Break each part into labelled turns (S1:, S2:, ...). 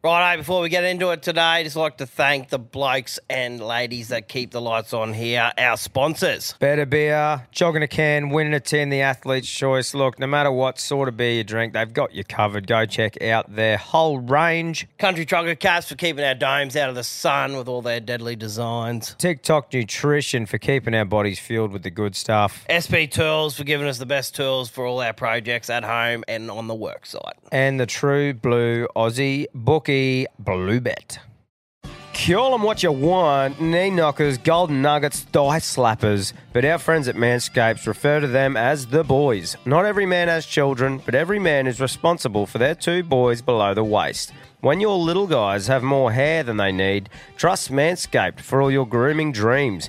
S1: Righto, before we get into it today, just like to thank the blokes and ladies that keep the lights on here, our sponsors.
S2: Better beer, jogging a can, winning a tin, the athlete's choice. Look, no matter what sort of beer you drink, they've got you covered. Go check out their whole range.
S1: Country Trucker Caps for keeping our domes out of the sun with all their deadly designs.
S2: TikTok Nutrition for keeping our bodies fueled with the good stuff.
S1: SP Tools for giving us the best tools for all our projects at home and on the work site.
S2: And the true blue Aussie bookie, Bluebet. Call them what you want, knee knockers, golden nuggets, thigh slappers. But our friends at Manscapes refer to them as the boys. Not every man has children, but every man is responsible for their two boys below the waist. When your little guys have more hair than they need, trust Manscaped for all your grooming dreams.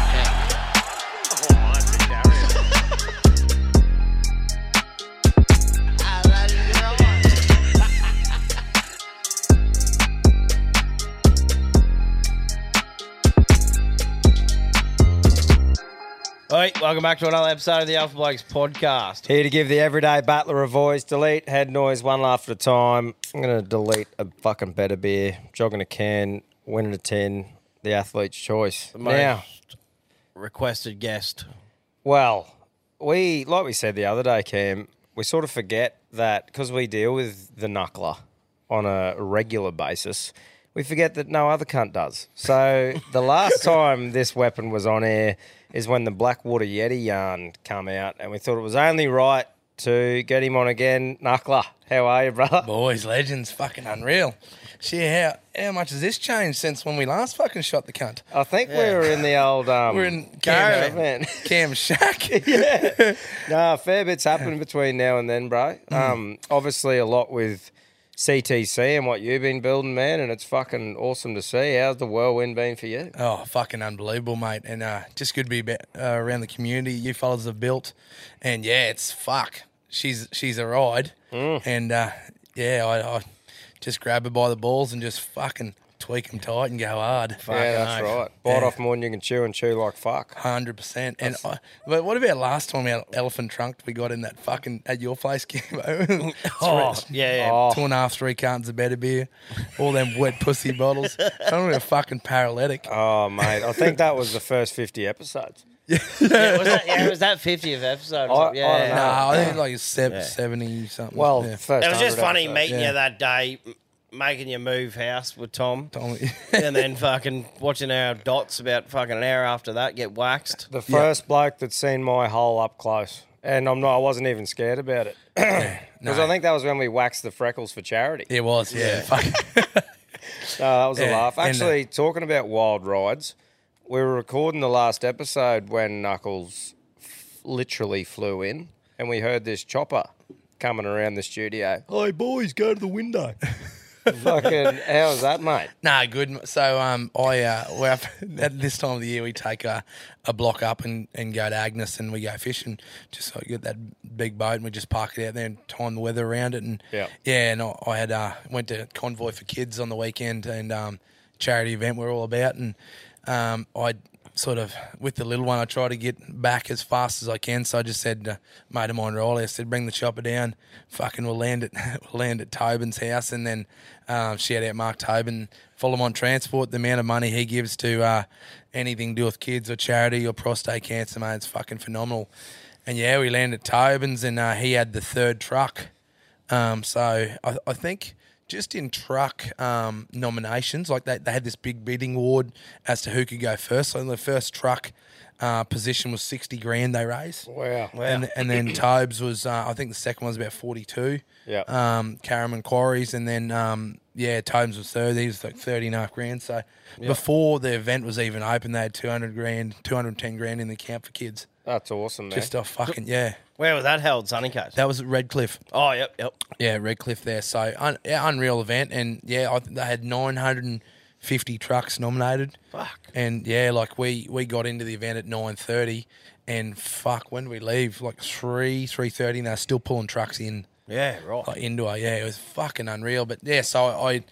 S1: Hey, welcome back to another episode of the Alpha Blokes podcast.
S2: Here to give the everyday battler a voice. Delete head noise one laugh at a time. I'm going to delete a fucking better beer, jogging a can, winning a 10, the athlete's choice.
S1: most-
S2: Now,
S1: Requested guest.
S2: Well, we like we said the other day, Cam, we sort of forget that because we deal with the knuckler on a regular basis, we forget that no other cunt does. So the last time this weapon was on air is when the Blackwater Yeti yarn come out, and we thought it was only right to get him on again. Knuckler, how are you, brother?
S3: Boys, legends, fucking unreal. Shit, how how much has this changed since when we last fucking shot the cunt?
S2: I think we were in the old um,
S3: We're in
S2: caravan.
S3: Cam, eh? Cam Shack.
S2: No, a fair bit's happened between now and then, bro. Um, obviously a lot with CTC and what you've been building, man, and it's fucking awesome to see. How's the whirlwind been for you?
S3: Oh, fucking unbelievable, mate. And uh, just good to be ba- uh, around the community you fellas have built. And yeah, it's fuck. She's she's a ride.
S2: Mm.
S3: And uh, yeah, I, I just grab her by the balls and just fucking tweak them tight and go hard.
S2: yeah, that's right. Bite off more than you can chew and chew like fuck.
S3: Hundred percent, and I, but what about last time our elephant trunk we got in that fucking at your place, Kimbo?
S1: Oh, yeah, yeah.
S2: Oh.
S3: Two and a half, three cartons of better beer, all them wet pussy bottles. I'm a fucking paralytic.
S2: Oh, mate, I think that was the first 50 episodes.
S1: Yeah, was that, yeah, it was that 50th episode.
S2: I-
S1: Or
S2: I
S1: something. yeah,
S2: don't know.
S3: Nah, I think like it's sev- seventy something.
S2: Well,
S3: yeah.
S2: first
S1: It was just
S2: 100
S1: funny
S2: episodes.
S1: meeting
S3: yeah.
S1: you that day, m- making you move house with Tom,
S3: Only-
S1: and then fucking watching our dots about fucking an hour after that get waxed.
S2: The first bloke that's seen my hole up close. And I'm not, I wasn't even scared about it. Because I think that was when we waxed the freckles for charity.
S3: it was, yeah. Fuck.
S2: No, Oh, that was a
S3: Yeah,
S2: laugh.
S3: and, uh,
S2: Actually, talking about wild rides, we were recording the last episode when Knuckles f- literally flew in, and we heard this chopper coming around the studio.
S3: Hey boys, go to the window.
S2: Fucking, how's that, mate?
S3: Nah, good. So um, I uh, we have, at this time of the year we take a, a block up and, and go to Agnes and we go fishing. Just so I get that big boat and we just park it out there and time the weather around it and
S2: Yeah.
S3: yeah. And I, I had uh, went to convoy for kids on the weekend and um, charity event we're all about and um, I sort of with the little one I try to get back as fast as I can. So I just said to a mate of mine Riley, I said bring the chopper down, fucking we'll land at we'll land at Tobin's house and then um, shout out Mark Tobin, follow him on transport. The amount of money he gives to uh, anything to do with kids or charity or prostate cancer, mate, it's fucking phenomenal. And yeah, we landed at Tobin's and uh, he had the third truck. Um, so I, I think just in truck um, nominations, like they, they had this big bidding award as to who could go first. So the first truck uh, position was 60 grand they raised. Wow. And, and then Tobes was, uh, I think the second one was about 42.
S2: Yeah.
S3: Um, Caraman Quarries. And then, um, yeah, Tobes was third. He was like 30 and a half grand. So before the event was even open, they had 200 grand, 210 grand in the camp for kids.
S2: That's awesome, man.
S3: Just uh, off fucking, yeah.
S1: Where was that held, Sunny Coast?
S3: That was at Redcliffe.
S1: Oh, yep, yep.
S3: Yeah, Redcliffe there. So un- yeah, unreal event, and yeah, I think they had 950 trucks nominated.
S1: Fuck.
S3: And yeah, like we we got into the event at 9:30, and fuck, when did we leave? Like three, three thirty, and they're still pulling trucks in
S1: Yeah, right.
S3: like into it. Oh, Yeah, it was fucking unreal. But yeah, so I, I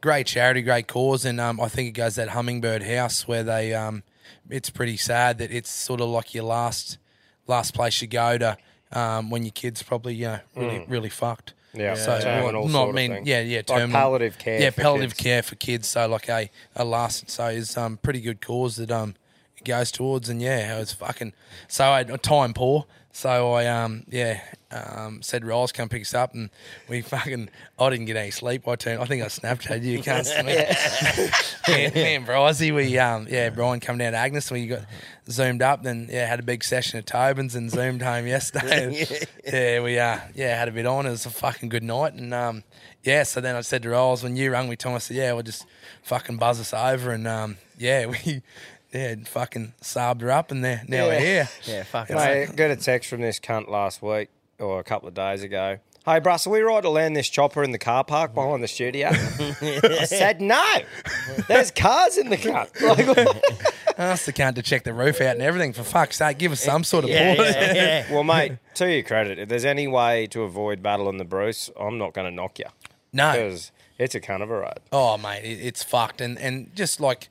S3: great charity, great cause, and um, I think it goes to that hummingbird house where they um, it's pretty sad that it's sort of like your last last place you go to um, when your kids probably you know really really fucked.
S2: Yeah,
S3: so
S2: terminal
S3: not
S2: sort of
S3: mean
S2: thing.
S3: yeah yeah
S2: Like palliative care
S3: yeah
S2: for
S3: palliative
S2: kids.
S3: care for kids. So like a a last so is um pretty good cause that um it goes towards and yeah it was fucking so I time poor. So I um yeah um said Riles come pick us up and we fucking I didn't get any sleep. I turned I think I Snapchat you can't me, me and Bryzy, we um yeah Brian come down to Agnes. We got zoomed up then yeah had a big session at Tobin's and zoomed home yesterday. yeah we uh yeah had a bit on. It was a fucking good night and um yeah so then I said to Riles when you rung me Tom I said yeah we'll just fucking buzz us over and um yeah we. Yeah, fucking sobbed her up, and there
S2: Yeah.
S3: now we're here.
S1: Yeah, fuck.
S2: Mate, I got a text from this cunt last week or a couple of days ago. Hey, Bruss, are we right to land this chopper in the car park behind the studio? I said no. There's cars in the car. Like,
S3: Asked the cunt to check the roof out and everything. For fuck's sake, give us some sort of
S1: Yeah,
S3: port.
S1: yeah, yeah.
S2: well, mate, to your credit, if there's any way to avoid battle on the Bruce, I'm not going to knock you
S3: No.
S2: because it's a cunt of a ride.
S3: Oh, mate, it, it's fucked. And and just like,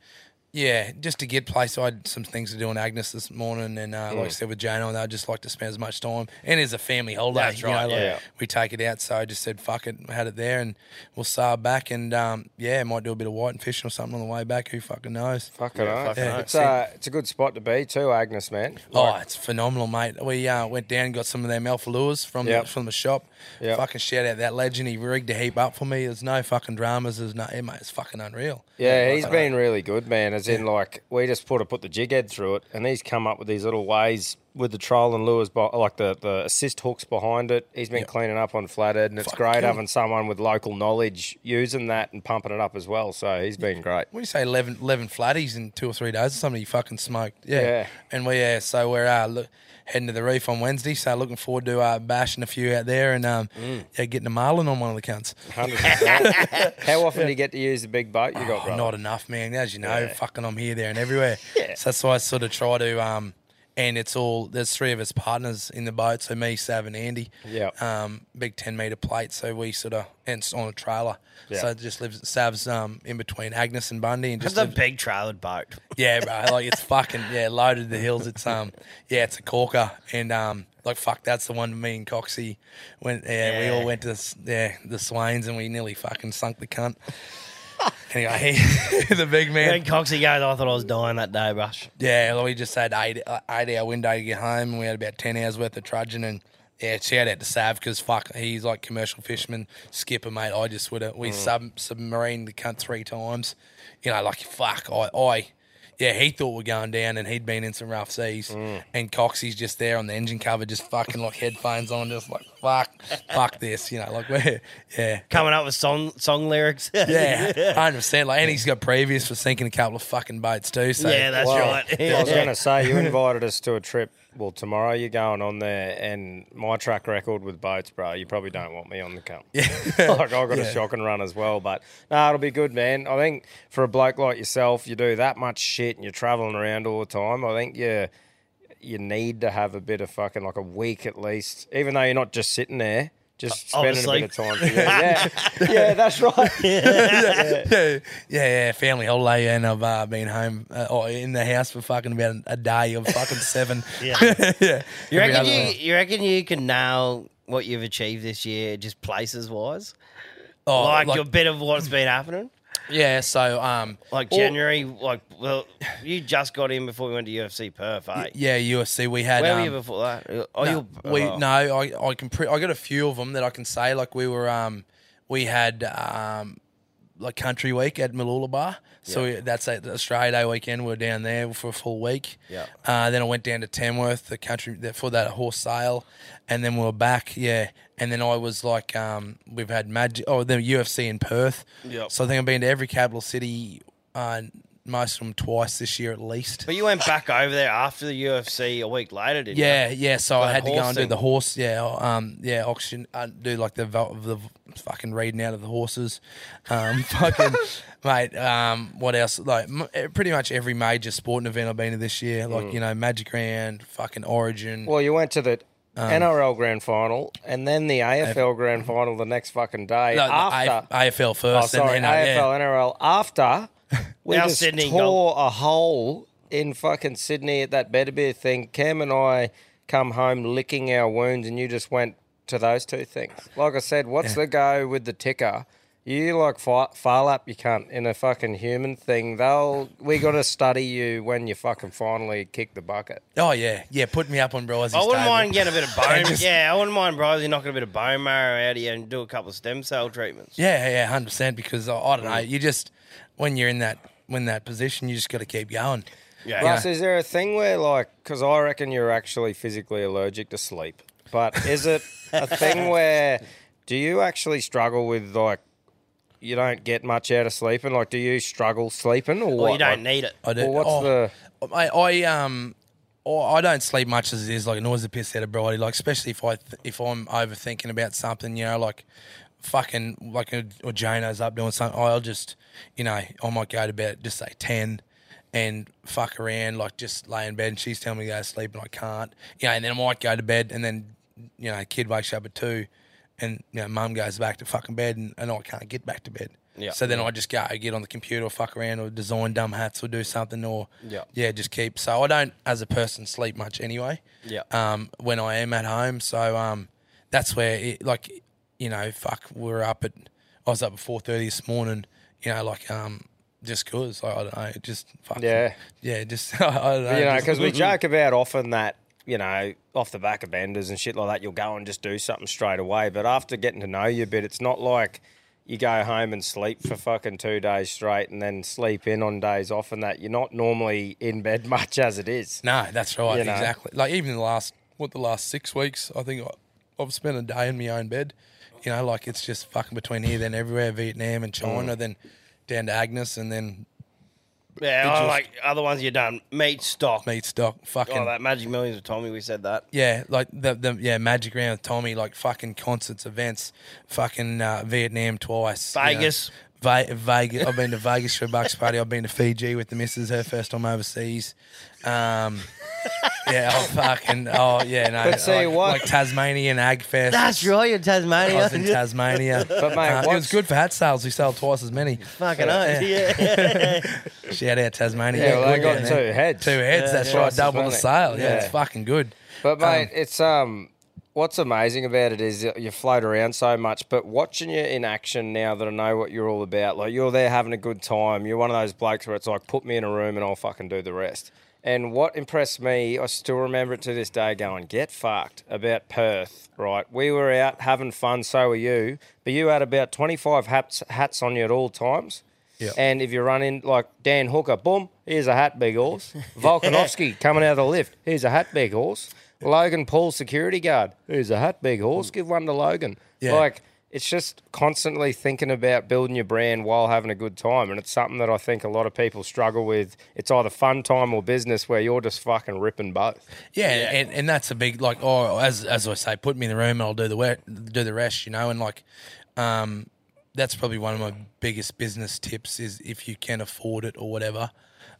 S3: yeah, just to get place, I had some things to do in Agnes this morning. And uh,
S2: Mm.
S3: like I said with Jane, and I'd just like to spend as much time. And it's a family holiday.
S1: That's
S3: you know,
S1: right,
S3: like,
S2: yeah.
S3: We take it out. So I just said, fuck it, I had it there. And we'll sail back. And um, yeah, might do a bit of white and fishing or something on the way back. Who fucking knows?
S2: Fucking yeah,
S1: fucking oath.
S2: It's, uh, it's a good spot to be too, Agnes, man.
S3: Oh, it's phenomenal, mate. We uh, went down and got some of them alpha lures from
S2: Yep.
S3: the, from the shop.
S2: Yep.
S3: Fucking shout out that legend. He rigged a heap up for me. There's no fucking dramas. There's no, yeah, mate. It's fucking unreal.
S2: Yeah, he's been really good, man. As in, like, we just put to put the jig head through it, and he's come up with these little ways with the troll and lures, be- like the, the assist hooks behind it. He's been cleaning up on flathead, and it's
S3: Fucking
S2: great
S3: cool.
S2: having someone with local knowledge using that and pumping it up as well. So he's been great.
S3: What do you say, 11, 11 flatties in two or three days or something? You fucking smoked. Yeah.
S2: Yeah.
S3: And we, yeah, so we're uh, look, heading to the reef on Wednesday. So looking forward to uh, bashing a few out there and um,
S2: Mm.
S3: yeah, getting a marlin on one of the cunts.
S2: 100%. How often do you get to use the big boat you got,
S3: Oh,
S2: bro?
S3: not enough, man. As you know, fucking I'm here, there, and everywhere. So that's why I sort of try to. Um, and it's all there's three of us partners in the boat, so me, Sav, and Andy.
S2: Yeah.
S3: Um, big ten meter plate, so we sort of and it's on a trailer.
S2: Yeah.
S3: So it just lives Sav's um in between Agnes and Bundy, and just
S1: It's a
S3: lives-
S1: big trailered boat.
S3: yeah, bro. Like it's fucking yeah, loaded to the hills. It's um yeah, it's a corker and um like fuck, that's the one me and Coxie went. Yeah, we all
S1: Yeah.
S3: went to s- yeah the Swains and we nearly fucking sunk the cunt. anyway, he, the big
S1: And
S3: man.
S1: Coxie goes, I thought I was dying that day, Rush.
S3: Yeah, like we just had eight uh, eight hour window to get home, and we had about ten hours worth of trudging and. Yeah, shout out to Sav because fuck, he's like commercial fisherman, skipper mate. I just would have
S1: Mm.
S3: we sub submarined the cunt three times, you know, like fuck. I, I, yeah, he thought we're going down and he'd been in some rough seas,
S1: Mm.
S3: and Coxie's just there on the engine cover, just fucking like headphones on, just like fuck, fuck this, you know, like we're yeah,
S1: Coming up with song song lyrics.
S3: yeah, hundred percent. Like, and he's got previous for sinking a couple of fucking boats too. So
S1: yeah, that's
S2: Well,
S1: right.
S2: I was going to say, you invited us to a trip. Well, tomorrow you're going on there, and my track record with boats, bro, you probably don't want me on the cunt. Yeah. like, I've got a shock and run as well, but no, it'll be good, man. I think for a bloke like yourself, you do that much shit and you're traveling around all the time. I think you, you need to have a bit of fucking, like a week at least, even though you're not just sitting there. Just spending
S1: Obviously.
S2: a bit of time. together. Yeah, yeah, that's right.
S3: yeah, yeah, family holiday, and I've uh, been home uh, or in the house for fucking about a day of fucking seven.
S1: Yeah.
S3: yeah.
S1: You
S3: Every
S1: reckon
S3: other-
S1: you, you reckon you can nail what you've achieved this year, just places wise,
S3: oh,
S1: like, your bit of what's been happening,
S3: yeah. So um,
S1: like
S3: all-
S1: January, like well, you just got in before we went to UFC Perth, eh?
S3: yeah, UFC. We had
S1: Where
S3: um,
S1: were you before that? Oh,
S3: no,
S1: you
S3: we
S1: oh.
S3: no, I I can pre- I got a few of them that I can say like we were um we had um, like country week at Malula Bar. So we- that's a, the Australia Day weekend. We are down there for a full week.
S1: Yeah.
S3: Uh, then I went down to Tamworth, the country that- for that horse sale, and then we were back. Yeah. And then I was like, um, we've had magic. Oh, the UFC in Perth.
S1: Yep.
S3: So I think I've been to every capital city, uh, most of them twice this year at least.
S1: But you went back over there after the UFC a week later, didn't
S3: Yeah,
S1: you?
S3: yeah. So I
S1: that
S3: had to go
S1: horse
S3: and
S1: thing.
S3: do the horse. Yeah, um, yeah. Auction. Uh, do like the vel- the fucking reading out of the horses. Um, fucking mate. Um, what else? Like m- eh, pretty much every major sporting event I've been to this year. Like
S1: Mm.
S3: you know, Magic Round, fucking Origin.
S2: Well, you went to the
S3: Um,
S2: NRL grand final and then the AFL grand final the next fucking day
S3: no, the
S2: after.
S3: A- AFL
S2: oh,
S3: first.
S2: sorry,
S3: and then, uh, yeah.
S1: eh?
S2: AFL NRL after we
S1: Our
S2: just
S1: Sydney
S2: tore
S1: goal.
S2: a hole in fucking Sydney at that Better Beer thing. Cam and I come home licking our wounds, and you just went to those two things. Like I said, what's the go with the ticker? You like fi- file up you cunt in a fucking human thing. They'll we got to study you when you fucking finally kick the bucket.
S3: Oh yeah, yeah. Put me up on Brozy's.
S1: I wouldn't
S3: table.
S1: mind getting a bit of bone.
S3: just-
S1: yeah, I wouldn't mind probably knocking a bit of bone marrow out of you and do a couple of stem cell treatments.
S3: Yeah, yeah, hundred percent. Because I, I don't
S1: Mm.
S3: know. You just when you're in that when that position, you just got to keep going.
S1: Yeah.
S2: Russ, is there a thing where like because I reckon you're actually physically allergic to sleep, but is it a thing where do you actually struggle with like you don't get much out of sleeping? Like, do you struggle sleeping or
S1: Well,
S2: what?
S1: you don't
S2: Like,
S1: need it.
S3: I do.
S2: Well, what's
S3: oh,
S2: the-
S3: I, I um, I I don't sleep much as it is. Like it annoys the piss out of Brody. Like especially if I th- if I'm overthinking about something, you know, like fucking like a, or Jano's up doing something. I'll just you know I might go to bed at just say ten. And fuck around, like just lay in bed, and she's telling me to go to sleep, and I can't. You know, and then I might go to bed, and then you know, kid wakes up at two, and you know, mum goes back to fucking bed, and, and I can't get back to bed.
S1: Yeah.
S3: So then I just go get on the computer or fuck around or design dumb hats or do something or
S1: Yeah.
S3: just keep. So I don't as a person sleep much anyway.
S1: Yeah.
S3: Um, when I am at home, so um, that's where it, like, you know, fuck, we are up at. I was up at four thirty this morning. You know, like um, just cause like, I don't know, it just fucking,
S2: Yeah.
S3: yeah, just I don't know,
S2: you know
S3: just-
S2: because
S1: Mm-hmm.
S2: we joke about often that you know off the back of benders and shit like that you'll go and just do something straight away, but after getting to know you a bit, it's not like. You go home and sleep for fucking two days straight, and then sleep in on days off, and that you're not normally in bed much as it is.
S3: No, that's right.
S2: You know?
S3: Exactly. Like even the last what the last six weeks, I think I, I've spent a day in my own bed. You know, like it's just fucking between here, then everywhere, Vietnam and
S2: Mm.
S3: China, then down to Agnes, and then
S1: Yeah, I
S3: just-
S1: like other ones you've done. Meat stock.
S3: meat stock. Fucking
S1: Oh, that Magic Millions with Tommy, we said that.
S3: yeah, like the, the yeah magic round with Tommy, like fucking concerts, events, fucking uh, Vietnam twice, you know.
S1: Vegas.
S3: Ve- Vegas. I've been to Vegas for a bucks party. I've been to Fiji with the missus, her first time overseas. Um, yeah, oh fucking, oh yeah, no.
S2: But see
S3: like,
S2: what-
S3: like Tasmanian Agfest.
S1: right, you're
S3: I was in
S1: Tasmania.
S3: Tasmania.
S2: But mate,
S3: Uh, it was
S2: what's-
S3: good for hat sales. We sold twice as many.
S1: Fucking hell, yeah.
S3: Shout out Tasmania.
S2: Yeah, well, they
S3: good
S2: got
S3: down
S2: two
S3: there.
S2: heads.
S3: Two heads. that's
S2: yeah.
S3: right.
S2: Twice as
S3: Double the
S2: many.
S3: sale. Yeah,
S2: Yeah.
S3: it's fucking good.
S2: But mate, it's um, what's amazing about it is that you float around so much. But watching you in action now that I know what you're all about, like you're there having a good time. You're one of those blokes where it's like, put me in a room and I'll fucking do the rest. And what impressed me, I still remember it to this day, going, get fucked about Perth, right? We were out having fun, so were you, but you had about 25 hats, hats on you at all times.
S3: Yeah.
S2: And if you run in like Dan Hooker, boom, here's a hat, big horse. Volkanovski coming out of the lift, here's a hat, big horse. Logan Paul, security guard, here's a hat, big horse. Give one to Logan.
S3: Yeah.
S2: Like it's just constantly thinking about building your brand while having a good time, and it's something that I think a lot of people struggle with. It's either fun time or business where you're just fucking ripping both.
S3: Yeah, And, and that's a big like. Oh, as as I say, put me in the room and I'll do the we- do the rest. You know, and like, um, that's probably one of my biggest business tips is if you can afford it or whatever,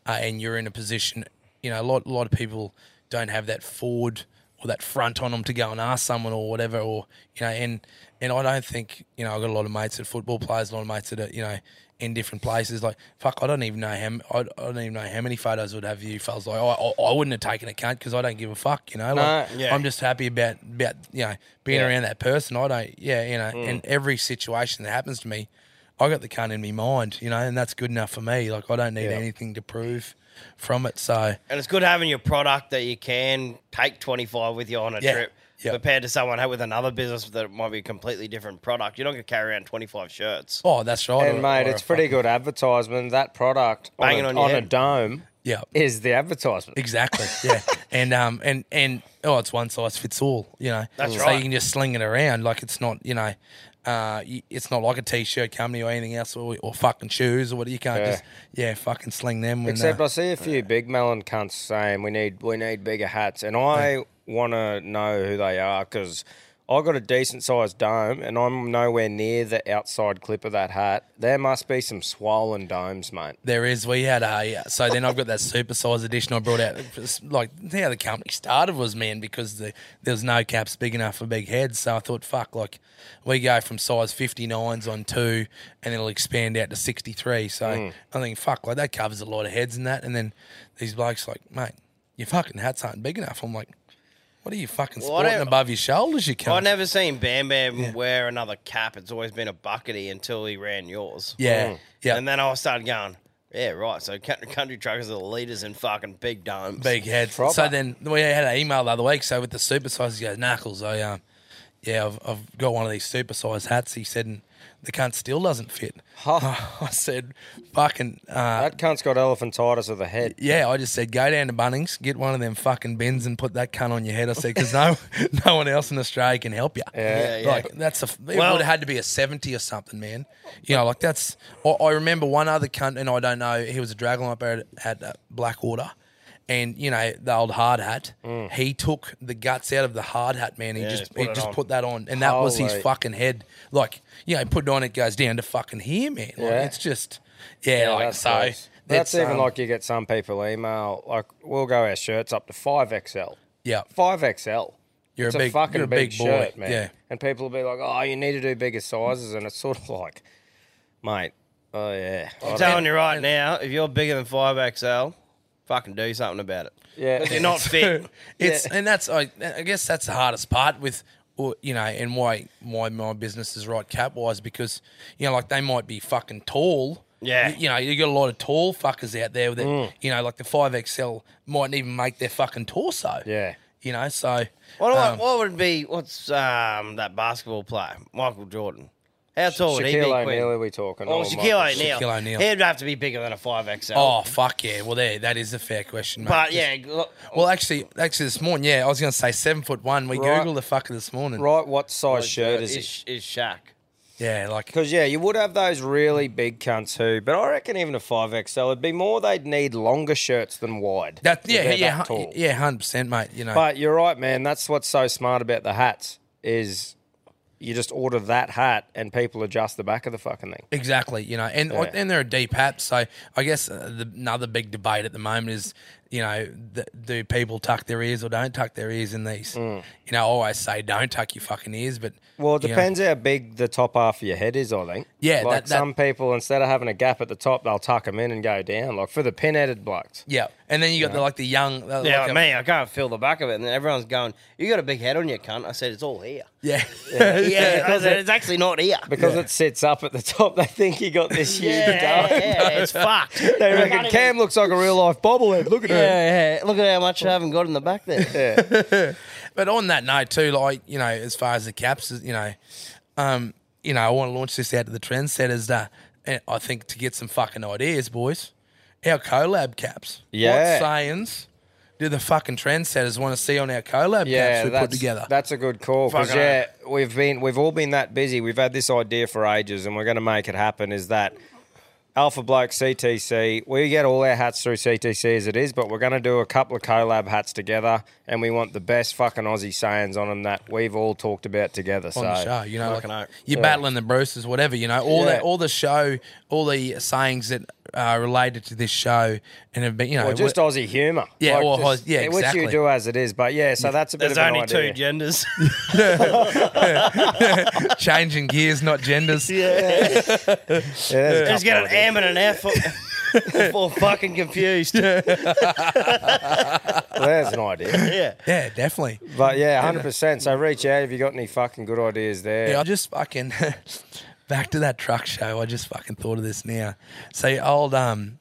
S3: uh, and you're in a position. You know, a lot a lot of people don't have that forward or that front on them to go and ask someone or whatever, or you know, and and I don't think you know I've got a lot of mates that are football players, a lot of mates that are you know in different places. Like fuck, I don't even know how m- I, I don't even know how many photos would have you fellas. Like I, I, I wouldn't have taken a cunt because I don't give a fuck. You know, like
S2: No,
S1: yeah.
S3: I'm just happy about about you know being
S2: Yeah. Mm.
S3: around that person. I don't yeah you know. And every situation that happens to me, I got the cunt in my mind. You know, and that's good enough for me. Like I don't need
S2: Yeah.
S3: anything to prove from it. So
S1: and it's good having your product that you can take 25 with you on a
S3: Yeah.
S1: trip.
S3: Yeah.
S1: compared to someone with another business that might be a completely different product. You're not going to carry around 25 shirts.
S3: Oh, that's right.
S2: And
S3: or-
S2: mate,
S3: or
S2: it's
S3: a
S2: pretty
S3: fucking-
S2: good advertisement. That product on,
S1: Banging
S2: a,
S1: on your
S2: on a
S1: head.
S2: dome
S3: Yeah.
S2: is the advertisement.
S3: Exactly. Yeah. and um and and oh, it's one size fits all. You know.
S1: That's
S3: so
S1: right.
S3: you can just sling it around like it's not. You know. Uh, y- it's not like a t-shirt company or anything else, or, or fucking shoes or what. You can't
S2: Yeah.
S3: just yeah, fucking sling them. When,
S2: Except
S3: uh,
S2: I see a few big melon cunts saying we need we need bigger hats, and I want to know who they are because I got a decent sized dome, and I'm nowhere near the outside clip of that hat. There must be some swollen domes, mate.
S3: There is. We had a yeah. so then I've got that supersized edition I brought out. It's Like how the company started was man because the, there was no caps big enough for big heads. So I thought, fuck, like we go from size fifty nines on two, and it'll expand out to sixty three. So
S1: Hmm.
S3: I think fuck, like that covers a lot of heads and that. And then these blokes like, mate, your fucking hats aren't big enough. I'm like, what are you fucking
S1: Well, I
S3: sporting
S1: don't-
S3: above your shoulders? You can't.
S1: I've never seen Bam Bam wear another cap. It's always been a buckety until he ran yours.
S3: yeah, yeah.
S1: Hmm. And then I started going, yeah, right. So coun- country truckers are the leaders in fucking big domes.
S3: Big heads. So
S2: Proper.
S3: then we had an email the other week. So with the supersize, he goes, Knuckles, I, um, yeah, I've, I've got one of these supersize hats. He said, and the cunt still doesn't fit. I said, fucking, uh,
S2: That cunt's got elephantitis of the head.
S3: yeah, I just said, go down to Bunnings, get one of them fucking bins and put that cunt on your head. I said, because no, no one else in Australia can help you.
S1: Yeah, yeah.
S3: Like that's a it
S1: Well-
S3: would have had to be a seventy or something, man. You know, like that's. I, I remember one other cunt, and I don't know. He was a dragon operator at, at uh, Blackwater, and you know the old hard hat. He took the guts out of the hard hat, man. He
S1: Yeah,
S3: just
S1: just put
S3: he
S1: it
S3: just
S1: on.
S3: put that on, and that was his
S2: Holy.
S3: fucking head. Like you know, put it on, it goes down to fucking here, man. Like,
S2: Yeah.
S3: It's just yeah,
S2: Yeah,
S3: like
S2: that's
S3: so.
S2: gross. That's
S3: it's,
S2: even
S3: um,
S2: like you get some people email like we'll go our shirts up to five XL.
S3: yeah,
S2: Five XL.
S3: You're
S2: it's
S3: a
S2: a,
S3: big-
S2: fucking
S3: you're a
S2: big,
S3: big boy.
S2: shirt, man.
S3: Yeah.
S2: And people will be like, "Oh, you need to do bigger sizes," and it's sort of like, mate, oh yeah, I
S1: I'm
S2: don't-
S1: telling you right now, if you're bigger than 5XL, fucking do something about it.
S2: yeah,
S1: You're not fit.
S3: it's and that's I, I guess that's the hardest part with or, you know and why why my business is right cap wise because you know like they might be fucking tall.
S1: Yeah. Mm.
S3: You, you know, you got a lot of tall fuckers out there that you know, like the five XL mightn't even make their fucking torso.
S2: yeah.
S3: You know, so
S1: What, do I-
S3: um,
S1: what would be, what's um, that basketball player? Michael Jordan. How
S3: Oh,
S1: tall would he be?
S2: Shaquille
S1: Quinn?
S2: O'Neal, are we talking?
S1: Oh, Shaquille O'Neal.
S3: Shaquille O'Neal.
S1: He'd have to be bigger than a 5XL.
S3: Oh fuck yeah! Well, there, that is a fair question, mate.
S1: but
S3: Just-
S1: yeah, look,
S3: Well, actually, actually, this morning, yeah, I was going to say seven foot one. We
S2: Right.
S3: googled the fucker this morning.
S2: Right, what size
S1: like,
S3: uh,
S2: shirt is it?
S1: is, is Shaq.
S3: Yeah, like
S2: Because yeah, you would have those really big cunts who, but I reckon even a five XL would be more. They'd need longer shirts than wide.
S3: that.
S2: if
S3: Yeah,
S2: they're
S3: yeah,
S2: that
S3: hun-
S2: tall.
S3: yeah, hundred percent, mate. You know,
S2: But you're right, man. That's what's so smart about the hats is you just order that hat and people adjust the back of the fucking thing.
S3: Exactly, you know, and and they're a deep app. So I guess uh, the, another big debate at the moment is, you know, th- do people tuck their ears or don't tuck their ears in these? You know, I always say don't tuck your fucking ears, but
S2: Well, it
S3: you know,
S2: depends how big the top half of your head is, I think.
S3: Yeah,
S2: like
S3: that- that-
S2: some people instead of having a gap at the top, they'll tuck them in and go down. Like for the pin-headed blokes,
S3: yeah, and then you got the like the young, uh,
S1: Yeah,
S3: like
S1: like
S3: a-
S1: me, I can't feel the back of it. And then everyone's going, You got a big head on you, cunt. I said, It's all here.
S3: yeah,
S1: Yeah, I said, It's actually not here.
S2: because it sits up at the top, they think you got this huge
S1: Yeah,
S2: dome.
S1: yeah, it's fucked.
S2: They reckon Cam looks like a real life bobblehead. Look at him.
S1: Yeah, yeah, look at how much I haven't got in the back there.
S3: But on that note too, like you know, as far as the caps, is, you know, um, you know, I want to launch this out to the trendsetters. Uh, and I think to get some fucking ideas, boys. Our collab caps.
S2: Yeah.
S3: What sayings do the fucking trendsetters want to see on our collab
S2: Yeah,
S3: caps we
S2: that's,
S3: put together?
S2: that's a good call. 'cause,
S1: Fucking
S2: yeah, we've been we've all been that busy. We've had this idea for ages, and we're going to make it happen. Is that Alpha Bloke CTC? We get all our hats through CTC as it is, but we're going to do a couple of collab hats together, and we want the best fucking Aussie sayings on them that we've all talked about together. so
S3: on the show. You know, like,
S1: Fucking oath.
S3: you're battling the Bruces, whatever. You know, all
S2: Yeah.
S3: that, all the show, all the sayings that are related to this show, and have been, you know,
S2: Or just
S3: what-
S2: Aussie humour.
S3: Yeah, well, Aus- yeah,
S2: Which
S3: exactly.
S2: you do as it is, but yeah, so that's a bit
S1: There's
S2: of an
S1: only
S2: idea.
S1: two genders.
S3: changing gears, not genders.
S2: Yeah, there's a
S1: Just
S2: couple
S1: get an
S2: ideas.
S1: M and an F. Or fucking confused. Yeah.
S2: There's an idea.
S3: yeah, definitely.
S2: But yeah, hundred percent. So reach out if you got any fucking good ideas there.
S3: Yeah, I just fucking back to that truck show. I just fucking thought of this now. So old um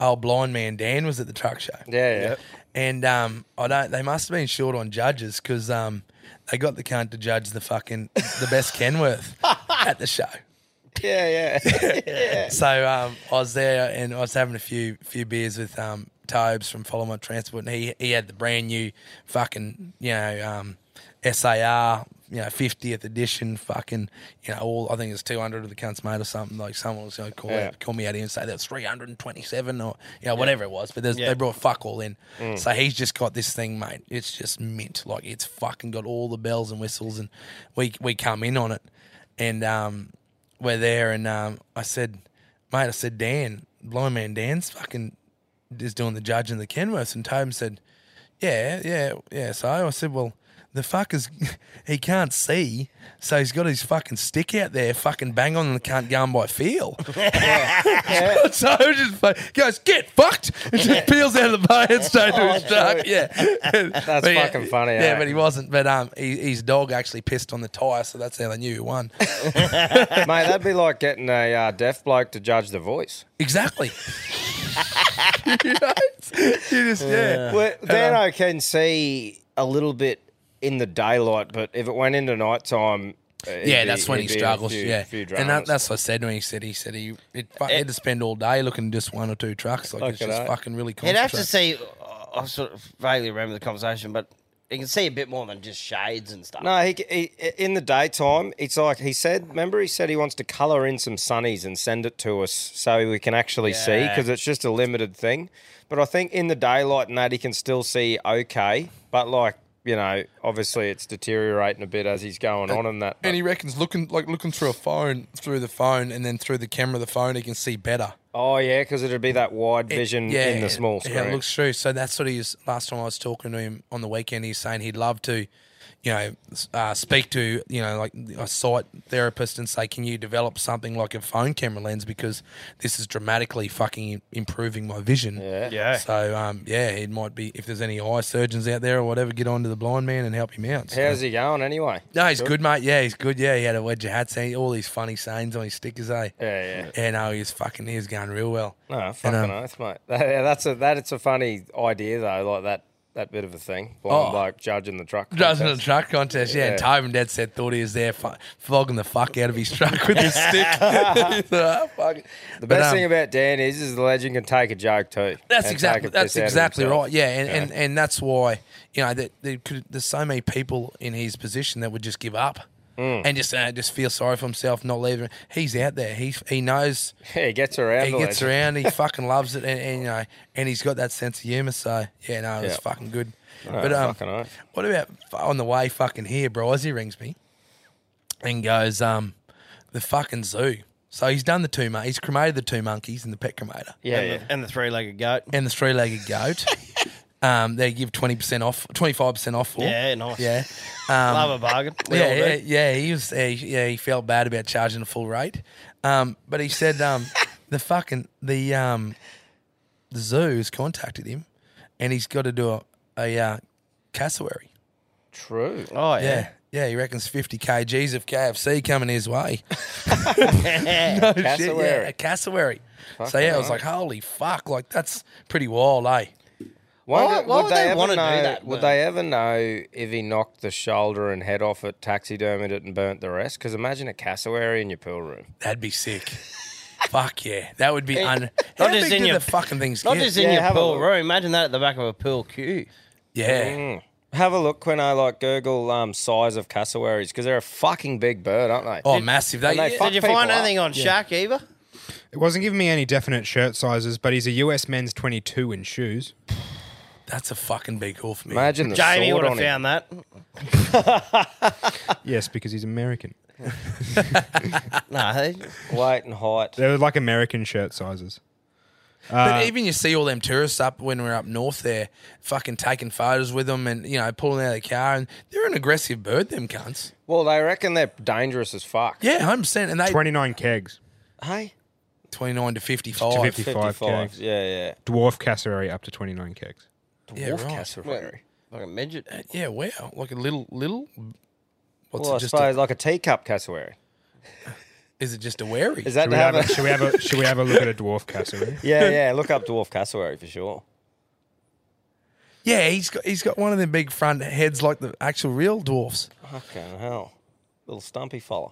S3: old blind man Dan was at the truck show,
S2: Yeah, yeah.
S3: And um, I don't. They must have been short on judges because um, they got the cunt to judge the fucking the best Kenworth at the show.
S1: Yeah, yeah.
S3: So um, I was there and I was having a few few beers with um, Tobes from Follow My Transport, and he he had the brand new fucking you know um, SAR you know fiftieth edition fucking you know all I think it's two hundred of the cunts made or something like someone was going to call
S1: Yeah.
S3: call me out here and say that's three hundred and twenty seven or you know whatever it was, but there's
S1: Yeah. Mm.
S3: they brought fuck all in. So he's just got this thing, mate. It's just mint, like it's fucking got all the bells and whistles, and we we come in on it, and um we're there and um, I said, mate, I said, Dan, blind man Dan's fucking is doing the judge in the Kenworth. And Tobin said, yeah, yeah, yeah. So I said, well, the fucker's, he can't see. So he's got his fucking stick out there, fucking bang on the cunt going by feel. so he just fu- goes, get fucked. And just peels out of the bay and straight to his truck. Yeah. That's
S2: Oh, fucking funny,
S3: Yeah,
S2: eh?
S3: but he wasn't. But um, he, his dog actually pissed on the tyre. So that's how they knew he won.
S2: Mate, that'd be like getting a uh, deaf bloke to judge the voice.
S3: Exactly. you know? You just, yeah.
S2: Well, then I can see a little bit in the daylight, but if it went into nighttime, uh,
S3: Yeah, that's when he struggles. yeah, and that, that's what I said to him. He said, "He said he it, fu- he had to spend all day looking at just one or two trucks. Like it's
S2: Fucking
S3: just
S2: right.
S3: fucking really
S1: You'd have to
S3: concentrate.
S1: see. I sort of vaguely remember the conversation, but you can see a bit more than just shades and stuff.
S2: no, he, he in the daytime. It's like he said. Remember, he said he wants to color in some sunnies and send it to us so we can actually see
S1: Yeah.
S2: because it's just a limited thing. But I think in the daylight and that he can still see okay, but like you know, obviously it's deteriorating a bit as he's going on and that.
S3: And
S2: but-
S3: he reckons looking like looking through a phone, through the phone, and then through the camera of the phone, he can see better.
S2: oh yeah, because it'd be that wide vision in the small screen.
S3: Yeah, it looks true. So that's what he was. Last time I was talking to him on the weekend, he's saying he'd love to, you know, s- uh, speak to you know like a sight therapist and say, can you develop something like a phone camera lens because this is dramatically fucking improving my vision.
S2: Yeah.
S1: Yeah.
S3: So um, yeah, it might be if there's any eye surgeons out there or whatever, get onto the blind man and help him out. So-
S2: How's he going anyway?
S3: no, he's good, mate. Yeah, he's good. Yeah, he had a wedge of hats, and all these funny sayings on his stickers, eh?
S2: Yeah, yeah.
S3: Yeah, no, he's fucking, he was going real well.
S2: No, fucking
S3: um,
S2: oath, mate. That's a that. It's a funny idea though, like that that bit of a thing. Blind
S3: Oh.
S2: bloke judging the truck.
S3: Does in the
S2: contest.
S3: truck contest, yeah. And
S2: Yeah.
S3: Tobin Dad said thought he was there fu- flogging the fuck out of his truck with his stick. He's like, "Ah, fuck it."
S2: The
S3: But,
S2: best
S3: um,
S2: thing about Dan is, is the legend can take a joke too. and
S3: that's
S2: take
S3: exactly
S2: a
S3: that's
S2: piss out of
S3: exactly
S2: himself.
S3: right. Yeah, and, and and that's why you know that there could, there's so many people in his position that would just give up
S2: Mm.
S3: and just uh, just feel sorry for himself, not leaving. He's out there. He he knows.
S2: Yeah, he gets around.
S3: He
S2: the
S3: gets
S2: legend.
S3: around. He fucking loves it, and, and you know, and he's got that sense of humor. So yeah, no, it was
S2: Yeah.
S3: fucking good.
S2: Oh,
S3: but um,
S2: fucking right.
S3: what about f- on the way fucking here, bro? As he rings me and goes, um, the fucking zoo. So he's done the two mon- He's cremated the two monkeys in the pet cremator
S2: Yeah,
S1: and,
S2: yeah.
S1: The, and the three-legged goat.
S3: and the three legged goat. um, they give twenty percent off, twenty five percent off for.
S1: Yeah, nice.
S3: yeah.
S1: Love a bargain. We all
S3: Yeah,
S1: do.
S3: yeah, yeah, he was. Yeah, he- yeah, he felt bad about charging the full rate, um, but he said um, the fucking the um, the zoo has contacted him, and he's got to do a, a uh, cassowary.
S2: True.
S1: Oh
S3: Yeah. yeah,
S1: yeah.
S3: he reckons fifty kgs of KFC coming his way. Oh,
S1: yeah.
S3: Shit, yeah,
S2: Cassowary.
S3: a cassowary. so yeah, I was
S2: hell.
S3: like, holy fuck, like that's pretty wild, eh?
S1: Why-
S2: Wonder,
S1: why
S2: would
S1: would
S2: they,
S1: they
S2: ever
S1: wanna do
S2: know?
S1: that,
S2: would
S1: though?
S2: they ever know if he knocked the shoulder and head off it, taxidermied it, and burnt the rest? Because imagine a cassowary in your pool room.
S3: That'd be sick. fuck yeah, that would be un. How
S1: Not just
S3: big
S1: in
S3: do
S1: your-
S3: the fucking things
S1: Not
S3: get?
S1: just in
S2: Yeah,
S1: your
S2: have a
S1: pool
S2: look.
S1: room. Imagine that at the back of a pool queue.
S3: yeah.
S2: Mm. Have a look when I like Google um, size of cassowaries because they're a fucking big bird, aren't they?
S3: Oh, massive. They,
S2: and they
S3: yeah.
S2: fuck
S1: Did you
S2: people
S1: find
S2: up.
S1: anything on Shark either?
S4: It wasn't giving me any definite shirt sizes, but he's a US men's 22 in shoes.
S3: That's a fucking big haul for me.
S2: Imagine the
S1: Jamie
S2: sword
S1: would
S2: on
S1: have
S2: him.
S1: found that.
S4: Yes, because he's American.
S1: No, they-
S2: weight and height.
S4: They were like American shirt sizes.
S1: Uh,
S3: but even you see all them tourists up when we're up north there, fucking taking photos with them and, you know, pulling out of the car. And they're an aggressive bird, them cunts.
S2: Well, they reckon they're dangerous as fuck.
S3: Yeah, 100%. And they
S4: 29 kegs
S2: Hey,
S3: 29 to 55.
S4: to 55,
S2: 55.
S4: kegs.
S2: Yeah, yeah.
S4: Dwarf cassowary up to 29 kegs.
S3: Yeah,
S2: Dwarf
S3: right.
S2: cassowary.
S1: like a midget.
S3: Yeah, wow. Like a little, little. What's
S2: Well, I
S3: it just? a-
S2: suppose like a teacup cassowary.
S3: is it just a wary?
S2: Is that
S4: Should we,
S2: to have
S4: have
S2: a?
S4: a, should, we have a, should we have a look at a dwarf cassowary?
S2: yeah, yeah. Look up dwarf cassowary for sure.
S3: Yeah, he's got he's got one of them big front heads like the actual real dwarfs.
S2: Fucking hell. Little stumpy fella.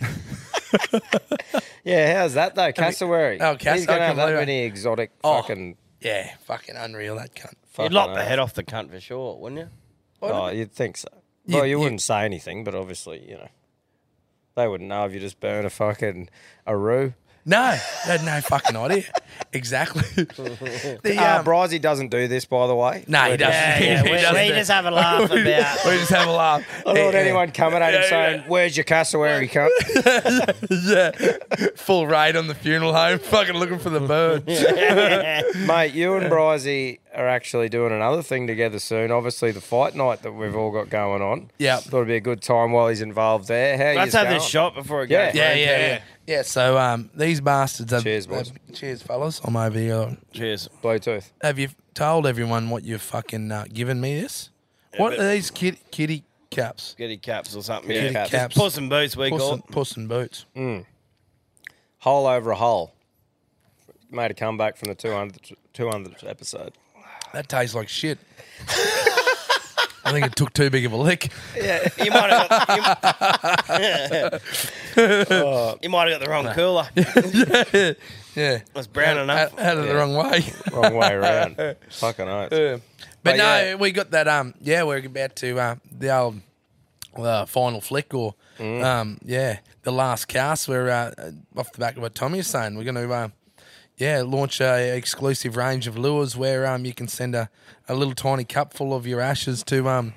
S2: yeah, how's that though? Cassowary.
S3: oh, Cass-
S2: He's going to
S3: I
S2: have that
S3: completely-
S2: many exotic
S3: Oh.
S2: fucking.
S3: Yeah, fucking unreal that cunt.
S1: You'd
S2: fucking
S1: lock the
S2: hell.
S1: head off the cunt for sure, wouldn't you?
S2: Oh, you'd think so. well, you,
S3: you-
S2: wouldn't say anything, but obviously, you know, they wouldn't know if you just burn a fucking a roo.
S3: No, they had no fucking idea. Exactly. the,
S2: Uh,
S3: um,
S2: Brizey doesn't do this, by the way.
S3: no, he doesn't. he
S1: we,
S3: doesn't
S1: we
S3: do-
S1: just have a laugh about.
S3: we just have a laugh.
S2: I
S3: Yeah,
S2: thought
S3: yeah.
S2: anyone coming at him
S3: Yeah,
S2: saying, "Where's your cassowary cunt?"
S3: yeah, full raid on the funeral home, fucking looking for the bird.
S2: Mate, you and Brizey are actually doing another thing together soon. Obviously, the fight night that we've all got going on.
S3: Yeah.
S2: thought it'd be a good time while he's involved there. How
S1: Let's
S2: you
S1: have this shot before it goes.
S3: Yeah, yeah, yeah, yeah. so um, these bastards. Have,
S2: Cheers, boys.
S3: have- cheers, fellas. I'm over here.
S1: Cheers.
S2: Bluetooth.
S3: Have you told everyone what you've fucking uh, given me this? What are these kid, kitty caps?
S1: Skitty caps or something.
S2: Skitty
S1: yeah.
S2: caps.
S1: Just Puss in boots, we
S3: Puss
S1: call it.
S3: in, puss in boots.
S2: Mm. Hole over a hole. Made a comeback from the 200th, 200th episode.
S3: That tastes like shit. I think it took too big of a lick.
S1: You might have got, you, you might have got the wrong cooler. It
S3: Yeah.
S1: was brown enough.
S3: Out, out of the wrong way.
S2: Wrong way around. Fucking oath.
S3: but,
S2: But
S3: no,
S2: yeah.
S3: we got that. Um, yeah, we're about to uh, the old uh, final flick or
S2: Mm.
S3: um, yeah, the last cast. We're uh, off the back of what Tommy is saying. We're going to uh, yeah launch a exclusive range of lures where um you can send a, a little tiny cup full of your ashes to um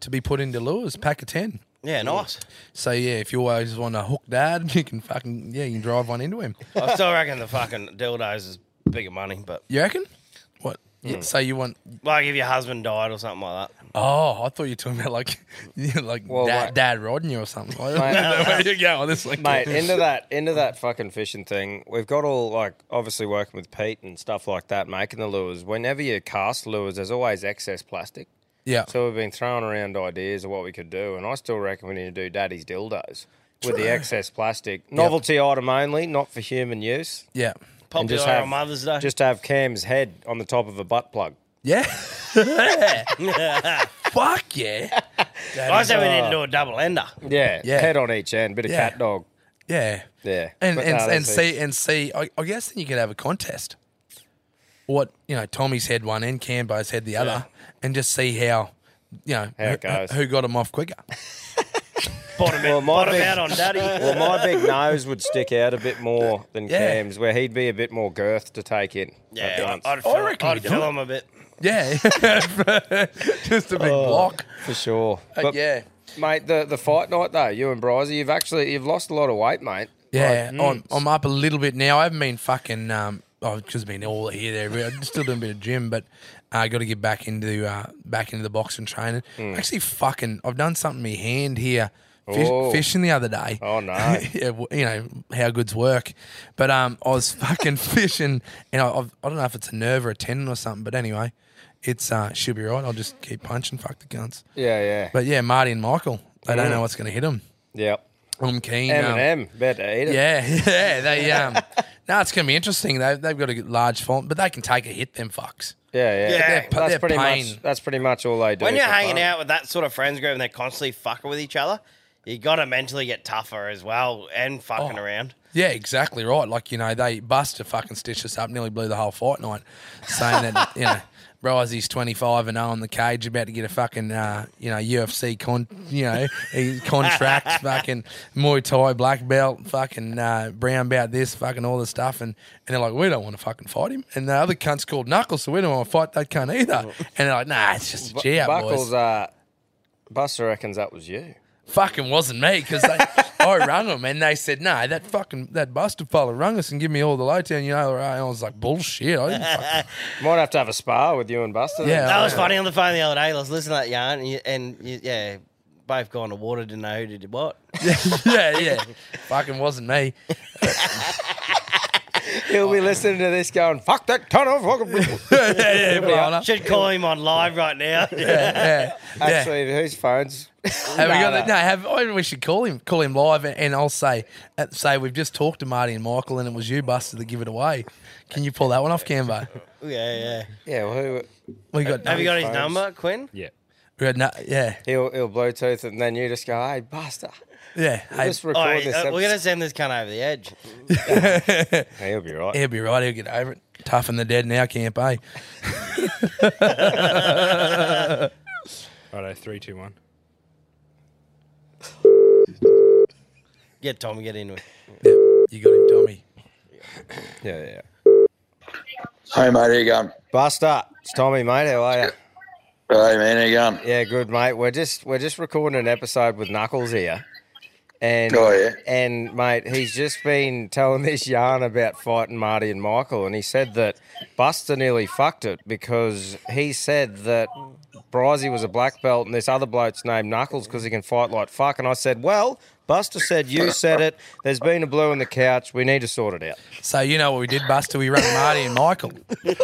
S3: to be put into lures pack of ten.
S1: Yeah, nice.
S3: So yeah, if you always want to hook dad, you can fucking yeah, you can drive one into him.
S1: I still reckon the fucking dildos is bigger money, but
S3: You reckon? What?
S2: Mm.
S3: So you want?
S1: like if your husband died or something like that.
S3: Oh, I thought you were talking about like, like
S2: Well,
S3: dad,
S2: like-
S3: dad rodding you or something. I don't know where you go with this like,
S2: Mate, into that into that fucking fishing thing, we've got all like obviously working with Pete and stuff like that, making the lures. Whenever you cast lures, there's always excess plastic.
S3: yeah,
S2: So we've been throwing around ideas of what we could do, and I still reckon we need to do daddy's dildos with the excess plastic, novelty item only, not for human use.
S3: yeah,
S1: Pop
S2: just
S1: dildo
S2: have-
S1: on Mother's Day.
S2: Just have Cam's head on the top of a butt plug.
S3: yeah. Fuck yeah,
S1: I said we need to do a double ender.
S2: Yeah,
S3: Yeah.
S2: head on each end, bit of
S3: Yeah.
S2: cat dog.
S3: yeah,
S2: Yeah,
S3: and
S2: But
S3: and,
S2: no,
S3: and
S2: that's
S3: see and see. I, I guess then you could have a contest. What you know, Tommy's had one and Cambo's had the other, and just see how you know
S2: How it
S3: who- uh,
S2: goes.
S3: who got them off quicker.
S1: Bottom,
S2: Well,
S1: it,
S2: my
S1: bottom
S2: big-
S1: out on daddy.
S2: Well, my big nose would stick out a bit more than
S3: Yeah.
S2: Cam's, where he'd be a bit more girth to take in. at
S1: Yeah,
S2: once.
S1: I'd, I'd fill, I
S3: reckon
S1: I'd
S3: we do
S1: fill
S3: it.
S1: him a bit.
S3: Yeah, just a big
S2: Oh.
S3: block.
S2: for sure.
S3: Uh, yeah.
S2: mate, the, the fight night though, you and Brizey, you've actually you've lost a lot of weight, mate. mm.
S3: Yeah, I'm, I'm up a little bit now. I haven't been fucking. Um, I've just been all here there. but I'm still doing a bit of gym, but uh, I got to get back into uh, back into the boxing training.
S2: Mm.
S3: Actually, fucking, I've done something to my hand here. Fish,
S2: Oh.
S3: fishing the other day.
S2: Oh, no.
S3: yeah, w- you know how goods work, but um, I was fucking fishing, and I, I've, I don't know if it's a nerve or a tendon or something, but anyway, it's uh, she'll be right. I'll just keep punching. Fuck the guns.
S2: Yeah, Mm. yeah,
S3: But yeah, Marty and Michael, they don't know what's going to hit them.
S2: yep.
S3: I'm keen.
S2: M
S3: um,
S2: and M, better eat it.
S3: yeah, yeah. They um, no, it's gonna be interesting. They they've got a large font, but they can take a hit. Them fucks.
S2: Yeah, yeah.
S1: They're-
S2: that's
S3: they're
S2: pretty
S3: pain.
S2: much. That's pretty much all they do.
S1: When you're
S2: for
S1: hanging
S2: fun.
S1: out with that sort of friends group and they're constantly fucking with each other, you got to mentally get tougher as well and fucking around.
S3: Yeah, exactly right. Like you know, they bust a fucking stitch us up. Nearly blew the whole fight night, saying that you know. Rizey's 25 and 0 in the cage, about to get a fucking, uh, you know, UFC con, you know, he contract, fucking Muay Thai black belt, fucking uh, brown belt, this, fucking all this stuff, and and they're like, we don't want to fucking fight him, and the other cunt's called Knuckles, so we don't want to fight that cunt either, and they're like, nah, it's just a
S2: Bu-
S3: G out, boys.
S2: Buckles, uh, Buster reckons that was you.
S3: fucking wasn't me because I rung them and they said, no, that fucking that Buster fella rung us and give me all the lowdown, you know. And I was like, bullshit. I didn't fucking,
S2: Might have to have a spar with you and Buster. then.
S3: Yeah.
S1: That was funny on the phone the other day. I was listening to that yarn and, you, and you, yeah, both gone to water, didn't know who did what.
S3: yeah, yeah, fucking wasn't me.
S2: He'll be listening to this going, "Fuck that cunt off." fucking-"
S3: yeah, yeah, Brianna.
S1: Should call him on live right now.
S3: yeah, yeah.
S2: Actually, whose phones?
S3: Have we
S2: No, no.
S3: got that? No, have, I mean, we should call him, call him live, and, and I'll say, uh, say we've just talked to Marty and Michael, and it was you, Buster, that give it away. Can you pull that one off, Cambo?
S1: yeah, yeah.
S2: Yeah, well, who?
S3: We got.
S1: Have you got his
S2: phones.
S1: number, Quinn?
S2: Yeah.
S3: We got no, yeah,
S2: He'll, he'll Bluetooth it, and then you just go, hey, bastard,
S3: yeah. Hey,
S2: just record
S1: All right,
S2: this.
S1: uh, we're gonna
S2: episode."
S1: send this cunt over the edge.
S2: Hey, he'll be right.
S3: he'll be right. He'll get over it. Tough and the dead now, camp, eh?
S4: Righto, three, two, one.
S1: Get Tom, get into it.
S3: You got him, Tommy.
S2: Yeah, yeah.
S5: Hey mate, how you going?
S2: Buster, it's Tommy, mate. How are you?
S5: Hey man, how you going?
S2: Yeah, good, mate. We're just we're just recording an episode with Knuckles here, and
S5: Oh, yeah.
S2: and mate, he's just been telling this yarn about fighting Marty and Michael, and he said that Buster nearly fucked it because he said that Brizey was a black belt and this other bloke's named Knuckles because he can fight like fuck, and I said, well, Buster said you said it. There's been a blue on the couch. We need to sort it out.
S3: So you know what we did, Buster? We run Marty and Michael,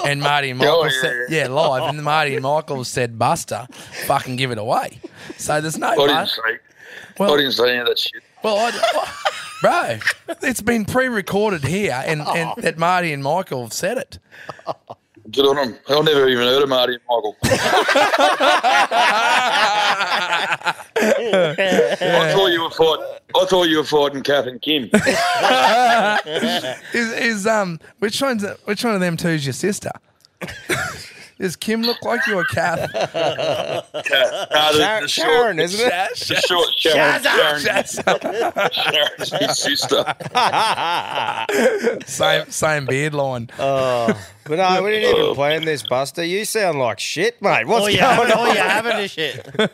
S3: and Marty and Michael
S5: Oh, yeah,
S3: said, yeah, live, and Marty and Michael said, Buster, fucking give it away. So there's no.
S5: I
S3: bu-
S5: didn't see.
S3: Well-
S5: I didn't see any of that shit.
S3: Well, I, bro, it's been pre-recorded here, and, and that Marty and Michael have said it.
S5: Good on 'em. I never even heard of Marty and Michael. I thought you were fighting. I thought you were fighting Kath and Kim.
S3: Is is um which one's which one of them two's your sister? Does Kim look like you or Kath?
S5: No, the, the short,
S2: Sharon, isn't it?
S5: the short Sharon, Sharon, Sharon's his sister.
S3: same same beard line.
S2: Uh, But no, we didn't even plan this, Buster. You sound like shit, mate. What's
S1: All you
S2: going
S1: having,
S2: on?
S1: all you having is shit.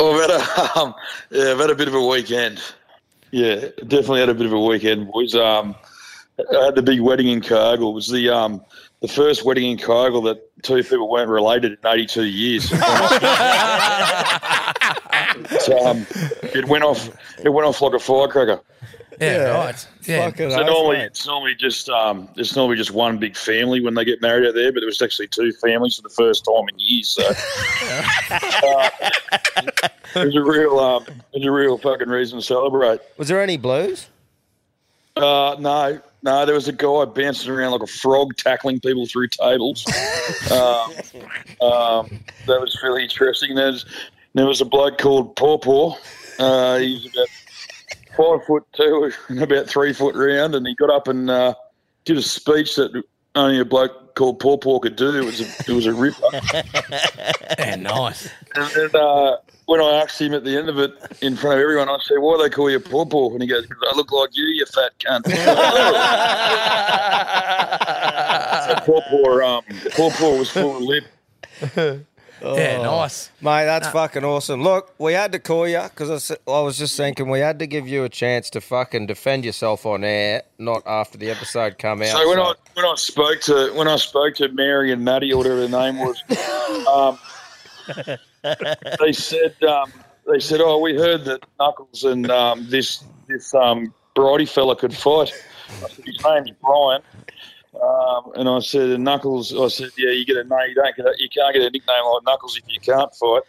S5: Oh, I've had a, um, yeah, I've had a bit of a weekend. Yeah, definitely had a bit of a weekend, boys. Um, I had the big wedding in Cargill. It was the um, the first wedding in Cargill that two people weren't related in 82 years. so, um, it went off. It went off like a firecracker.
S3: yeah, right. Yeah.
S2: Fucking
S5: So
S2: oath,
S5: normally
S2: mate.
S5: it's normally just um, it's normally just one big family when they get married out there, but there was actually two families for the first time in years. So uh, it was a real um, it was a real fucking reason to celebrate.
S2: Was there any blues?
S5: Uh, no, no, there was a guy bouncing around like a frog, tackling people through tables. um, um, that was really interesting. There's there was a bloke called Paw Paw. Uh, he was about five foot two and about three foot round, and he got up and uh, did a speech that only a bloke called Paw Paw could do. It was a, it was a ripper.
S3: Yeah, nice.
S5: And then uh, when I asked him at the end of it in front of everyone, I said, "Why do they call you Paw Paw?" And he goes, "Because I look like you, you fat cunt." Paw Paw, um, Paw Paw was full of lip.
S3: Yeah, nice.
S2: Mate, that's fucking awesome. Look, we had to call you because I, s- I was just thinking we had to give you a chance to fucking defend yourself on air, not after the episode come out.
S5: So when I when I spoke to when I spoke to Mary and Maddie or whatever the name was, um, they said um, they said, "Oh, we heard that Knuckles and um, this this um, Brody fella could fight." I said, His name's Brian. Um, and I said, and Knuckles, I said, yeah, you get a name, you don't get a, you can't get a nickname like Knuckles if you can't fight.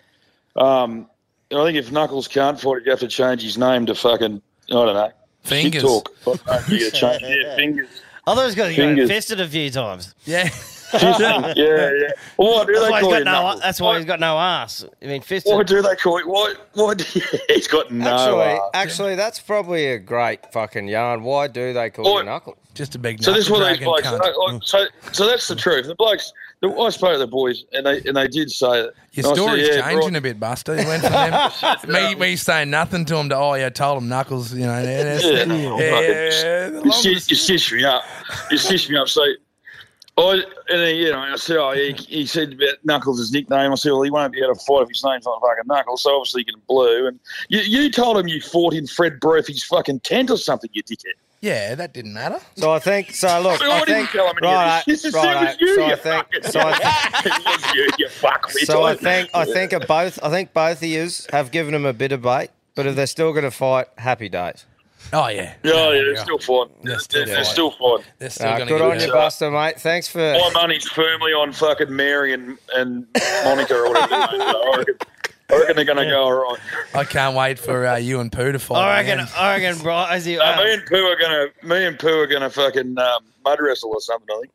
S5: Um, and I think if Knuckles can't fight, you have to change his name to fucking, I don't know, Big
S3: Fingers.
S5: Talk. I don't know if you get to change, yeah, fingers.
S1: I thought he's got
S5: Fingers.
S1: fisted a few times.
S3: Yeah.
S5: yeah, yeah. Well, why do
S1: That's
S5: they
S1: why, he's
S5: call
S1: got
S5: you
S1: no,
S5: knuckles?
S1: that's why
S5: Why-
S1: he's got no ass. I mean, fisted.
S5: Why do they call it? Why? Why? Do you, he's got no. uh,
S2: actually,
S5: arse.
S2: actually, that's probably a great fucking yarn. Why do they call
S5: Oi.
S2: you Knuckles?
S3: Just a big.
S5: so this is what those
S3: dragon
S5: blokes.
S3: cunt. Mm.
S5: like- like, so, so that's the truth. The blokes. The, I spoke to the boys, and they and they did say that.
S3: Your
S5: and I said,
S3: story's
S5: yeah,
S3: changing
S5: right.
S3: a bit, Buster. You went from them,
S5: um,
S3: me, me saying nothing to him to, oh, yeah, I told him Knuckles, you know. Yeah, that's, yeah,
S5: Yeah,
S3: yeah, yeah,
S5: no,
S3: the
S5: You stitch,
S3: longest-
S5: you stitch me up. You stitch me up. So, I and then, you know, I said, oh, he, he said about Knuckles' his nickname. I said, well, he won't be able to fight if his name's not fucking Knuckles. So obviously he can blue. And you, you told him you fought in Fred Murphy's fucking tent or something. You dickhead.
S3: yeah, that didn't matter.
S2: So I think, so look,
S5: Well,
S2: I
S5: I didn't
S2: think,
S5: tell him any of
S2: right,
S5: this. It's the same
S2: right,
S5: as you,
S2: so I
S5: you
S2: think,
S5: fucking-
S2: so I think.
S5: it was you, you fuckwit.
S2: So I think I think of both I think both of yous have given him a bit of bait, but if they're still going to fight, happy days.
S3: Oh, yeah.
S5: Yeah, yeah, they're still fine. They're
S3: still
S5: still,
S3: fine.
S5: they're still fine.
S3: They're still
S2: Uh,
S3: going
S2: good on
S3: to
S2: you,
S5: it.
S2: Buster, mate. Thanks for
S5: My money's firmly on fucking Mary and, and Monica or whatever. her name is. I reckon, I reckon they're going to go all right.
S3: I can't wait for uh, you and Pooh to fight.
S1: I reckon,
S3: man.
S1: I reckon, bro. Is he,
S5: Uh, me
S1: uh,
S5: and Pooh are going to me and Pooh are going to fucking um, mud wrestle um, or something. I think.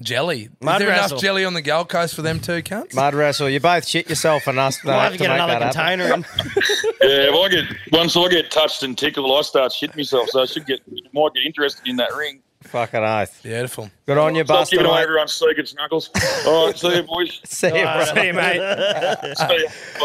S3: Jelly.
S1: Mud
S3: Is there
S1: wrestle.
S3: enough jelly on the Gold Coast for them two cunts?
S2: Mud wrestle, you both shit yourself and us though,
S6: Might
S2: to
S6: have
S2: make
S6: to get another
S2: that happen.
S6: container in.
S5: Yeah, if I get once I get touched and tickled, I start shitting myself. So I should get might get interested in that ring.
S2: Fucking oath.
S3: Beautiful.
S2: Good on you,
S5: Stop
S2: Buster.
S5: giving away
S2: mate.
S5: everyone's secrets, Knuckles. All right, see you, boys.
S2: See you, bro.
S4: See you, mate.
S5: See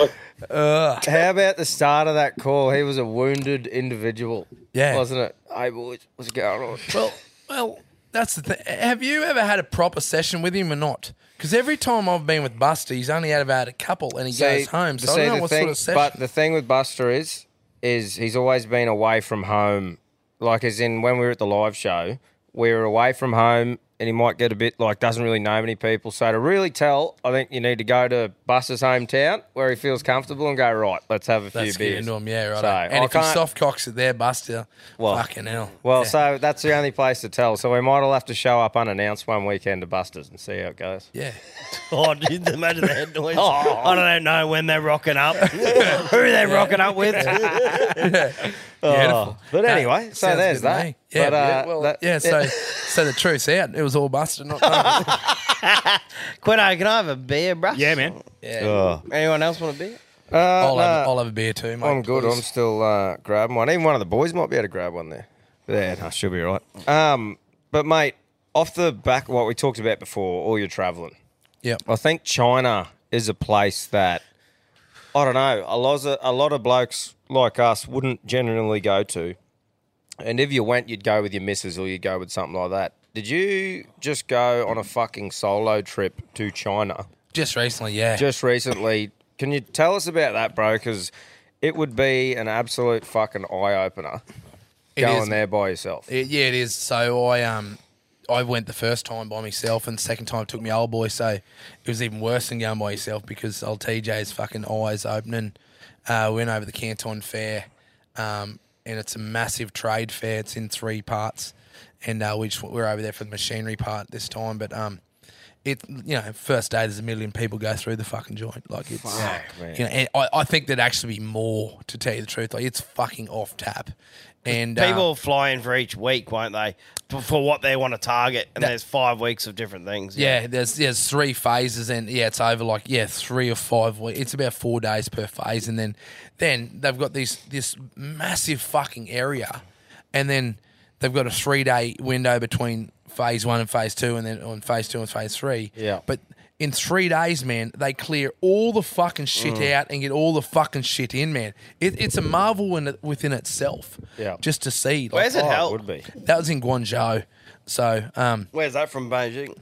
S5: you. Bye.
S2: How about the start of that call? He was a wounded individual.
S3: Yeah.
S2: Wasn't it? Hey, boys, what's going on?
S3: Well, well, that's the thing. Have you ever had a proper session with him or not? Because every time I've been with Buster, he's only had about a couple, and he goes home. So I
S2: see,
S3: don't know
S2: the
S3: what
S2: thing,
S3: sort of session.
S2: But the thing with Buster is, is he's always been away from home. Like as in when we were at the live show, we were away from home, and he might get a bit like doesn't really know many people. So to really tell, I think you need to go to Buster's hometown where he feels comfortable and go right. Let's have a few
S3: Let's get
S2: beers.
S3: into him, yeah, right.
S2: So,
S3: and
S2: I
S3: if he
S2: can't-
S3: soft cocks it there, Buster,
S2: Well,
S3: fucking hell.
S2: Well,
S3: yeah.
S2: so that's the only place to tell. So we might all have to show up unannounced one weekend to Buster's and see how it goes.
S3: yeah,
S1: Oh, dude, imagine the head noise. I don't know when they're rocking up, who they're rocking up with.
S3: beautiful.
S2: But
S3: No,
S2: Oh, anyway, so
S3: sounds
S2: there's
S3: good to
S2: that.
S3: me. Yeah,
S2: but, uh,
S3: well,
S2: that- Oh.
S3: yeah. So, so the truth's out. It was all Buster, not. Knuckles.
S1: Quino, can I have a beer, bruh?
S4: Yeah, man.
S3: yeah,
S1: Anyone else want a beer?
S2: Uh,
S3: I'll, have,
S2: no,
S3: I'll have a beer too, mate.
S2: I'm good.
S3: please.
S2: I'm still uh, grabbing one. Even one of the boys might be able to grab one there. Yeah, no, she'll be right. Um, but mate, off the back of what we talked about before, all your travelling.
S3: Yep.
S2: I think China is a place that I don't know. A lot of, a lot of blokes like us wouldn't generally go to, and if you went, you'd go with your missus or you'd go with something like that. Did you just go on a fucking solo trip to China
S3: Just recently, yeah.
S2: just recently? Can you tell us about that, bro? Because it would be an absolute fucking eye opener going
S3: is.
S2: there by yourself.
S3: It, yeah, it is. So I um I went the first time by myself, and the second time took me old boy. So it was even worse than going by yourself because old TJ's fucking eyes opening. Uh, we went over the Canton Fair, um, and it's a massive trade fair. It's in three parts, and uh, we just, we we're over there for the machinery part this time. But um, it you know first day there's a million people go through the fucking joint like it's you know and I, I think there'd actually be more to tell you the truth like it's fucking off tap and uh,
S1: People will fly in for each week, won't they? For- For what they want to target, and there's five weeks of different things.
S3: Yeah, there's there's three phases, and yeah, it's over like yeah, three or five. we- It's about four days per phase, and then then they've got this this massive fucking area, and then they've got a three day window between phase one and phase two, and then on phase two and phase three.
S2: Yeah.
S3: but. In three days, man, they clear all the fucking shit
S1: Mm.
S3: out and get all the fucking shit in, man. It, it's a marvel in, within itself.
S2: Yeah.
S3: just to see. Like,
S1: Where's it
S2: Oh,
S1: held?
S2: would be.
S3: That was in Guangzhou, so um,
S1: Where's that from Beijing?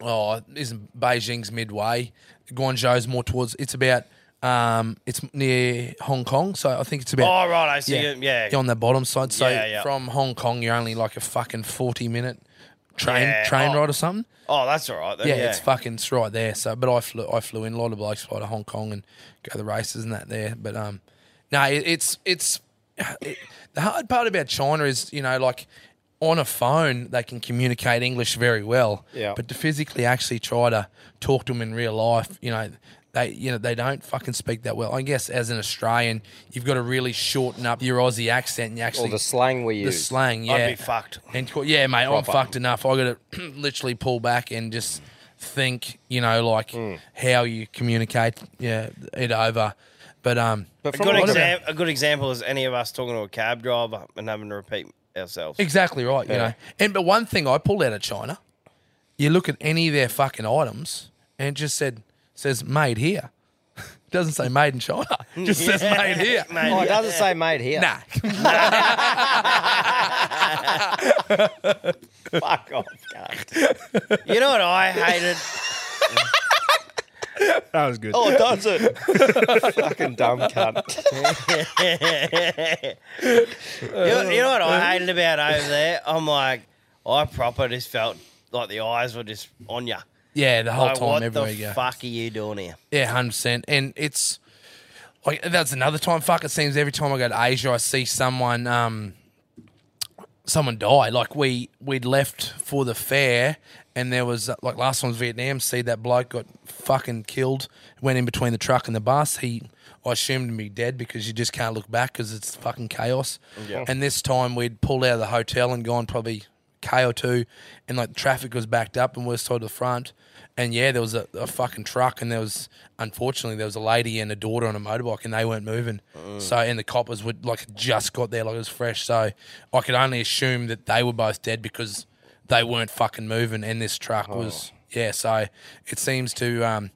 S3: oh, isn't Beijing's midway? Guangzhou's more towards. It's about. Um, it's near Hong Kong, so I think it's about.
S1: Oh, right. I see. Yeah. yeah.
S3: on the bottom side. So
S1: Yeah, yeah.
S3: from Hong Kong, you're only like a fucking forty minute train
S1: Yeah,
S3: train
S1: oh.
S3: ride or something.
S1: Oh, that's all right. Then.
S3: Yeah, it's fucking it's right there. So, but I flew I flew in. A lot of blokes fly to Hong Kong and go to the races and that there. But um, no, it, it's it's it, the hard part about China is you know like on a phone they can communicate English very well.
S2: Yeah.
S3: But to physically actually try to talk to them in real life, you know. They, you know, they don't fucking speak that well. I guess as an Australian, you've got to really shorten up your Aussie accent and you actually
S2: Or the slang we
S3: the
S2: use.
S3: slang. Yeah,
S1: I'd be fucked.
S3: and co- yeah, mate, I'm fucked enough. I got to literally pull back and just think, you know, like
S1: Hmm.
S3: how you communicate, yeah, it over. But um,
S2: But
S1: A
S2: from
S1: good,
S2: a lot of-
S1: exam- a good example is any of us talking to a cab driver and having to repeat ourselves.
S3: exactly right, you know. And but one thing I pulled out of China, you look at any of their fucking items, and it just said says made here. Doesn't say made in China. Just says
S1: Yeah,
S3: made here.
S1: mate.
S2: Oh, it doesn't say mate here.
S3: Nah,
S2: Fuck off, cunt.
S1: You know what I hated?
S4: That was good.
S2: Oh, does it? Fucking dumb cunt.
S1: You know, you know what I hated about over there? I'm like, I proper just felt like the eyes were just on you.
S3: yeah, the whole
S1: Like,
S3: time
S1: what
S3: everywhere
S1: the
S3: you go.
S1: fuck are you doing here?
S3: Yeah, hundred percent. And it's like that's another time. Fuck, it seems every time I go to Asia, I see someone, um, someone die. Like we we'd left for the fair, and there was uh, like last time was Vietnam. See that bloke got fucking killed. Went in between the truck and the bus. He. I assumed him to be dead because you just can't look back because it's fucking chaos. And this time we'd pulled out of the hotel and gone probably K or two, and like traffic was backed up, and we we're sort of the front. And yeah, there was a, a fucking truck, and there was unfortunately there was a lady and a daughter on a motorbike, and they weren't moving. So and the coppers would like just got there, like it was fresh. So I could only assume that they were both dead because they weren't fucking moving, and this truck was yeah. So it seems to um,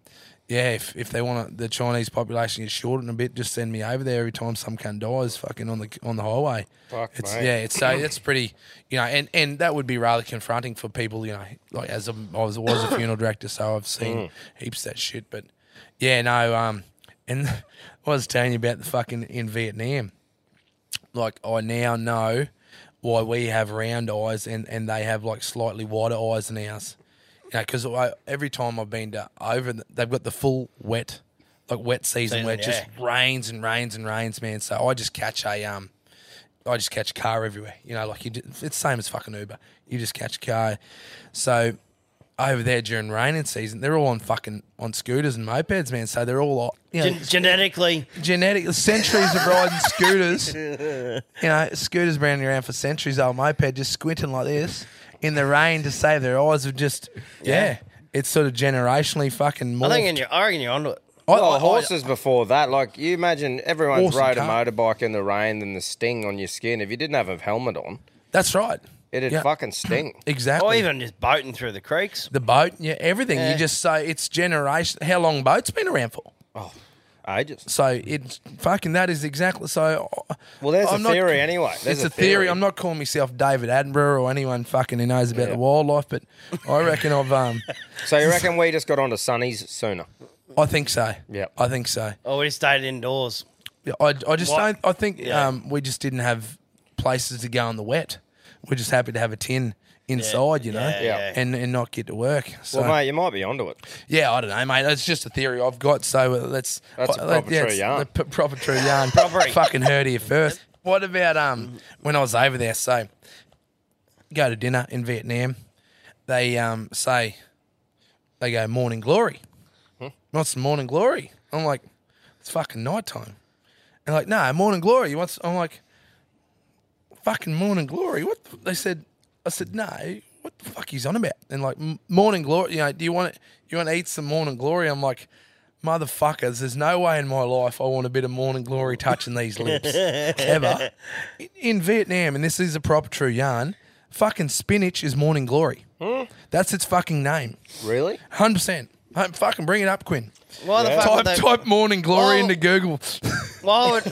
S3: yeah, if, if they want to, the Chinese population gets shortened a bit, just send me over there every time some cunt dies fucking on the on the highway.
S2: Fuck,
S3: it's,
S2: mate.
S3: Yeah, it's so it's pretty, you know, and, and that would be rather confronting for people, you know, like as a, I was, was a funeral director, so I've seen
S2: Mm.
S3: heaps of that shit. But yeah, no, um, and I was telling you about the fucking in Vietnam like I now know why we have round eyes and, and they have like slightly wider eyes than ours. You know, because every time I've been to over, they've got the full wet, like wet season,
S1: Season,
S3: where it just rains and rains and rains, man. So I just catch a um, I just catch a car everywhere. You know, like you, ju- it's same as fucking Uber. You just catch a car. So over there during raining season, they're all on fucking on scooters and mopeds, man. So they're all you know,
S1: Gen- genetically,
S3: genetic centuries of riding scooters. You know, scooters been around for centuries. Old moped just squinting like this in the rain to save their eyes. Of just yeah. it's sort of generationally fucking. Morphed. Oh,
S1: I think in your, I reckon you're onto it.
S3: I-
S2: Well,
S3: I- I-
S2: horses before that, like you imagine everyone's
S3: Horse and
S2: rode a
S3: cart.
S2: motorbike in the rain, then the sting on your skin. If you didn't have a helmet on,
S3: that's right.
S2: it'd
S3: Yeah.
S2: fucking sting.
S3: Exactly.
S1: Or Oh, even just boating through the creeks.
S3: the boat. Yeah, everything.
S1: Yeah.
S3: You just say it's generation. How long boat's been around for?
S2: Ages.
S3: So it's fucking that is exactly so.
S2: Well, there's
S3: I'm
S2: a
S3: not-
S2: theory anyway. There's
S3: it's a theory. I'm not calling myself David Attenborough or anyone fucking who knows about the wildlife, but I reckon I've um,
S2: So you reckon we just got onto sunnies sooner?
S3: I think so.
S2: Yep.
S3: I think so.
S1: Oh, we stayed indoors.
S3: Yeah, I, I just
S1: What-
S3: don't. I think
S1: Yeah.
S3: um, we just didn't have places to go in the wet. We're just happy to have a tin inside, you know,
S1: yeah, yeah.
S3: and and not get to work. So
S2: Well, mate, you might be onto it.
S3: yeah, I don't know, mate. That's just a theory I've got. So uh, let's
S2: That's a
S3: uh,
S2: proper true
S3: it's
S2: yarn.
S3: the p- proper true yarn. proper fucking heard here first. What about um when I was over there? So go to dinner in Vietnam. They um say they go morning glory.
S2: Hmm?
S3: What's morning glory? I'm like it's fucking nighttime. And like no morning glory. What's I'm like fucking morning glory. What the, they said? I said no. What the fuck he's on about? And like "M- morning glory. You know, do you want it? You want to eat some morning glory? I'm like, motherfuckers. There's no way in my life I want a bit of morning glory touching these lips ever. In, in Vietnam, and this is a proper true yarn. Fucking spinach is morning glory.
S1: Hmm?
S3: That's its fucking name.
S2: Really?
S3: Hundred percent. Fucking bring it up, Quinn.
S1: Why the fuck Oh.
S3: Type
S1: would they,
S3: type morning glory
S1: Well-
S3: into Google.
S1: Why would?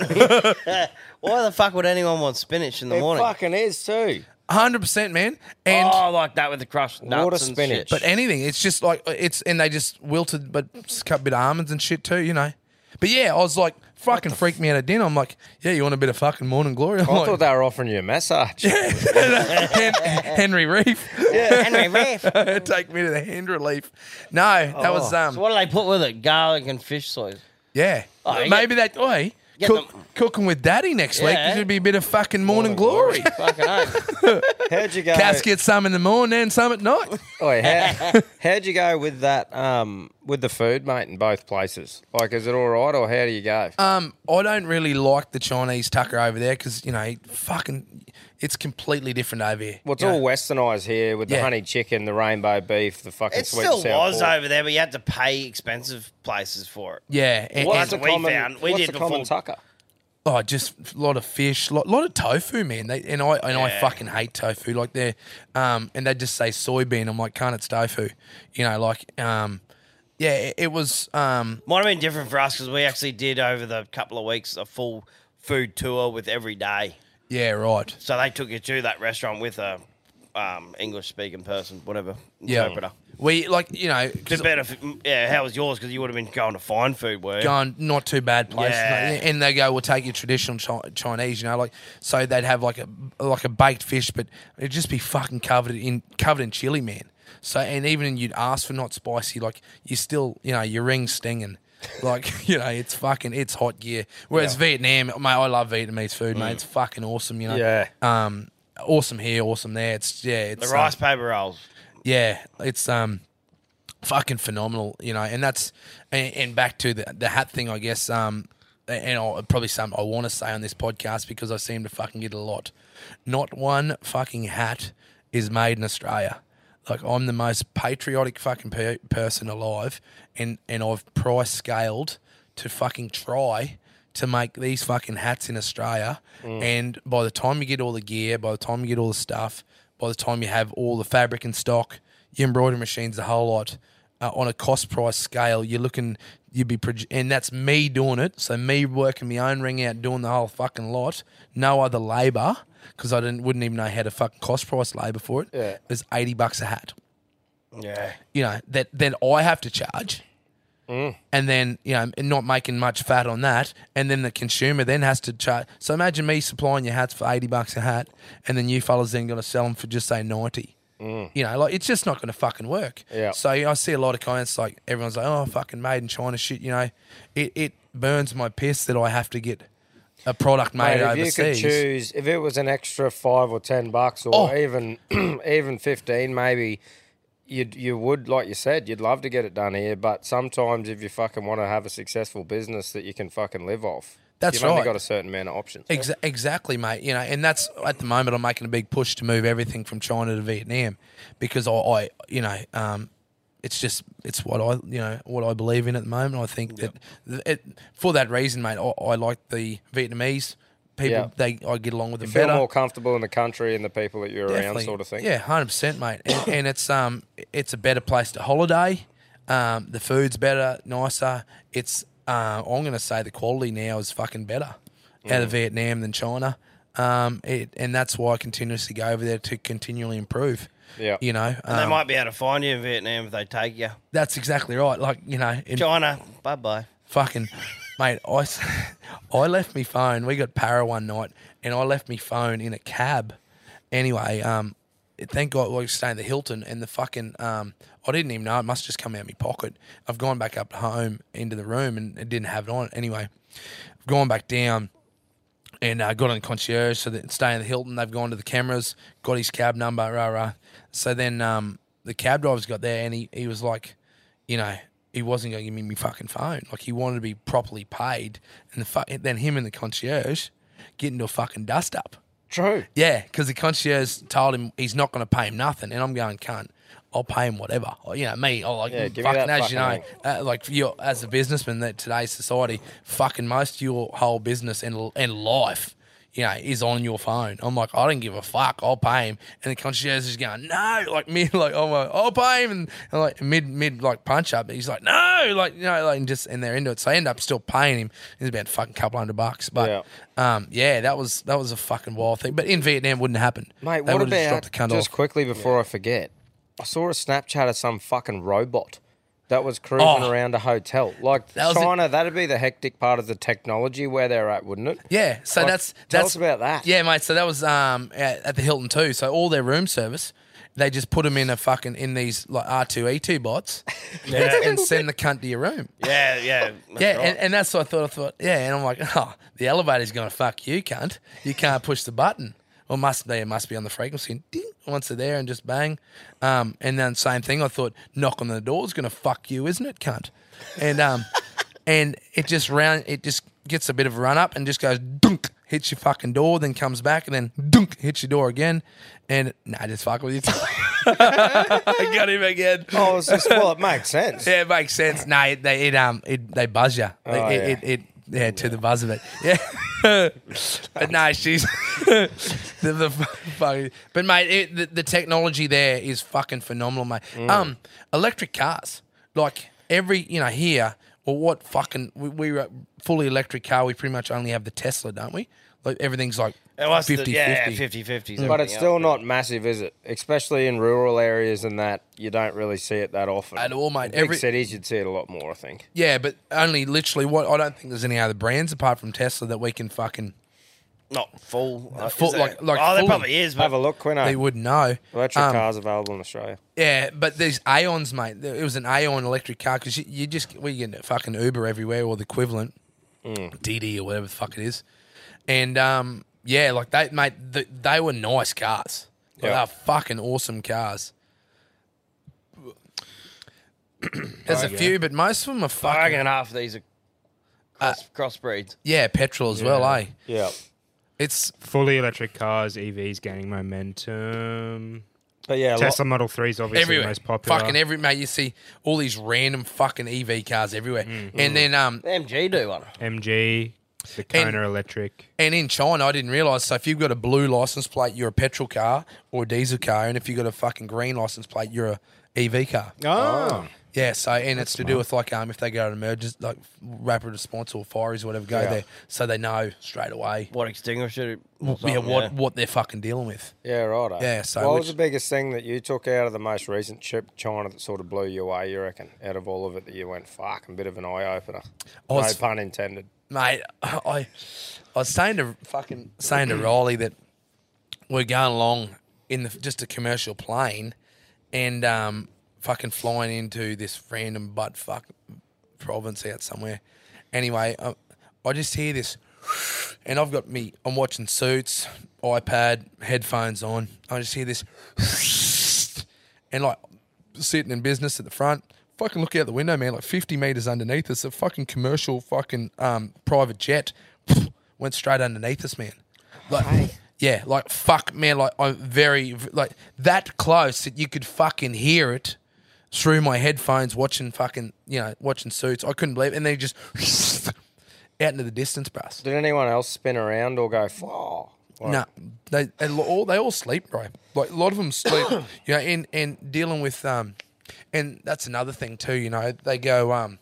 S1: why the fuck would anyone want spinach in the
S2: It
S1: morning?
S2: fucking is too.
S3: Hundred percent, man. And
S1: oh, like that with the crushed nuts
S2: Water
S1: and
S2: spinach.
S1: shit.
S3: But anything, it's just like it's and they just wilted, but just cut a bit of almonds and shit too, you know. But yeah, I was like fucking freaked me out at dinner. I'm like, yeah, you want a bit of fucking morning glory? I'm
S1: Oh,
S2: I
S3: like,
S2: thought they were offering you a massage.
S3: Hen- Henry Reef,
S1: Henry Reef. So
S3: take me to the Henry Reef. No, that
S2: Oh.
S3: was um,
S1: Oh. what do they put with it? Garlic and fish sauce.
S3: yeah,
S1: Oh, you
S3: maybe that. Oi,
S1: get
S3: cook,
S1: them-
S3: cooking with daddy next week.
S1: Yeah.
S3: It could be a bit of fucking morning, glory.
S1: Fucking oath.
S2: How'd you go?
S3: Cats get some in the morning, some at night.
S2: Oi, how, how'd you go with that? Um, with the food, mate, in both places. Like, is it all right, or how do you go?
S3: Um, I don't really like the Chinese tucker over there because you know, fucking, it's completely different over here.
S2: well, it's
S3: you know?
S2: all westernised here with the
S3: Yeah.
S2: honey chicken, the rainbow beef, the fucking
S1: It
S2: sweet
S1: still
S2: and sour
S1: was
S2: pork.
S1: over there, but you had to pay expensive places for it.
S3: Yeah, and,
S1: What's
S3: and,
S1: the we found- we
S2: what's
S1: did
S2: the
S1: the full-
S2: common tucker?
S3: oh, just a lot of fish, lot, lot of tofu, man. They, and I and I
S1: Yeah.
S3: fucking hate tofu. Like they, um, and they just say soybean. I'm like, can't it's tofu? You know, like, um, yeah, it, it was, um,
S1: Might have been different for us because we actually did over the couple of weeks a full food tour with every day.
S3: yeah, right.
S1: So they took you to that restaurant with a um, English speaking person, whatever
S3: Yeah.
S1: interpreter.
S3: We like, you know, 'cause
S1: It's better. If, yeah, how was yours? Because you would have been going to find food, were you?
S3: going not too bad places.
S1: Yeah.
S3: Like, And they go, we'll take your traditional chi- Chinese, you know, like so they'd have like a like a baked fish, but it'd just be fucking covered in covered in chili, man. So and even you'd ask for not spicy, like you still, you know, your ring's stinging. Like you know, it's fucking it's hot gear. Whereas Vietnam, mate, I love Vietnamese food,
S1: Mm.
S3: mate. It's fucking awesome, you know.
S2: Yeah.
S3: Um, awesome here, awesome there. It's yeah, it's
S1: The
S3: um,
S1: rice paper rolls.
S3: yeah, it's um fucking phenomenal, you know. And that's and, and back to the the hat thing, I guess. Um, and I'll, probably something I want to say on this podcast because I seem to fucking get a lot. Not one fucking hat is made in Australia. Like I'm the most patriotic fucking pe- person alive, and and I've price scaled to fucking try to make these fucking hats in Australia. And by the time you get all the gear, by the time you get all the stuff, by the time you have all the fabric in stock, your embroidery machines, the whole lot, uh, on a cost price scale, you're looking, you'd be, proj- and that's me doing it. So me working my own ring out, doing the whole fucking lot, no other labor, because I didn't, wouldn't even know how to fucking cost price labor for it. Yeah. There's 80 bucks a hat
S6: Yeah.
S3: you know that that I have to charge,
S2: Mm.
S3: and then you know and not making much fat on that, and then the consumer then has to charge. So imagine me supplying your hats for eighty bucks a hat, and then you fellas then got to sell them for just say ninety. You know, like it's just not going to fucking work.
S2: Mm. Yeah.
S3: So you know, I see a lot of comments like everyone's like, "Oh, fucking made in China shit." You know, it it burns my piss that I have to get a product
S2: Mate,
S3: made
S2: if
S3: overseas.
S2: you could choose, if it was an extra five or ten bucks, or
S3: Oh.
S2: even even fifteen, maybe you you would, like you said, you'd love to get it done here. But sometimes, if you fucking want to have a successful business that you can fucking live off,
S3: That's
S2: you've only
S3: right.
S2: got a certain amount of options.
S3: Exa- exactly, mate. You know, and that's at the moment I'm making a big push to move everything from China to Vietnam because I, I you know, um, it's just it's what I you know what I believe in at the moment. I think that it, for that reason, mate, I, I like the Vietnamese people.
S2: Yeah.
S3: They I get along with them
S2: Feel
S3: better.
S2: more comfortable in the country and the people that you're around, sort of thing.
S3: Yeah, hundred percent, mate. And, and it's um, it's a better place to holiday. Um, the food's better, nicer. It's uh, I'm gonna say the quality now is fucking better out
S2: Mm.
S3: of Vietnam than China. Um, it, and that's why I continuously go over there to continually improve.
S2: Yeah.
S3: you know,
S1: they
S3: um,
S1: might be able to find you in Vietnam if they take you.
S3: that's exactly right. Like you know, in
S1: China, bye bye.
S3: fucking mate I, s- I left my phone we got para one night and i left my phone in a cab anyway um thank god we were staying at the hilton and the fucking um i didn't even know it must have just come out of my pocket i've gone back up home into the room and it didn't have it on anyway i've gone back down and uh, got on the concierge. So that staying at the Hilton, they've gone to the cameras, got his cab number, rah rah. So then um, the cab driver's got there, and he, he was like, you know, he wasn't going to give me my fucking phone. Like he wanted to be properly paid, and the fu- then him and the concierge get into a fucking dust up.
S2: True.
S3: Yeah, because the concierge told him he's not going to pay him nothing, and I'm going, cunt, I'll pay him whatever. Or, you know, me, I like
S2: Yeah, give me
S3: fucking
S2: that
S3: as you know,
S2: fucking
S3: uh, like you as a businessman that today's society, fucking most of your whole business and and life, you know, is on your phone. I'm like, I don't give a fuck, I'll pay him, and the concierge is going, no, like me, like I'm like, I'll pay him, and, and like mid mid like punch up, he's like, no, like you know, like and just and they're into it, so I end up still paying him. It's about a fucking couple hundred bucks, but.
S2: Yeah.
S3: Um, yeah, that was that was a fucking wild thing. But in Vietnam, wouldn't happen.
S2: Mate,
S3: They
S2: what
S3: would've
S2: about
S3: just, dropped the cunt
S2: just
S3: off.
S2: quickly before I forget? I saw a Snapchat of some fucking robot that was cruising
S3: Oh.
S2: around a hotel. Like
S3: That was a-
S2: China, that'd be the hectic part of the technology where they're at, wouldn't it?
S3: Yeah, so
S2: Like,
S3: that's
S2: tell
S3: that's
S2: us about that.
S3: Yeah, mate. So that was um at, at the Hilton too. So all their room service, they just put them in a fucking in these like R two E two bots, and, and send the cunt to your room.
S1: Yeah, yeah. that's
S3: Yeah,
S1: right.
S3: and, and that's what I thought. I thought, yeah, and I'm like, oh, the elevator's gonna fuck you, cunt. You can't push the button. Well, must be it must be on the frequency. And ding, once they're there and just bang. Um, and then same thing. I thought, knock on the door's gonna fuck you, isn't it, cunt? And um, and it just round, it just gets a bit of a run up and just goes dunk, hits your fucking door, then comes back and then dunk, hits your door again. And nah, just fuck with you. I got him again.
S2: Oh, it's just, well, it makes sense.
S3: Yeah, it makes sense. No, it, they it um it they buzz you.
S2: Oh,
S3: it,
S2: yeah.
S3: it, it yeah to the buzz of it. Yeah, but no, she's the, the fu- fucking. But mate, it, the, the technology there is fucking phenomenal, mate.
S2: Mm.
S3: Um, electric cars, like every you know here or what fucking we, we were fully electric car. We pretty much only have the Tesla, don't we? Like everything's like
S1: And what's
S3: 50
S1: the, yeah,
S3: 50.
S1: 50 50.
S2: But it's still not massive, is it? Especially in rural areas and that, you don't really see it that often.
S3: At all, mate.
S2: In
S3: Every-
S2: big cities, you'd see it a lot more, I think.
S3: Yeah, but only literally. What I don't think there's any other brands apart from Tesla that we can fucking.
S1: not full. uh, is
S3: full-
S1: there?
S3: like- like
S1: oh, there
S3: fully.
S1: probably is. But
S2: Have a look, Quino.
S3: They would know.
S2: Electric
S3: Um,
S2: cars available in Australia.
S3: Yeah, but these Aeons, mate. It was an Aeon electric car because you, you just we get a fucking Uber everywhere or the equivalent, DD or whatever the fuck it is, and um, yeah, like they mate, th they were nice cars. Like,
S2: Yeah.
S3: They were fucking awesome cars. There's a few, but most of them are
S1: I
S3: fucking
S1: reckon half of these are cross, crossbreeds.
S3: yeah, petrol as well, eh?
S2: Yeah.
S3: It's
S4: Fully electric cars, EVs gaining E momentum.
S2: But yeah, lo-
S4: Tesla Model 3 is obviously the
S3: everywhere.
S4: most popular.
S3: Fucking every mate, you see all these random fucking EV cars everywhere. And then um
S1: MG do one.
S4: MG, the Kona Electric.
S3: and in China, I didn't realize. So if you've got a blue license plate, you're a petrol car or a diesel car, and if you've got a fucking green license plate, you're a EV car.
S4: Oh.
S3: Yeah, so and it's to do with like um if they go to emergency like rapid response or fires or whatever go there, so they know straight away.
S1: What extinguisher? or
S3: yeah,
S1: something,
S3: what what they're fucking dealing with.
S2: yeah, right.
S3: Yeah, so
S2: what
S3: which-
S2: was the biggest thing that you took out of the most recent trip, China, that sort of blew you away? You reckon out of all of it that you went, fuck, a bit of an eye opener.
S3: Oh,
S2: no
S3: it's-
S2: pun intended.
S3: mate. I, I was saying to fucking saying to Riley that we're going along in the, just a commercial plane, and um, fucking flying into this random butt fuck province out somewhere. Anyway, I, I just hear this, and I've got me. I'm watching suits, iPad, headphones on. I just hear this, and like sitting in business at the front. Fucking look out the window, man. Like 50 meters underneath us, a fucking commercial fucking um, private jet went straight underneath us, man. Like, yeah, like fuck, man. Like I'm very like that close that you could fucking hear it through my headphones, watching fucking you know watching suits. I couldn't believe, it. and they just out into the distance, bus.
S2: Did anyone else spin around or go, "Wow"? Like,
S3: No, they, they lo- all they all sleep, bro. Like a lot of them sleep. you know, and and dealing with um, and that's another thing too. You know, they go um,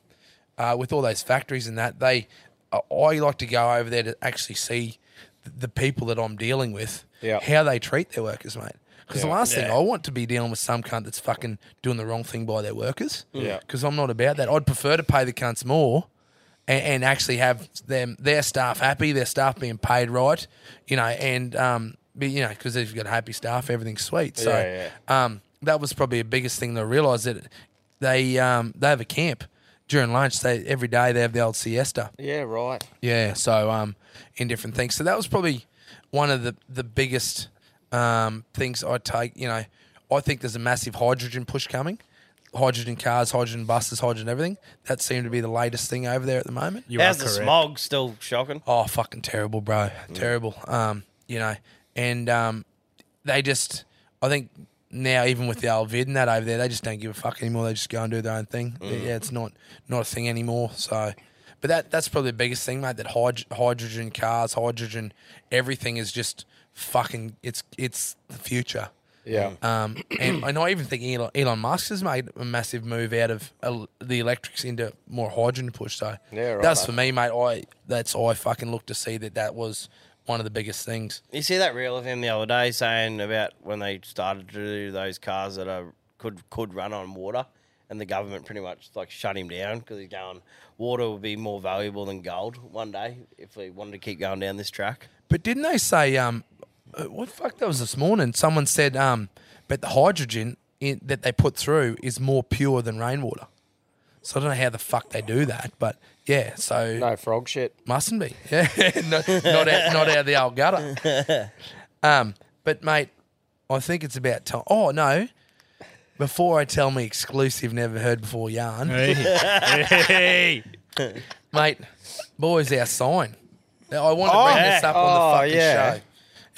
S3: uh, with all those factories and that they, I I like to go over there to actually see th- the people that I'm dealing with,
S2: Yeah.
S3: how they treat their workers, mate. Because the last thing
S1: Yeah.
S3: I want to be dealing with some cunt that's fucking doing the wrong thing by their workers.
S2: Yeah.
S3: Because I'm not about that. I'd prefer to pay the cunts more and, and actually have them their staff happy, their staff being paid right, you know, and um, be, you know, because if you've got happy staff, everything's sweet. So,
S2: Yeah,
S3: um, that was probably the biggest thing that I realised that they um they have a camp during lunch. They every day they have the old siesta.
S2: Yeah, right.
S3: Yeah, so um, in different things. So that was probably one of the the biggest um, things I take. You know, I think there's a massive hydrogen push coming. Hydrogen cars, hydrogen buses, hydrogen everything. That seemed to be the latest thing over there at the moment.
S4: You
S1: How's
S4: are
S1: the
S4: correct.
S1: smog still shocking?
S3: Oh, fucking terrible, bro. Terrible. Um, you know, and um, they just, I think now even with the old vid and that over there, they just don't give a fuck anymore. They just go and do their own thing. Yeah, it's not not a thing anymore. So, but that that's probably the biggest thing, mate. That hyd- hydrogen cars, hydrogen, everything is just fucking. It's it's the future.
S2: Yeah.
S3: Um, and, and I even think Elon, Elon Musk has made a massive move out of el- the electrics into more hydrogen push. So
S2: Yeah, right,
S3: that's
S2: mate.
S3: for me, mate. I that's I fucking looked to see that that was one of the biggest things.
S1: You see that reel of him the other day saying about when they started to do those cars that are could could run on water, and the government pretty much like shut him down because he's going water will be more valuable than gold one day if we wanted to keep going down this track.
S3: But didn't they say um, uh, what the fuck that was this morning? Someone said um, but the hydrogen in, that they put through is more pure than rainwater. So I don't know how the fuck they do that, but yeah. So
S2: No frog shit.
S3: Mustn't be. Yeah, not, not, out, not out of the old gutter. Um, but mate, I think it's about time. Oh no! Before I tell me exclusive, never heard before yarn,
S4: Hey. Hey.
S3: mate. Boys, our sign. Now, I want to bring this up
S2: Oh,
S3: on the fucking
S2: yeah.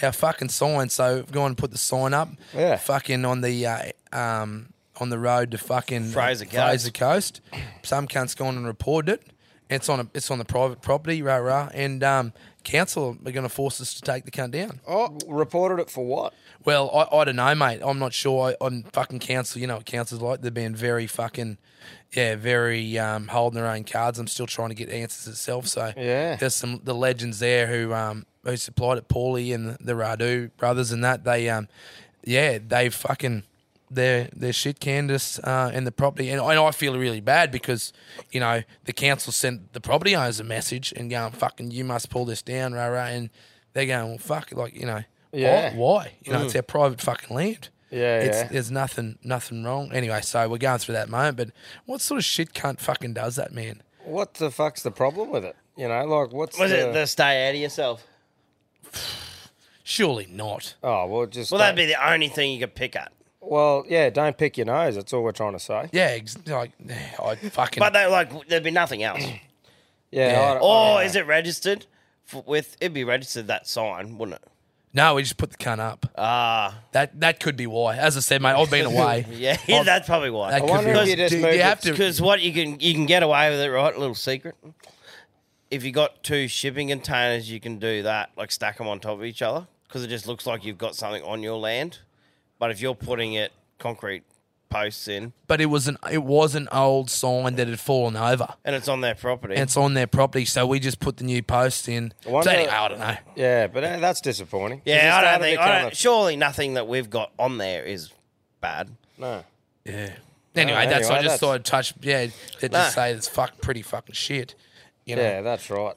S3: show. Our fucking sign. So I've gone and put the sign up.
S2: Yeah.
S3: Fucking on the uh, um on the road to fucking
S1: Fraser Coast.
S3: Fraser Coast. Some cunt's gone and reported it. It's on a it's on the private property, rah rah. And um, council are going to force us to take the cunt down.
S2: Oh, reported it for what?
S3: Well, I, I don't know, mate. I'm not sure. I, I'm fucking council. You know what council's like. They're being very fucking, yeah, very um, holding their own cards. I'm still trying to get answers itself. So
S2: Yeah.
S3: there's some the legends there who um who supplied it. Paulie and the Radu brothers and that they um yeah they fucking their their shit Candace uh, and the property and, and I feel really bad because you know the council sent the property owners a message and going fucking you must pull this down rah rah and they're going well fuck it," like you know
S2: Yeah.
S3: why, why? you know it's our private fucking land
S2: Yeah,
S3: it's,
S2: yeah.
S3: there's nothing nothing wrong anyway so we're going through that moment but what sort of shit cunt fucking does that man
S2: What the fuck's the problem with it? You know, like what's
S1: Was
S2: the,
S1: it the stay out of yourself?
S3: surely not
S2: Oh well, just
S1: Well,
S2: don't-
S1: that'd be the only thing you could pick at.
S2: well, yeah. Don't pick your nose. That's all we're trying to say.
S3: Yeah, ex- like I fucking.
S1: But they like there'd be nothing else.
S2: Yeah.
S3: Yeah.
S2: I don't-
S1: Or is it registered? F with it'd be registered that sign, wouldn't it?
S3: No, we just put the cunt up.
S1: Ah,
S3: That that could be why. As I said, mate, I've been away.
S1: yeah,
S3: I've-
S1: that's probably why.
S3: that could
S2: wonder
S3: be
S2: if
S3: why.
S2: you just
S3: Do
S2: moved it
S3: have to.
S1: Because what you can you can get away with it, right? little secret. If you got two shipping containers, you can do that, like stack them on top of each other, because it just looks like you've got something on your land. But if you're putting it concrete posts in,
S3: But it was an it was an old sign that had fallen over.
S1: and it's on their property,
S3: And it's on their property, so we just put the new posts in.
S2: wonder-
S3: so anyway, I don't know.
S2: Yeah, but uh, that's disappointing. 'Cause it
S1: yeah, I don't
S2: started
S1: think. I
S2: becoming-
S1: don't, surely nothing that we've got on there is bad.
S2: No.
S3: Yeah. Anyway,
S2: Oh,
S3: that's I
S2: anyway,
S3: just
S2: that's-
S3: thought I'd touch. Yeah, they just
S1: Nah.
S3: say it's fuck pretty fucking shit. You know,
S2: Yeah, that's right.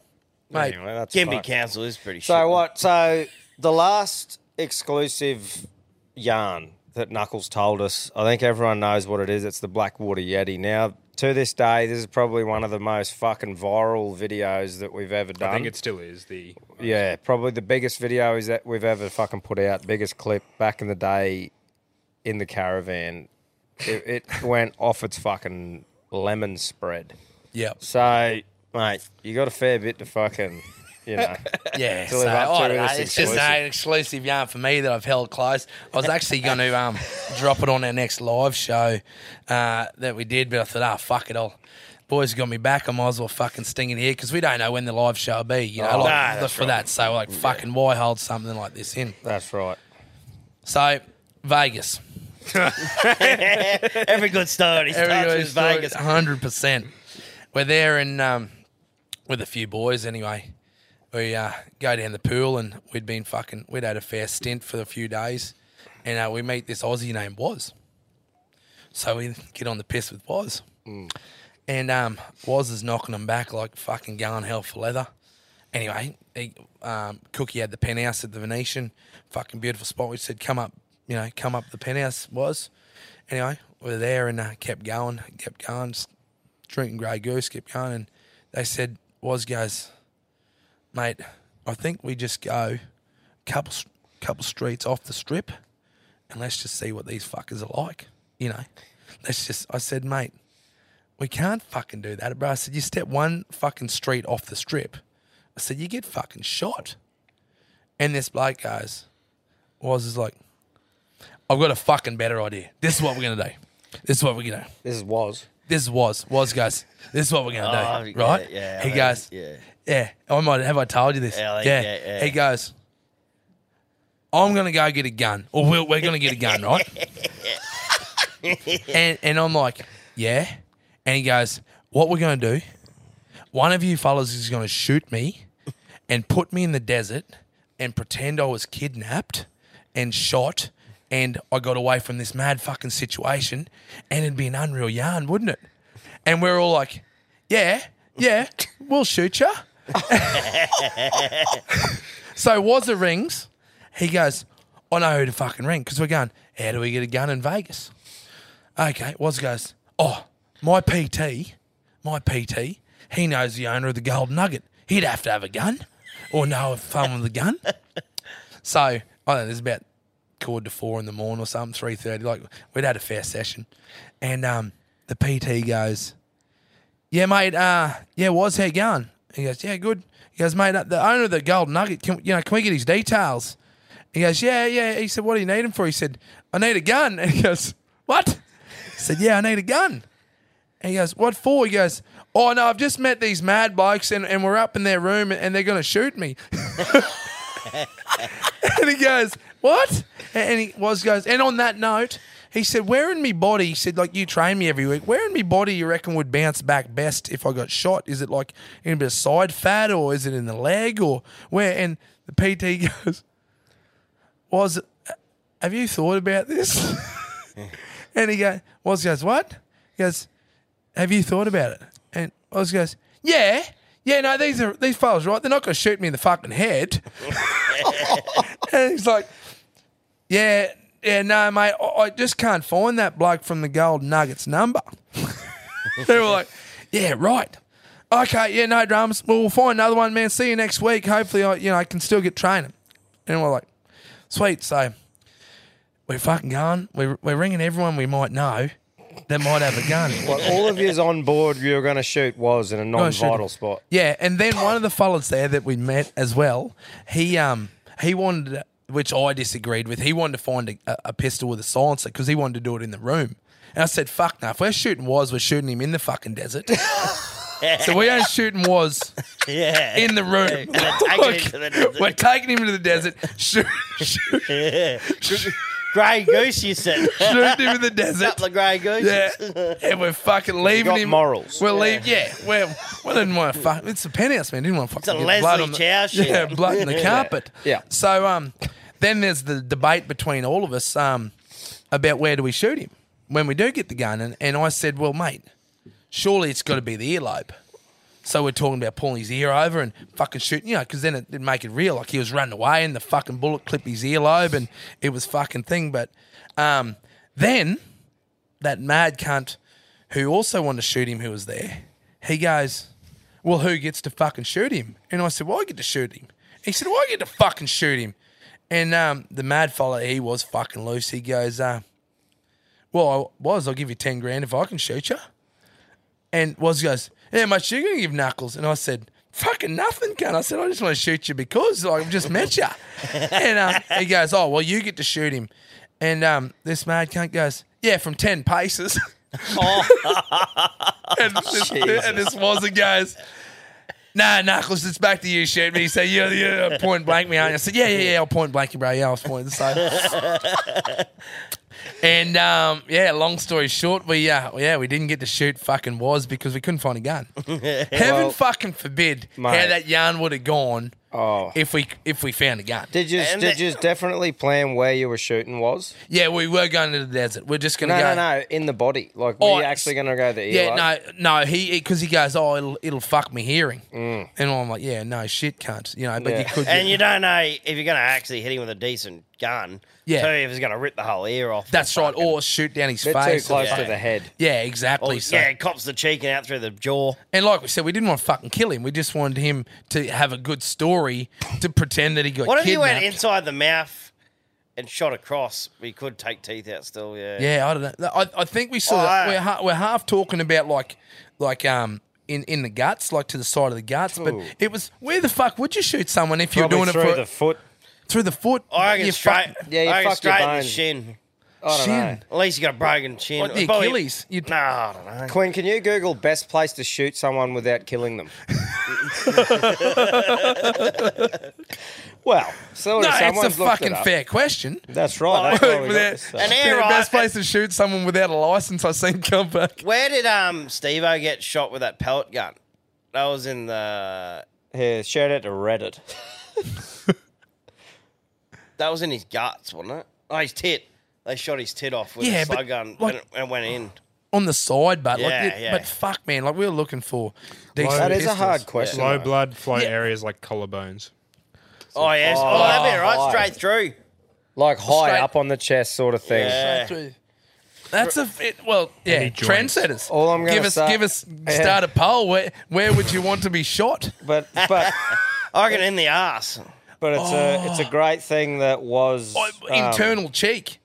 S3: mate.
S2: Anyway, that's
S1: Kimby
S2: fucked.
S1: Council is pretty.
S2: So what? So the last exclusive yarn that Knuckles told us, I think everyone knows what it is. It's the Blackwater Yeti. Now, to this day, this is probably one of the most fucking viral videos that we've ever done.
S4: I think it still is the.
S2: yeah, probably the biggest video is that we've ever fucking put out. Biggest clip back in the day in the caravan. It, it went off its fucking lemon spread.
S3: Yep.
S2: So, mate, you got a fair bit to fucking, you know.
S3: Yeah,
S2: To
S3: so,
S2: live up to
S3: I
S2: it,
S3: don't know,
S2: it's
S3: it's just an exclusive yarn for me that I've held close. I was actually going to um, drop it on our next live show uh, that we did, but I thought, ah, fuck it all. Boys have got me back. I might as well fucking sting it here because we don't know when the live show will be, you know,
S2: Oh,
S3: like,
S1: nah,
S3: the-
S1: that's
S3: for that. So, like, fucking why hold something like this in?
S2: That's right.
S3: So, Vegas.
S1: Every good story starts with Vegas.
S3: Hundred percent. We're there and um, with a few boys anyway. We uh, go down the pool and we'd been fucking. We'd had a fair stint for a few days, and uh, we meet this Aussie named Woz. So we get on the piss with Woz, and um, Woz is knocking him back like fucking going hell for leather. Anyway, he, um, Cookie had the penthouse at the Venetian, fucking beautiful spot. We said, "Come up, you know, come up." The penthouse was. Anyway, we were there and uh, kept going, kept going, just drinking Grey Goose, kept going, and they said, "Was goes, mate, I think we just go couple s- couple streets off the strip, and let's just see what these fuckers are like." You know, let's just. I said, mate, we can't fucking do that, bro. I said, you step one fucking street off the strip. I said, you get fucking shot. And this bloke goes, was is like, I've got a fucking better idea. This is what we're gonna do. This is what we're gonna do.
S2: This was.
S3: This is was was goes. This is what we're gonna do,
S1: Oh,
S3: right?
S1: yeah,
S3: he
S1: yeah,
S3: goes,
S1: yeah.
S3: yeah. I might have I told you this.
S1: Yeah, like, yeah, yeah.
S3: He goes, I'm gonna go get a gun, or we're, we're gonna get a gun, right? and and I'm like, yeah. And he goes, what we're gonna do? One of you fellas is gonna shoot me, and put me in the desert, and pretend I was kidnapped, and shot. And I got away from this mad fucking situation, and it'd be an unreal yarn, wouldn't it? And we're all like, yeah, yeah, we'll shoot you. so Wazza rings. He goes, I know who to fucking ring because we're going, how do we get a gun in Vegas? Okay, Wazza goes, oh, my PT, my PT, he knows the owner of the Gold Nugget. He'd have to have a gun or know if fun with a gun. So, I don't know, there's about quarter to four in the morning or something, 3.30. Like, we'd had a fair session. And um, the PT goes, yeah, mate. Uh, yeah, was how you going? He goes, yeah, good. He goes, mate, uh, the owner of the Gold Nugget, can, you know, can we get his details? He goes, yeah, yeah. He said, what do you need him for? He said, I need a gun. And he goes, what? He said, yeah, I need a gun. And he goes, what for? He goes, oh, no, I've just met these mad blokes and, and we're up in their room and they're going to shoot me. and he goes, "What?" And he was goes, and on that note, he said, "Where in me body?" He said, "Like you train me every week. Where in me body you reckon would bounce back best if I got shot? Is it like in a bit of side fat, or is it in the leg, or where?" And the PT goes, "Was have you thought about this?" and he goes, "Was goes what?" He goes, "Have you thought about it?" And Oz goes, "Yeah." Yeah, no, these are these fellas, right? They're not going to shoot me in the fucking head. And he's like, yeah, yeah, no, mate, I, I just can't find that bloke from the Gold Nuggets number. they were like, yeah, right. Okay, yeah, no dramas. Well, we'll find another one, man. See you next week. Hopefully, I, you know, I can still get training. And we're like, sweet. So we're fucking going. We're, we're ringing everyone we might know that might have a gun.
S2: But all of yous on board, you were going to shoot was in a
S3: I shouldn't.
S2: non-vital spot.
S3: Yeah, and then one of the fellas there that we met as well, he um he wanted which I disagreed with. He wanted to find a- a, a pistol with a silencer because he wanted to do it in the room. And I said, "Fuck no! If we're shooting was, we're shooting him in the fucking desert. so we ain't shooting was
S1: Yeah.
S3: in the room.
S1: taking him to the desert.
S3: We're taking him to the desert. Shoot, shoot,
S1: grey goose, you said.
S3: shoot him in the desert.
S1: couple of grey gooses.
S3: Yeah, and we're fucking leaving
S6: got
S3: him.
S6: morals.
S3: We're leaving. Yeah, we're, we didn't want to fuck. It's a penthouse, man. Didn't want to fucking
S1: a
S3: get
S1: Leslie
S3: blood on the,
S1: Chow shit.
S3: Yeah, blood in the carpet.
S6: Yeah.
S3: So um, then there's the debate between all of us um about where do we shoot him when we do get the gun, and, and I said, well, mate, surely it's got to be the earlobe. So we're talking about pulling his ear over and fucking shooting, you know, because then it, it'd make it real. Like he was running away and the fucking bullet clipped his earlobe and it was fucking thing. But um, then that mad cunt who also wanted to shoot him, who was there, he goes, Well, who gets to fucking shoot him? And I said, Well, I get to shoot him. He said, Well, I get to fucking shoot him. And um, the mad fella, he was fucking loose. He goes, uh, Well, I was, I'll give you 10 grand if I can shoot you. And was goes, How much you going to give Knuckles? And I said, Fucking nothing, cunt. I said, I just want to shoot you because like, I've just met you. and um, he goes, Oh, well, you get to shoot him. And um, this mad cunt goes, Yeah, from 10 paces. and, this, and this was it, goes, Nah, Knuckles, it's back to you, shoot me. He said, Yeah, yeah, point blank me, aren't you? I said, Yeah, yeah, yeah, I'll point blank you, bro. Yeah, I was pointing. So. And um, yeah, long story short, we uh, yeah, we didn't get to shoot fucking was because we couldn't find a gun. Heaven fucking forbid how
S2: Mate.
S3: that yarn would have gone if we if we found a gun.
S2: Oh. Did you
S1: And
S2: did
S1: the-
S2: you definitely plan where you were shooting was?
S3: Yeah, we were going to the desert. We're just gonna
S2: No,
S3: go.
S2: no, no. In the body, like
S3: Oh,
S2: were you
S3: it's-
S2: actually going to go to the
S3: Yeah,
S2: earlobe?
S3: no, no. He because he, goes, oh, it'll, it'll fuck me hearing, and I'm like, yeah, no shit, cunt. You know, but you
S2: Mm. Yeah.
S3: could.
S1: And you don't know if you're going to actually hit him with a decent gun.
S3: Yeah.
S1: Too, if it's going to rip the whole ear off.
S3: that's
S1: the
S3: right.
S1: fucking-
S3: Or shoot down his
S2: They're
S3: face.
S2: too close
S3: and-
S2: to the Oh, head.
S3: Yeah, exactly.
S1: Or,
S3: so.
S1: yeah, it cops the cheek and out through the jaw.
S3: And like we said, we didn't want to fucking kill him. We just wanted him to have a good story to pretend that he got
S1: What if you
S3: kidnapped.
S1: went inside the mouth and shot across? We could take teeth out still, yeah.
S3: Yeah, I don't know. I, I think we
S1: Oh,
S3: sort of
S1: I-
S3: we're, ha- we're half talking about like like um in, in the guts, like to the side of the guts. But
S2: Ooh.
S3: it was where the fuck would you shoot someone if you're
S2: Probably
S3: doing it
S2: through
S3: for
S2: the foot.
S3: through the foot?
S1: I reckon
S3: You
S1: straight.
S3: fucking
S2: Yeah, you
S1: I reckon
S2: fuck your
S1: straight in the
S2: bone.
S1: shin.
S2: I don't know.
S3: shin.
S1: At least you got a broken chin.
S3: Like the
S1: Probably-
S3: Achilles. You'd-
S1: No, I don't know.
S2: Quinn, can you Google best place to shoot someone without killing them? well, so
S3: No,
S2: if someone's
S3: it's a
S2: looked it
S3: fucking
S2: up.
S3: fair question.
S2: That's right. That's why we got
S3: Without-
S2: this.
S1: An
S2: stuff.
S1: air
S3: best
S1: rifle-
S3: place to shoot someone without a license I've seen come back.
S1: Where did um Steve-O get shot with that pellet gun? That was in the.
S2: Yeah, shout out to Reddit.
S1: That was in his guts, wasn't it? Oh, his tit. They shot his tit off with
S3: Yeah,
S1: a
S3: but,
S1: slug gun
S3: like-
S1: and, and went in.
S3: On the side, but
S1: Yeah,
S3: like, it-
S1: yeah.
S3: but fuck, man, like we were looking for decent
S2: That is a
S3: pistols.
S2: hard question.
S4: Low
S2: though.
S4: blood flow areas like collarbones.
S1: Oh yes. Oh, that'd be right
S2: hi.
S1: straight through.
S2: Like high
S3: Straight-
S2: up on the chest sort of thing.
S1: Yeah.
S3: That's a it, well, yeah.
S4: joints.
S3: Trendsetters.
S2: All I'm gonna
S3: give us
S2: say-
S3: give us start a poll. Where where would you want to be shot?
S2: But but
S1: I reckon in the ass.
S2: but it's a it's a great thing that was
S3: Oh,
S2: um, mm.
S3: Internal cheek.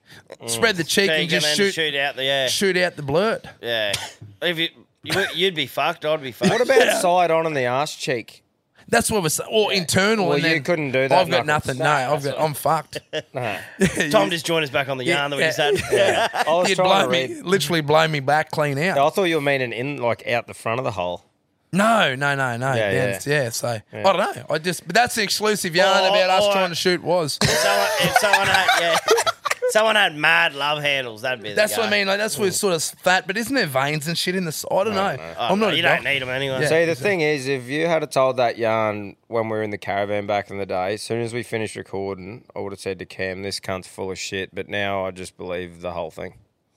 S3: Spread the cheek
S1: Cheek
S3: and
S1: and
S3: just
S1: then
S3: shoot
S1: shoot out the yeah.
S3: shoot out the blurt.
S1: Yeah. If you, you you'd be fucked, I'd be fucked.
S2: What about side on in the arse cheek?
S3: That's what we're saying. Or internal.
S2: Well,
S3: and then
S2: you couldn't do that,
S3: I've got
S2: Knuckles.
S3: nothing. No, I've got. I'm fucked.
S2: No.
S1: Tom just joined us back on the yarn that we
S3: yeah.
S1: just had.
S2: I was
S3: You'd
S2: trying
S3: blow
S2: to
S3: me,
S2: read.
S3: literally blow me back clean out.
S2: I thought you were meaning in like out the front of the hole.
S3: No, no, no, no.
S2: Yeah,
S3: Yeah,
S2: yeah.
S3: yeah. so I don't know. I just but that's the exclusive yarn
S1: Oh,
S3: about us
S1: oh,
S3: trying
S1: I-
S3: to shoot was.
S1: someone, if someone had, yeah, someone had mad love handles, that'd be. The
S3: That's
S1: guy.
S3: what I mean. Like that's where it's sort of fat, but isn't there veins and shit in the? s- I don't know.
S1: Oh,
S3: I'm
S1: no,
S3: not. a
S1: you
S3: doc-
S1: don't need them anyway.
S3: Yeah.
S2: See, the thing is, if you had have told that yarn when we were in the caravan back in the day, as soon as we finished recording, I would have said to Cam, "This cunt's full of shit." But now I just believe the whole thing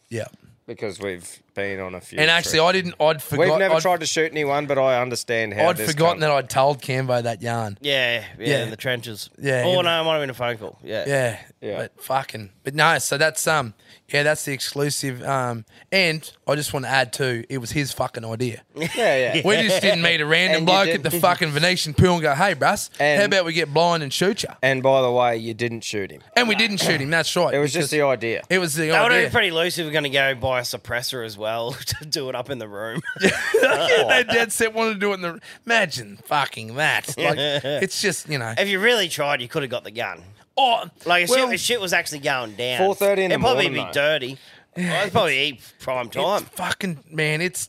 S3: Yeah.
S2: because we've been on a few.
S3: And actually,
S2: trips.
S3: I didn't. I'd
S2: we've
S3: forgotten.
S2: never
S3: I'd,
S2: tried to shoot anyone, but I understand how.
S3: I'd
S2: this
S3: forgotten
S2: cunt-
S3: that I'd told Cambo that yarn.
S1: Yeah, yeah,
S3: Yeah.
S1: in the trenches.
S3: Yeah,
S1: Oh
S3: yeah.
S1: no, I might have been a phone call. Yeah.
S3: Yeah.
S2: Yeah.
S3: But fucking. But no. So that's um. Yeah, that's the exclusive. Um. And I just want to add too. It was his fucking idea.
S2: Yeah, yeah.
S3: We just didn't meet a random
S2: And you
S3: bloke
S2: did.
S3: at the fucking Venetian pool and go, "Hey, Russ,
S2: And-
S3: how about we get blind and shoot you?"
S2: and by the way, you didn't shoot him.
S3: And we didn't shoot him. That's right.
S2: It was just the idea.
S3: It was the
S1: That would
S3: idea.
S1: have been pretty loose if we're going to go buy a suppressor as well to do it up in the room.
S3: they dead set wanted to do it in the. Imagine fucking that. Like it's just you know.
S1: if you really tried, you could have got the gun.
S3: oh,
S1: Like, if
S3: well,
S1: shit, if shit was actually going down.
S2: 4:30 in the
S1: It'd probably
S2: morning,
S1: be
S2: though.
S1: dirty. I'd probably eat prime
S3: it's
S1: time.
S3: fucking man, it's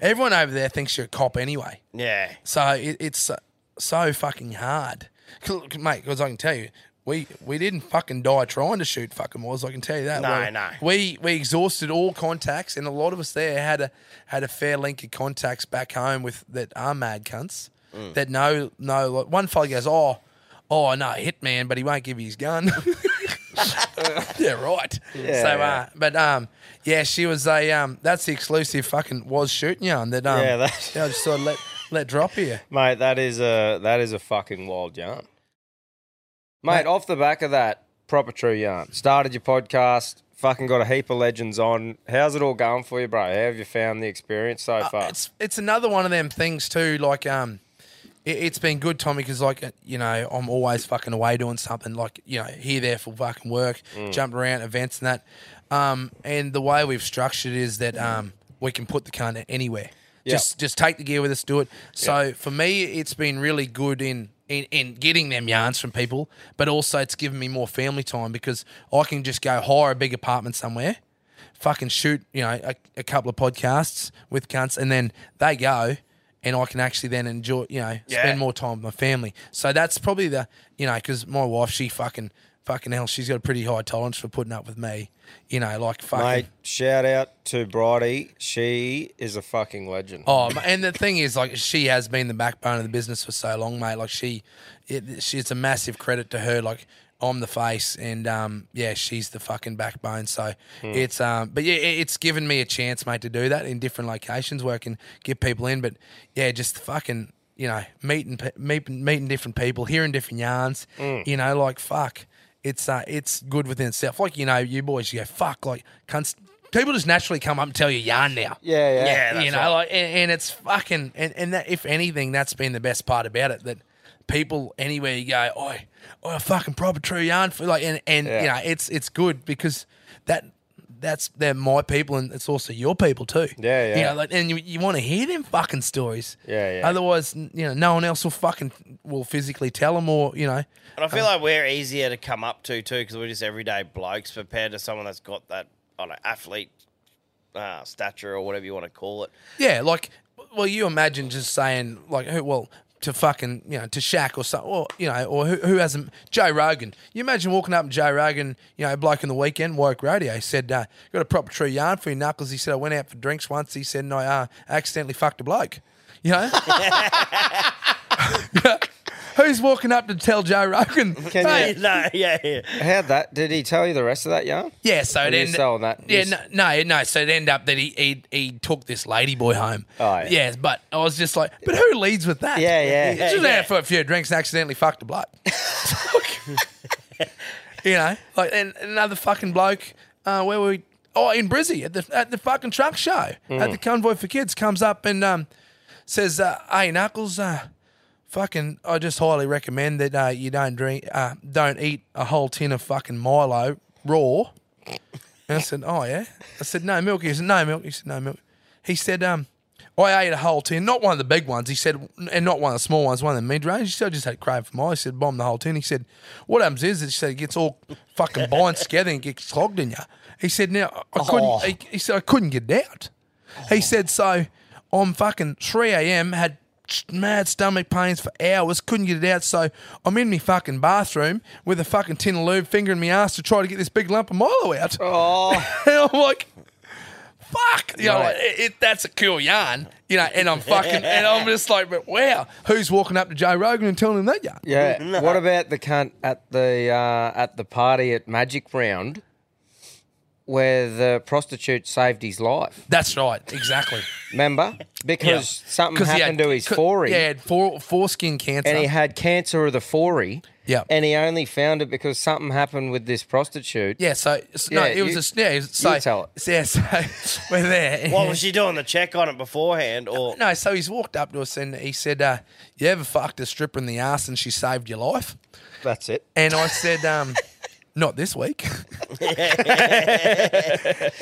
S3: everyone over there thinks you're a cop anyway.
S1: Yeah.
S3: So it, it's so, so fucking hard, 'Cause look, mate. Because I can tell you, we we didn't fucking die trying to shoot fucking wars. I can tell you that.
S1: No,
S3: we,
S1: no.
S3: We we exhausted all contacts, and a lot of us there had a had a fair link of contacts back home with that are mad cunts that know know. Like, one fella goes, oh. Oh no, hitman, but he won't give you his gun. yeah, right. so,
S2: yeah.
S3: Uh, but um, yeah, she was a um. That's the exclusive fucking was shooting yarn that um.
S2: Yeah, that-
S3: I just sort of let let drop here.
S2: Mate, that is a that is a fucking wild yarn. Mate, off the back of that, proper true yarn. Started your podcast, fucking got a heap of legends on. How's it all going for you, bro? How have you found the experience so
S3: Uh,
S2: far?
S3: It's it's another one of them things too. Like um, it, it's been good, Tommy, because like uh, you know I'm always fucking away doing something. Like you know here there for fucking work,
S2: Mm.
S3: jumped around events and that. Um, and the way we've structured is that um, we can put the cunt anywhere. Just just take the gear with us, do it. So for me, it's been really good in. In, in getting them yarns from people, but also it's given me more family time because I can just go hire a big apartment somewhere, fucking shoot, you know, a, a couple of podcasts with cunts, and then they go, and I can actually then enjoy, you know, spend more time with my family. So that's probably the, you know, because my wife, she fucking, fucking hell, she's got a pretty high tolerance for putting up with me, you know, like fucking.
S2: Mate, shout out to Bridie. She is a fucking legend.
S3: Oh, ma- and the thing is, like, she has been the backbone of the business for so long, mate. Like, she, it, she, it's a massive credit to her. Like, I'm the face, and um, yeah, she's the fucking backbone. So it's um, but yeah, it, it's given me a chance, mate, to do that in different locations where I can get people in. But yeah, just fucking, you know, meeting, pe- meeting, meeting different people, hearing different yarns. You know, like fuck, it's uh, it's good within itself. Like, you know, you boys, you go fuck, like, cunts, people just naturally come up and tell you yarn now
S2: yeah, yeah.
S1: Yeah, that's
S3: you know,
S1: right.
S3: like, and, and it's fucking, and, and that, if anything, that's been the best part about it. That people anywhere you go, oh, oh, fucking proper true yarn for like, and and you
S2: Yeah.
S3: know, it's it's good because that that's they're my people, and it's also your people too.
S2: Yeah,
S3: You
S2: yeah.
S3: know, like, and you, you want to hear them fucking stories.
S2: Yeah, yeah.
S3: Otherwise, n- you know, no one else will fucking will physically tell them, or you know,
S1: And I feel
S2: Uh.
S1: like we're easier to come up to too because we're just everyday blokes compared to someone that's got that I don't know, athlete uh, stature or whatever you want to call it.
S3: Yeah, like, well, you imagine just saying like, who, well, to fucking you know to Shaq or something, or you know, or who, who hasn't Joe Rogan. You imagine walking up and Joe Rogan, you know, bloke in the weekend, woke radio said, uh, "Got a proper true yarn for your knuckles." He said, "I went out for drinks once." He said, "And I uh, accidentally fucked a bloke." You know. Who's walking up to tell Joe Rogan?
S2: Can you-
S3: "Hey,
S1: no, yeah, yeah.
S2: How'd that? Did he tell you the rest of that yarn?
S3: Yeah, so it
S2: you
S3: ended
S2: selling that? You
S3: Yeah,
S2: s-
S3: no, no, no. So it ended up that he he, he took this lady boy home.
S2: Oh, yeah.
S3: Yes, but I was just like, but who leads with that?
S2: Yeah, yeah.
S3: Just
S1: Yeah, yeah.
S3: out for a few drinks and accidentally fucked a bloke. you know, like and another fucking bloke. Uh, where were we? Oh, in Brizzy at the at the fucking truck show
S2: Hmm.
S3: at the convoy for kids comes up and um says, uh, "Hey, Knuckles, uh, fucking, I just highly recommend that uh, you don't drink, uh, don't eat a whole tin of fucking Milo raw." And I said, "Oh yeah." I said, "No milk." He said, "No milk." He said, "No milk." He said, "Um, I ate a whole tin, not one of the big ones." He said, "And not one of the small ones, one of the mid range." He said, "I just had a crave for mine." He said, "Bomb the whole tin." He said, "What happens is," he said, "it gets all fucking bind together and gets clogged in you." He said, "Now I couldn't." He, he said, "I couldn't get it out." He said, "So I'm fucking 3 a.m. had mad stomach pains for hours, couldn't get it out. So I'm in my fucking bathroom with a fucking tin of lube, finger in my ass to try to get this big lump of Milo out."
S2: Oh,
S3: and I'm like, fuck, you know, like, it, it, that's a cool yarn, you know, and I'm fucking, and I'm just like, but wow, who's walking up to Joe Rogan and telling him that yarn?
S2: yeah. What about the cunt at the uh, at the party at Magic Round, where the prostitute saved his life?
S3: That's right, exactly.
S2: Remember? Because something
S3: he
S2: happened
S3: had-
S2: to his
S3: could-
S2: forehead,
S3: Yeah, he had fore, foreskin cancer.
S2: and he had cancer of the forehead.
S3: Yeah.
S2: And he only found it because something happened with this prostitute.
S3: yeah, so s- no,
S2: Yeah,
S3: it was
S2: you-
S3: a yeah. It was, so
S2: you tell it.
S3: Yeah, so we're there.
S1: What was she doing? The check on it beforehand, or
S3: No, so he's walked up to us and he said, uh, "You ever fucked a stripper in the ass and she saved your life?"
S2: That's it.
S3: And I said, um, not this week.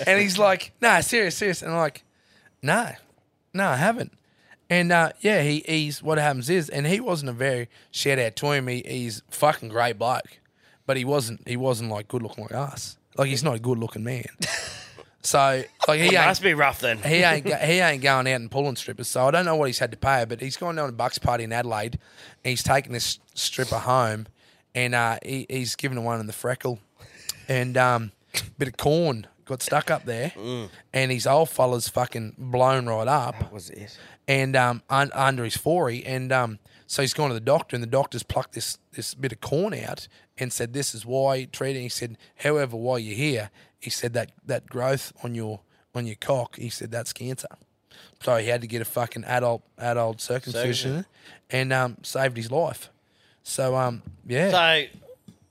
S3: and he's like, nah, serious, serious. And I'm like, no, no, I haven't. And uh, yeah, he, he's what happens is, and he wasn't a very shout out to him. He, he's fucking great bloke. but he wasn't. He wasn't like good looking like us. Like he's not a good looking man. So like he ain't,
S1: Must be rough then.
S3: he ain't go- he ain't going out and pulling strippers. So I don't know what he's had to pay her, but he's gone down to Bucks party in Adelaide. And he's taken this stripper home, and uh, he, he's given her one in the freckle, and um, bit of corn got stuck up there, and his old fella's fucking blown right up. That was it. And um, un, under his forey, and um, so he's gone to the doctor, and the doctor's plucked this this bit of corn out and said, "This is why treating." He said, "However, while you're here." He said that that growth on your on your cock. He said that's cancer. So he had to get a fucking adult adult circumcision, and um, saved his life. So um, yeah,
S1: So,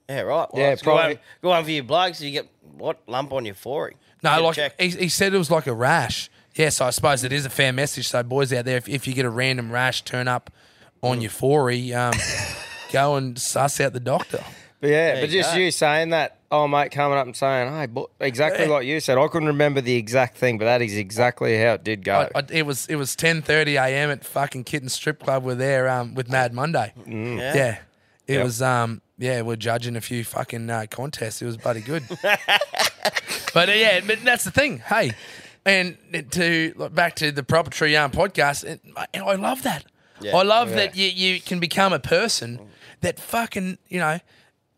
S1: yeah, right. Well,
S2: Yeah,
S1: that's a good one-
S2: probably-
S1: Good one for your blokes. You get what lump on your forehead?
S3: no,
S1: Get
S3: like
S1: checked.
S3: he, he said it was like a rash. Yeah, so I suppose it is a fair message. So boys out there, if, if you get a random rash, turn up
S1: Mm.
S3: on your forey, um, go and suss out the doctor.
S2: But yeah, but
S1: you
S2: just
S1: go.
S2: you saying that, oh mate, coming up and saying, hey, bo-, exactly like you said. I couldn't remember the exact thing, but that is exactly how it did go.
S3: I, I, it was it was ten thirty a.m. at fucking Kitten Strip Club. We're there um, with Mad Monday.
S2: Mm.
S3: Yeah. It was um yeah we're judging a few fucking uh, contests. It was bloody good. but uh, yeah, but that's the thing. Hey, and to like, back to the proper true yarn podcast, and I, and I love that. I love that you you can become a person that fucking you know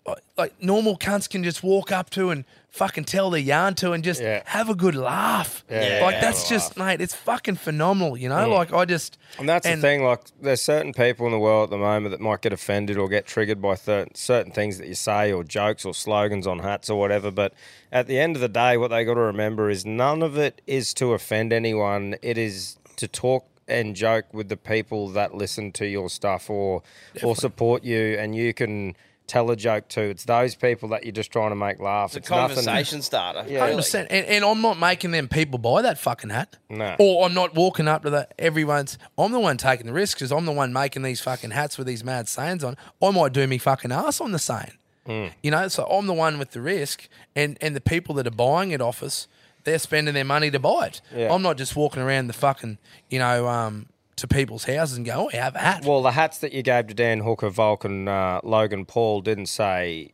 S3: like- like normal cunts can just walk up to and fucking tell their yarn to and just
S2: Yeah.
S3: have a good laugh.
S2: Yeah,
S3: like
S2: yeah,
S3: that's just mate, it's fucking phenomenal, you know? Like I just
S2: And that's the thing. Like, there's certain people in the world at the moment that might get offended or get triggered by th- certain things that you say, or jokes, or slogans on hats, or whatever. But at the end of the day, what they got to remember is none of it is to offend anyone. It is to talk and joke with the people that listen to your stuff or or support you, and you can tell a joke to. It's those people that you're just trying to make laugh.
S1: It's a conversation starter. Yeah.
S3: Hundred percent, and, and I'm not making them people buy that fucking hat,
S2: No.
S3: or I'm not walking up to the everyone's. I'm the one taking the risk because I'm the one making these fucking hats with these mad sayings on. I might do me fucking ass on the saying,
S2: Mm.
S3: you know. So I'm the one with the risk, and and the people that are buying it off us, they're spending their money to buy it.
S2: Yeah.
S3: I'm not just walking around the fucking, you know, um, to people's houses and go, oh, have a hat.
S2: Well, the hats that you gave to Dan Hooker, Vulcan, uh, Logan Paul didn't say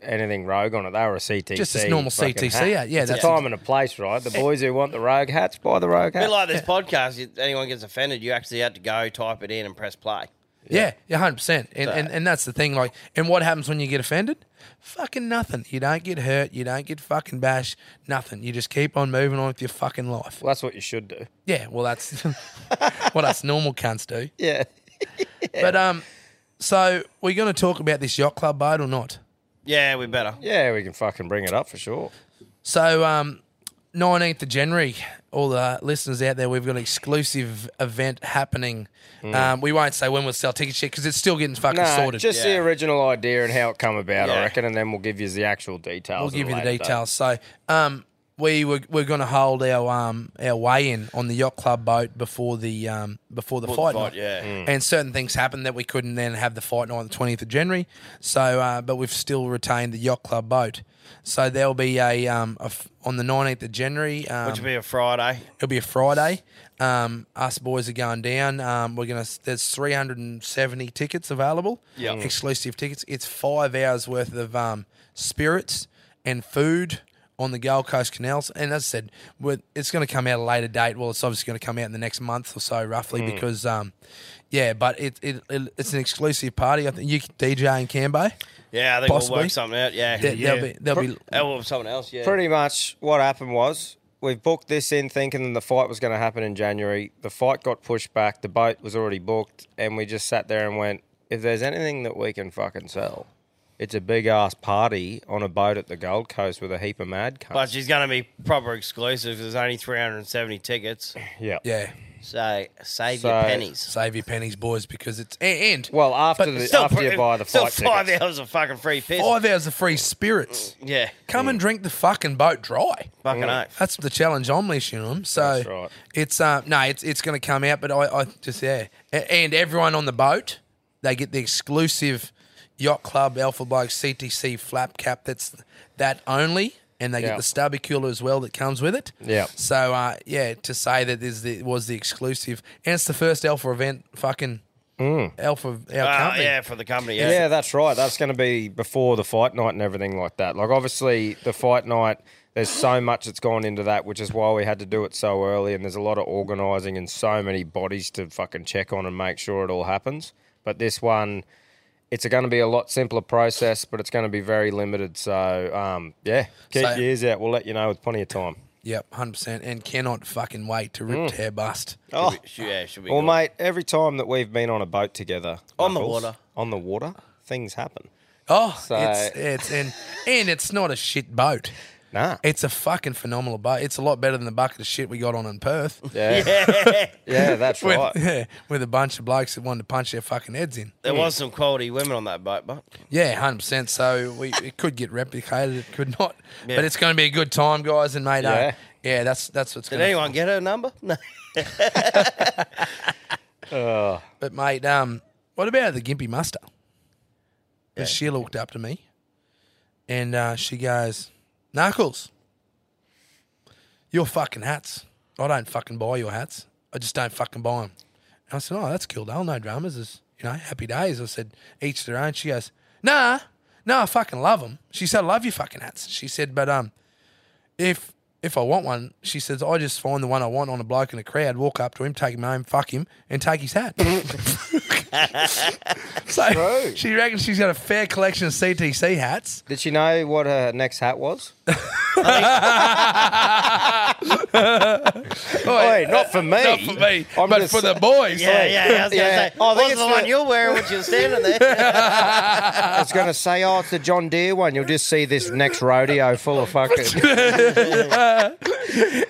S2: anything rogue on it. They were a CTC.
S3: Just this normal
S2: fucking
S3: CTC
S2: hat.
S3: hat. Yeah,
S2: it's a
S3: that's-
S2: time and a place, right? The boys who want the rogue hats buy the rogue
S1: A bit
S2: hat.
S1: like this podcast. If anyone gets offended, you actually had to go type it in and press play.
S3: Yeah, yeah, hundred percent. And, and and that's the thing. Like, and what happens when you get offended? Fucking nothing. You don't get hurt. You don't get fucking bashed. Nothing. You just keep on moving on with your fucking life.
S2: Well, that's what you should do.
S3: Yeah. Well, that's what us normal cunts do.
S2: Yeah.
S3: But um, so we're going to talk about this yacht club boat or not?
S1: Yeah, we better.
S2: Yeah, we can fucking bring it up for sure.
S3: So um, nineteenth of January, all the listeners out there, we've got an exclusive event happening.
S2: Mm.
S3: Um, we won't say when we'll sell tickets yet because it's still getting fucking
S2: No,
S3: sorted.
S2: just the
S1: Yeah.
S2: original idea and how it come about,
S1: Yeah.
S2: I reckon, and then we'll give you the actual details.
S3: We'll give
S2: at
S3: you
S2: a
S3: the
S2: later date.
S3: details. So, um, we were we're going to hold our um our weigh in on the yacht club boat before the um before the
S1: fight,
S3: fight, night.
S1: yeah.
S2: Um,
S1: Hmm.
S3: And certain things happened that we couldn't then have the fight night on the twentieth of January. So, uh, but we've still retained the yacht club boat. So there'll be a um a f on the nineteenth of January. Um,
S1: Which will be a Friday.
S3: It'll be a Friday. Um, us boys are going down. Um, we're gonna. There's 370 tickets available. Yeah, exclusive tickets. It's five hours worth of um, spirits and food on the Gold Coast canals. And as I said, we're, it's going to come out at a later date. Well, it's obviously going to come out in the next month or so, roughly, because um, yeah. But it, it, it it's an exclusive party. I think you can DJ in Cambo.
S1: Yeah, I think we'll
S3: Possibly.
S1: work something out. Yeah.
S3: There,
S1: yeah.
S3: There'll be there'll be
S1: Oh, well, someone else, yeah.
S2: Pretty much what happened was we booked this in thinking the fight was going to happen in January. The fight got pushed back. The boat was already booked, and we just sat there and went, "If there's anything that we can fucking sell, it's a big ass party on a boat at the Gold Coast with a heap of mad cunts."
S1: But she's going to be proper exclusive. There's only 370 tickets.
S2: yeah,
S3: yeah.
S1: So save
S2: So-
S1: your pennies.
S3: Save your pennies, boys, because it's and, and
S2: Well, after
S3: But
S2: the
S1: Still
S2: after
S1: fr-
S2: you buy the
S1: still
S2: fight
S1: five
S2: tickets,
S1: hours of fucking free piss.
S3: five hours of free spirits.
S1: Yeah.
S3: Come and drink the fucking boat dry.
S1: Fucking
S2: Mm.
S1: oath.
S3: That's the challenge I'm issuing them. So
S2: That's right.
S3: it's uh, no, it's it's going to come out. But I, I just yeah, A- and everyone on the boat they get the exclusive yacht club Alpha Bloke CTC flap cap. That's that only, and they
S2: Yeah.
S3: get the stubby cooler as well that comes with it.
S2: Yeah.
S3: So uh, yeah, to say that this the, was the exclusive, and it's the first Alpha event fucking
S2: Mm.
S3: Alpha, our
S1: Ah,
S3: company.
S1: yeah, for the company. Yeah.
S2: Yeah, that's right. That's going to be before the fight night and everything like that. Like, obviously, the fight night, there's so much that's gone into that, which is why we had to do it so early. And there's a lot of organising and so many bodies to fucking check on and make sure it all happens. But this one, it's going to be a lot simpler process, but it's going to be very limited. So, um, yeah, keep
S3: So-
S2: your ears out. We'll let you know with plenty of time.
S3: Yep, hundred percent, and cannot fucking wait to
S2: Mm.
S3: rip tear bust.
S2: Oh,
S1: Should be- yeah, should be.
S2: well,
S1: good.
S2: mate, every time that we've been on a boat together,
S1: On the
S2: Knuckles,
S1: water.
S2: on the water, things happen.
S3: Oh,
S2: So-
S3: it's it's and and it's not a shit boat.
S2: Nah.
S3: It's a fucking phenomenal boat. It's a lot better than the bucket of shit we got on in Perth.
S2: Yeah. yeah, that's
S3: With,
S2: right.
S3: yeah, with a bunch of blokes that wanted to punch their fucking heads in.
S2: Mm.
S1: There was some quality women on that boat, but
S3: Yeah, hundred percent. So we it could get replicated, it could not.
S1: Yeah.
S3: But it's going to be a good time, guys, and mate. Yeah,
S2: Yeah.
S3: uh, yeah that's that's what's
S1: did
S3: gonna-
S1: anyone get her number? No.
S3: But mate, um, what about the gimpy muster? 'Cause she looked up to me, and uh, she goes, "Knuckles, your fucking hats. I don't fucking buy your hats. I just don't fucking buy them." And I said, "Oh, that's cool, Dale. No dramas. It's you know, happy days." I said, "Each their own." She goes, "Nah, nah, I fucking love them." She said, "I love your fucking hats." She said, "But um, if if I want one, she says, I just find the one I want on a bloke in a crowd, walk up to him, take him home, fuck him, and take his hat. so
S2: True.
S3: she reckons she's got a fair collection of CTC hats.
S2: Did she know what her next hat was? Oi, not for me.
S3: Not for me,
S2: I'm
S3: but
S2: just-
S3: for the boys.
S1: Yeah, yeah. I was gonna
S2: Yeah.
S1: say,
S2: Oh, I think
S1: what's
S2: it's
S1: the
S2: the-
S1: one you're wearing when you're standing there?
S2: I was going to say, oh, it's the John Deere one. You'll just see this next rodeo full of fucking.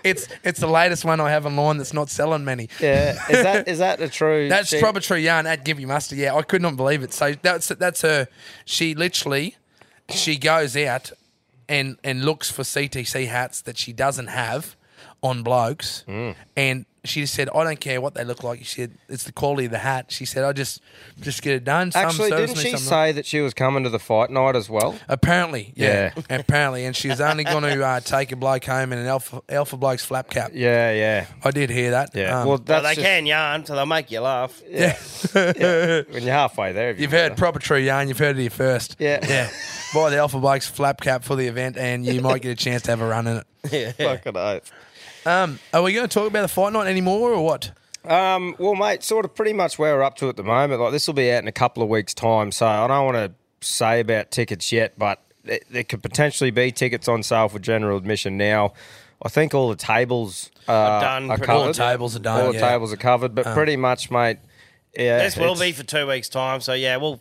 S3: It's it's the latest one I have online that's not selling many.
S2: yeah. Is that is that the true?
S3: That's
S2: she-
S3: probably true yarn at Gimpy Muster. Yeah, I could not believe it. So that's that's her. She literally, she goes out and and looks for CTC hats that she doesn't have on blokes,
S2: Hmm.
S3: and she said, "I don't care what they look like." She said, "It's the quality of the hat." She said, "I just just get it done." Some
S2: Actually,
S3: serves
S2: didn't
S3: me,
S2: she
S3: some not."
S2: say that she was coming to the fight night as well?
S3: Apparently, yeah,
S2: Yeah.
S3: apparently, and she's only going to uh, take a bloke home in an alpha alpha bloke's flap cap.
S2: Yeah, yeah,
S3: I did hear that.
S2: yeah. well,
S3: Um,
S1: well,
S2: that's
S1: they
S2: just-
S1: can yarn, so they'll make you laugh.
S2: when you're halfway there.
S3: You've heard proper true yarn. You've heard it here first.
S2: Yeah.
S3: yeah. Buy the Alpha Blokes flap cap for the event, and you might get a chance to have a run in it.
S2: Fucking oath.
S3: Um, are we going to talk about the fight night anymore, or what?
S2: Um, well, mate, sort of pretty much where we're up to at the moment. Like this will be out in a couple of weeks' time, so I don't want to say about tickets yet, but th- there could potentially be tickets on sale for general admission now. I think all the tables uh, are
S1: done, pretty-
S2: covered.
S1: all the
S3: tables are done,
S2: All the
S3: yeah.
S2: tables are covered, but pretty much, mate. Yeah,
S1: Uh. This will
S2: it's-
S1: be for two weeks' time, so yeah, we'll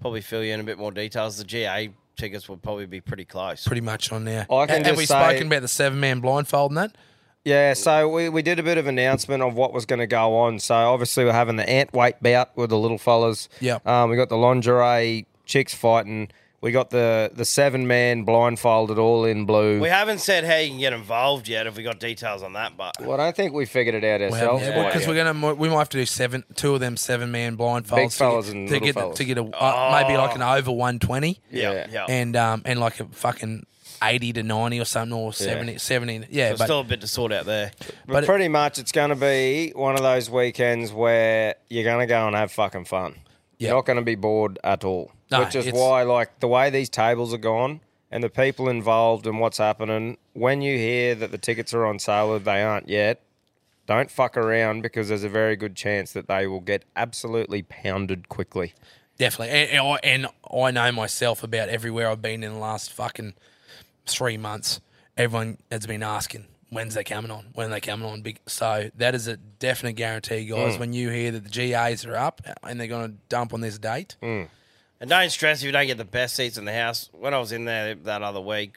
S1: probably fill you in a bit more details. The GA tickets will probably be pretty close.
S3: Pretty much on there.
S2: I can
S3: have
S2: just
S3: we
S2: say-
S3: spoken about the seven man blindfold and that?
S2: Yeah, so we, we did a bit of announcement of what was going to go on. So obviously we're having the ant weight bout with the little fellas.
S3: Yep.
S2: Um, we got the lingerie chicks fighting. We got the the seven man blindfolded all in blue.
S1: We haven't said how you can get involved yet. Have we got details on that? But
S2: well, I don't think we figured it out
S3: Because
S2: ourselves. quite yet.
S3: we're gonna we might have to do seven two of them seven man blindfolds
S2: Big
S3: to
S2: fellas
S3: get-
S2: and
S3: to
S2: little
S3: get
S2: fellas.
S3: to get a uh, maybe like an over one twenty.
S1: yeah, yeah,
S3: And um and like a fucking eighty to ninety or something or 70, 70 Yeah,
S1: There's
S3: but
S1: still a bit to sort out there.
S2: but,
S3: but-
S2: pretty much it's going to be one of those weekends where you're going to go and have fucking fun.
S3: Yeah.
S2: You're not going to be bored at all,
S3: No,
S2: which is
S3: it's-
S2: why like the way these tables are gone and the people involved and what's happening. When you hear that the tickets are on sale or they aren't yet, don't fuck around because there's a very good chance that they will get absolutely pounded quickly.
S3: Definitely, and, and, I, and I know myself about everywhere I've been in the last fucking three months. Everyone has been asking when's they coming on, when they coming on. Big, so that is a definite guarantee, guys. When you hear that the GAs are up and they're going to dump on this date,
S1: And don't stress if you don't get the best seats in the house. When I was in there that other week,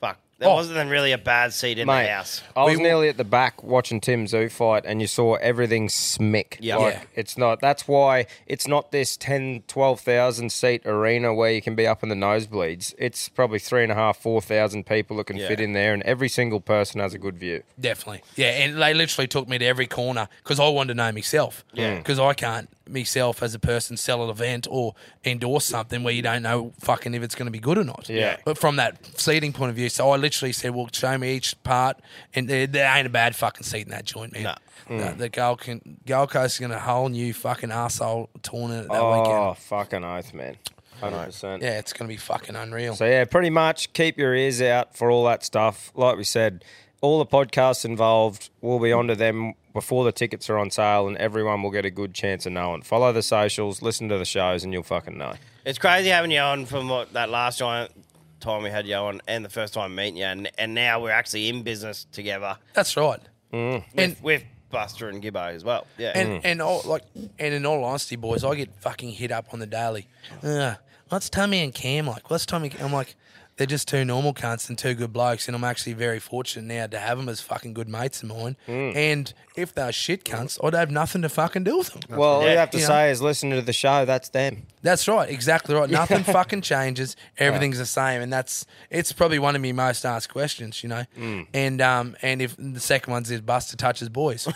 S1: fuck, there
S3: Oh.
S1: wasn't really a bad seat in
S2: Mate,
S1: the house.
S2: I was
S3: We-
S2: nearly at the back watching Tim Zoo fight, and you saw everything smick.
S1: Yeah.
S2: Like,
S3: Yeah.
S2: It's not. That's why it's not this 10, 12,000 seat arena where you can be up in the nosebleeds. It's probably three and a half, four thousand people that can fit in there, and every single person has a good view.
S3: Definitely. Yeah, and they literally took me to every corner because I wanted to know myself. Yeah. Because I can't myself as a person sell an event or endorse something where you don't know fucking if it's going to be good or not.
S2: Yeah.
S3: But from that seating point of view, so I literally said, "Well, show me each part," and there, there ain't a bad fucking seat in that joint, man. No,
S2: Mm.
S3: the Gold, can, Gold Coast is going to whole new fucking asshole tournament that
S2: Oh,
S3: weekend.
S2: fucking oath, man. 100%.
S3: Yeah, it's going to be fucking unreal.
S2: So yeah, pretty much keep your ears out for all that stuff. Like we said, all the podcasts involved will be onto them before the tickets are on sale, and everyone will get a good chance of knowing. Follow the socials, listen to the shows, and you'll fucking know.
S1: It's crazy having you on from what, that last giant time we had you on and the first time meeting you, and, and now we're actually in business together
S3: That's right. And-
S1: with, with Buster and Gibbo as well. Yeah.
S3: And and all, like and in all honesty, boys, I get fucking hit up on the daily. Uh, what's Tommy and Cam like? What's Tommy? I'm like, they're just two normal cunts and two good blokes, and I'm actually very fortunate now to have them as fucking good mates of mine. And if they're shit cunts, I'd have nothing to fucking do with them.
S2: Well, all you
S1: Yeah.
S2: have to
S3: Yeah.
S2: say is listen to the show. That's them.
S3: That's right, exactly right. Nothing fucking changes. Everything's the same, and that's it's probably one of my most asked questions, you know. And um, and if the second one's is Buster touches boys. but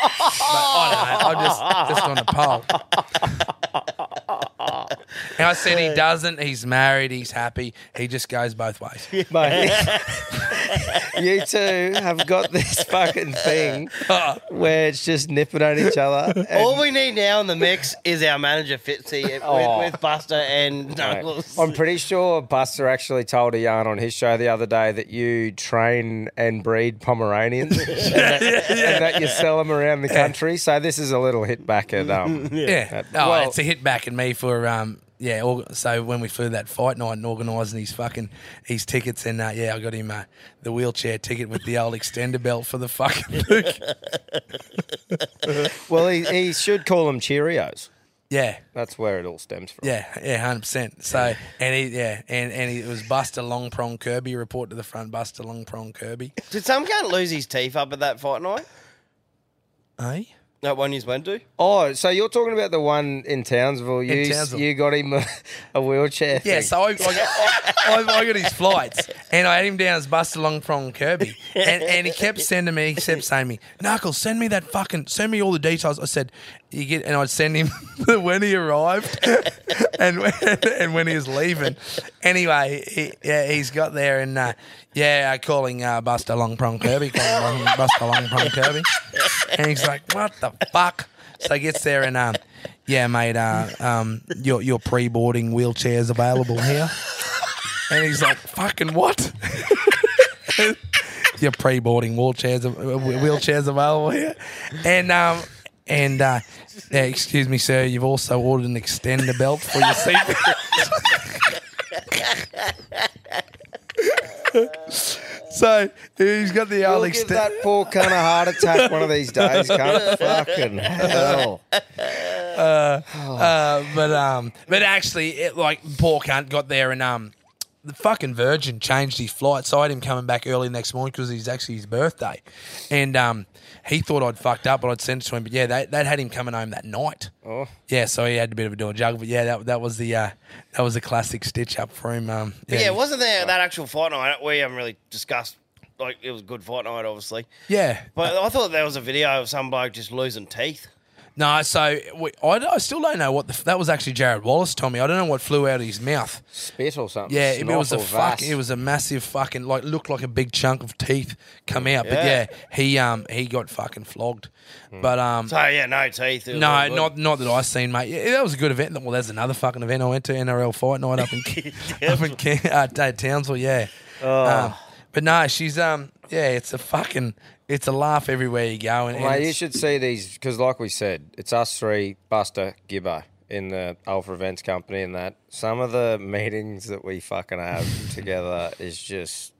S3: I don't know. I'm just just on a poll. and I said he doesn't. He's married. He's happy. He just goes both ways.
S2: Mate, you two have got this fucking thing where it's just nipping at each other. and-
S1: All we need now in the mix is our manager Fitzy with,
S2: Oh.
S1: with Buster and
S2: Right.
S1: Knuckles.
S3: Oh.
S2: I'm pretty sure Buster actually told a yarn on his show the other day that you train and breed Pomeranians and, that, and that you sell them around the country. So this is a little hit back at um.
S3: Yeah. Oh,
S2: well-
S3: it's a hit back at me for um. Yeah. Org- so when we flew that fight night and organising his fucking his tickets and uh, yeah, I got him uh, the wheelchair ticket with the old extender belt for the fucking book.
S2: Well, he, he should call them Cheerios.
S3: yeah.
S2: That's where it all stems from.
S3: Yeah, yeah, hundred percent. So, and he, yeah, and and he, it was Buster Long Prong Kirby. Report to the front, Buster Long Prong Kirby.
S1: Did some cunt lose his teeth up at that fight night?
S3: Eh?
S1: That one you went to?
S2: Oh, so you're talking about the one in Townsville? You
S3: In Townsville.
S2: you got him a, a wheelchair?
S3: Yeah,
S2: thing.
S3: so I, I, got, I, I got his flights and I had him down as Buster Long Prong Kirby. And, and he kept sending me, he kept saying to me, Knuckles, send me that fucking, send me all the details. I said, you get, and I'd send him when he arrived and, when- and when he was leaving. Anyway, he, yeah, he's got there and, uh, yeah, uh, calling uh, Buster Long Prong Kirby, calling Long- Buster Long Prong Kirby. And he's like, what the fuck? So he gets there and um, yeah, mate, uh, um, your your pre-boarding wheelchair's available here. And he's like, fucking what? your pre-boarding wheelchairs uh, wheelchairs available here, and um. And uh, yeah, excuse me, sir. You've also ordered an extender belt for your seat. so he's got the old
S2: We'll give that poor cunt a heart attack one of these days, cunt. Fucking hell.
S3: Uh, but um, but actually, it, like poor cunt got there and um, the fucking Virgin changed his flight, so I had him coming back early next morning because was actually his birthday, and um, he thought I'd fucked up, but I'd sent it to him. But yeah, they that had him coming home that night. Oh, yeah, so he had a bit of a do a juggle, but yeah, that that was the uh, that was the classic stitch up for him. Um,
S1: Yeah, wasn't there that actual fight night? We haven't really discussed. Like it was a good fight night, obviously.
S3: yeah.
S1: But I thought there was a video of some bloke just losing teeth.
S3: No, so we, I, I still don't know what the, f- that was actually Jared Wallace, Tommy. I don't know what flew out of his mouth.
S2: Spit or something.
S3: Yeah, it, it was
S2: Snot
S3: a
S2: or
S3: fuck.
S2: vas.
S3: It was a massive fucking like looked like a big chunk of teeth come out. But
S1: Yeah. Hmm.
S3: yeah, he um he got fucking flogged. But um.
S1: So yeah, no teeth. It was all
S3: no,
S1: good.
S3: not not that I seen, mate. Yeah, that was a good event. Well, that's another fucking event I went to NRL Fight Night up in up in Can- uh, Ta- Townsville. Yeah,
S1: Oh.
S3: um, but no, she's um yeah, it's a fucking it's a laugh everywhere you go. And, and
S2: Mate, you
S3: it's-
S2: should see these because, like we said, it's us three, Buster, Gibbo, in the Alpha Events Company, and that some of the meetings that we fucking have together is just.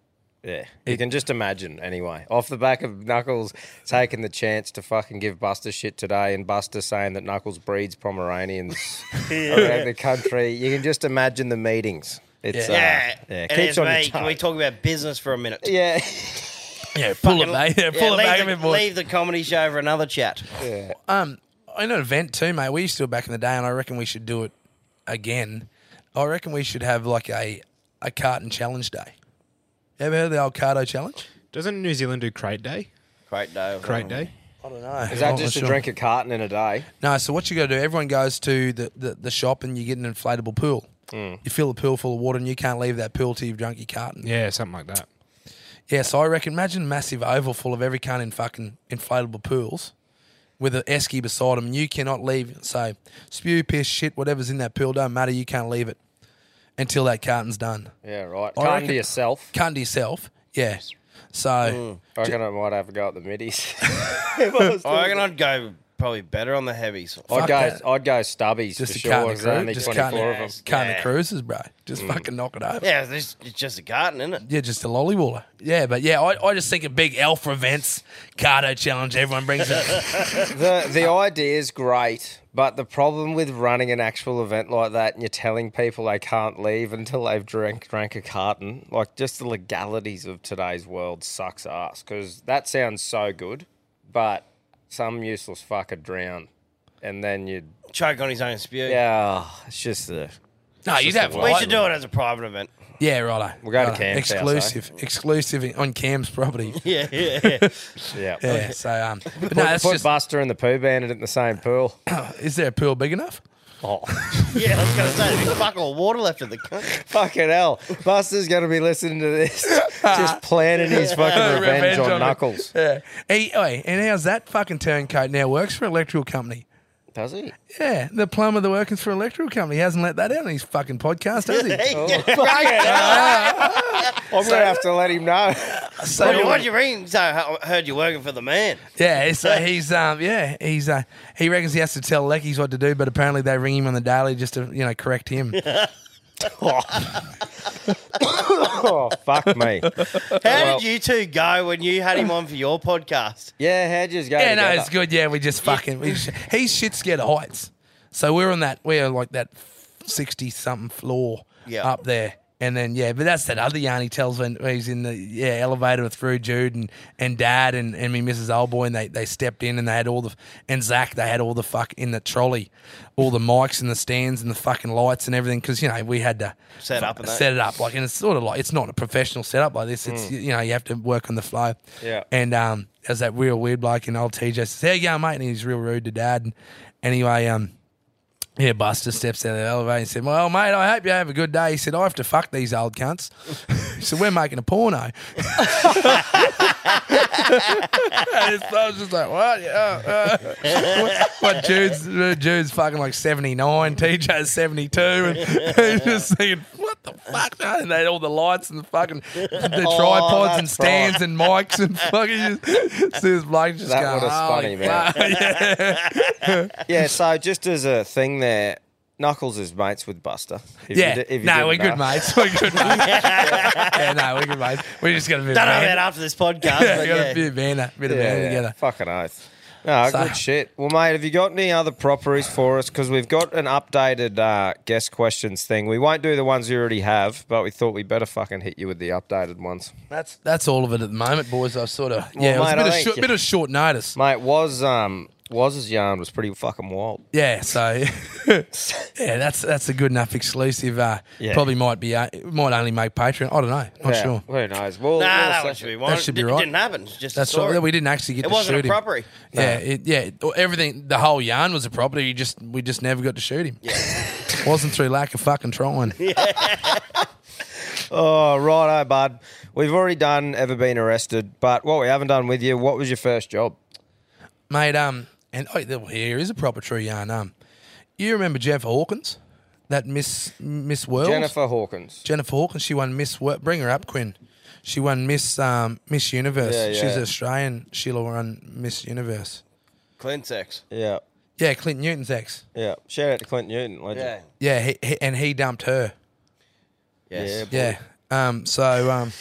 S2: Yeah, you can just imagine anyway. Off the back of Knuckles taking the chance to fucking give Buster shit today and Buster saying that Knuckles breeds Pomeranians around the country, you can just imagine the meetings. It's,
S1: Yeah,
S2: uh, yeah,
S1: And
S2: keeps
S1: it's
S2: on
S1: me.
S2: your
S1: Can we
S2: toes.
S1: talk about business for a minute?
S2: Yeah.
S3: yeah, pull it, mate. Yeah, pull
S1: Yeah,
S3: it back a
S1: leave,
S3: bit,
S1: the,
S3: boy.
S1: leave the comedy show for another chat.
S3: Um, in an event too, mate. We used to do it back in the day, and I reckon we should do it again. I reckon we should have like a a carton challenge day. You ever heard of the old cardo challenge?
S4: Doesn't New Zealand do crate day?
S1: Great day.
S4: Crate day.
S3: I I don't know.
S2: Is that
S3: I'm
S2: just
S3: not
S2: to
S3: Oh, sure.
S2: drink a carton in a day?
S3: No, so what you got to do, everyone goes to the, the, the shop and you get an inflatable pool.
S2: Hmm.
S3: You fill the pool full of water and you can't leave that pool till you've drunk your carton. Yeah,
S4: Yeah, something like that.
S3: so I reckon, imagine a massive oval full of every cunt in fucking inflatable pools with an esky beside them. You cannot leave, so spew, piss, shit, whatever's in that pool, don't matter, you can't leave it until that carton's done.
S2: Yeah, right.
S3: I
S2: Carton
S3: reckon-
S2: to yourself.
S3: Cunt to yourself, yeah. So,
S2: I reckon I might have a go at the middies.
S1: Oh, I reckon I'd go probably better on the heavies.
S2: I'd
S3: Oh, Fuck
S2: go.
S3: that.
S2: I'd go stubbies
S3: just
S2: for
S3: a carton
S2: sure.
S3: of
S2: There's only
S3: cruises. Just
S2: twenty
S3: carton,
S2: four of Mm. them.
S3: carton
S1: Yeah.
S3: of cruises, bro. Just fucking knock it over.
S1: Yeah, it's it's just a carton, isn't it?
S3: Yeah, just a lollywaller. Yeah, but yeah, I, I just think a big elf events, Cardo challenge, everyone brings it.
S2: The the idea is great, but the problem with running an actual event like that and you're telling people they can't leave until they've drank drank a carton, like just the legalities of today's world sucks ass. Because that sounds so good, but some useless fucker drown, and then you
S1: Choke on his own spew.
S2: yeah, it's just the
S3: no, you'd have
S1: We should do it as a private event.
S3: Yeah, righto.
S2: We'll go to
S3: Righto.
S2: Cam's house, eh?
S3: Exclusive, exclusive on Cam's property.
S1: Yeah, yeah, yeah.
S2: yeah.
S3: Yeah, so um, but no,
S2: Put,
S3: that's
S2: put
S3: just.
S2: Buster and the Pooh Bandit in the same pool.
S3: Is there a pool big enough?
S2: Oh,
S1: yeah I was going to say, there's fuck all water left in the cunt.
S2: fucking hell! Buster's gonna be listening to this, just planning his fucking revenge,
S3: Revenge
S2: on,
S3: on it.
S2: Knuckles.
S3: Yeah. Hey, oi, and how's that fucking turncoat now works for an electrical company?
S2: Does he?
S3: Yeah, the plumber that works for an electrical company hasn't let that out on his fucking podcast, has he?
S1: Oh,
S2: I'm gonna have to let him know.
S3: So
S1: Why'd you ring? So I heard you working for the man.
S3: Yeah, so he's um yeah, he's uh he reckons he has to tell Leckies what to do, but apparently they ring him on the daily just to, you know, correct him.
S2: Oh fuck me!
S1: How
S2: Well-
S1: did you two go when you had him on for your podcast?
S2: Yeah, how'd you go?
S3: yeah, no,
S2: together?
S3: it's good. Yeah, we just fucking we just, he's shit scared of heights. So we're on that we're like that sixty something floor
S1: Yeah.
S3: up there. And then yeah, but that's that other yarn he tells when when he's in the yeah elevator with through Jude and, and Dad and and me Mrs. Oldboy and they, they stepped in and they had all the and Zach they had all the fuck in the trolley, all the mics and the stands and the fucking lights and everything because you know we had to
S1: Set up and that.
S3: set it up like and it's sort of like it's not a professional setup like this it's you know you have to work on the flow
S2: Yeah.
S3: and um, there's that real weird bloke in old TJ says, "How you going, mate?" And he's real rude to Dad. And anyway, um, yeah, Buster steps out of the elevator and said, "Well, mate, I hope you have a good day." He said, "I have to fuck these old cunts." he said, "We're making a porno." and so I was just like, "What? Yeah, uh, what Jude's uh, Jude's fucking like seventy nine, TJ's seventy two, and he's just thinking, what the fuck? man?" And they had all the lights and the fucking the tripods and
S2: Oh, that's
S3: stands and mics and fucking just see this bloke just
S2: That
S3: going,
S2: would've spun
S3: "Holy
S2: him out."
S3: fuck." yeah.
S2: Yeah, so just as a thing there, Knuckles is mates with Buster. If you
S3: yeah.
S2: di- if you
S3: no,
S2: didn't
S3: we're
S2: know.
S3: good mates. We're good mates. yeah, no, we're good mates. We're just gonna be
S1: Don't know about
S3: man.
S1: after this podcast,
S3: Yeah,
S1: but
S3: we got
S1: yeah.
S3: a bit of banner, bit of
S2: Yeah,
S3: banner
S2: yeah.
S3: together.
S2: Fucking oath. No,
S3: So-
S2: good shit. Well, mate, have you got any other properies for us? Because we've got an updated uh, guest questions thing. We won't do the ones you already have, but we thought we better fucking hit you with the updated ones.
S3: That's that's all of it at the moment, boys. I sort of yeah, it was
S2: mate,
S3: a bit
S2: I
S3: of,
S2: think-
S3: short, bit of short notice.
S2: Mate, was um Waz's yarn was pretty fucking wild.
S3: Yeah, so yeah, that's that's a good enough exclusive. Uh,
S2: Yeah.
S3: Probably might be uh, might only make Patreon. I don't know, not
S2: yeah,
S3: sure.
S2: Who knows?
S1: Nah,
S2: Well, we'll
S1: that
S2: say-
S1: one should be one.
S3: should be
S1: it,
S3: right.
S1: didn't happen. It's just
S3: That's
S1: a story.
S3: all. We didn't actually get
S1: It
S3: to
S1: wasn't
S3: shoot
S1: a
S3: him.
S1: property.
S3: Yeah, it, yeah. it- everything, the whole yarn was a property. You just we just never got to shoot him. Yeah, wasn't through lack of fucking trying.
S2: Oh, righto, bud. We've already done ever been arrested, but what we haven't done with you, what was your first job?
S3: mate. Um, and oh, there- here is a proper true yarn. Um, you remember Jeff Hawkins, that Miss Miss World,
S2: Jennifer Hawkins.
S3: Jennifer Hawkins. She won Miss. Wo- Bring her up, Quinn. She won Miss um, Miss Universe.
S2: Yeah,
S3: She's
S2: yeah.
S3: Australian. She'll run Miss Universe.
S1: Clean sex.
S2: Yeah,
S3: Yeah, Clint Newton's ex.
S2: yeah. Shout out to Clint Newton, legend.
S1: Yeah.
S3: Yeah, he, he, and he dumped her.
S1: Yes.
S3: Yeah. Um. So. Um.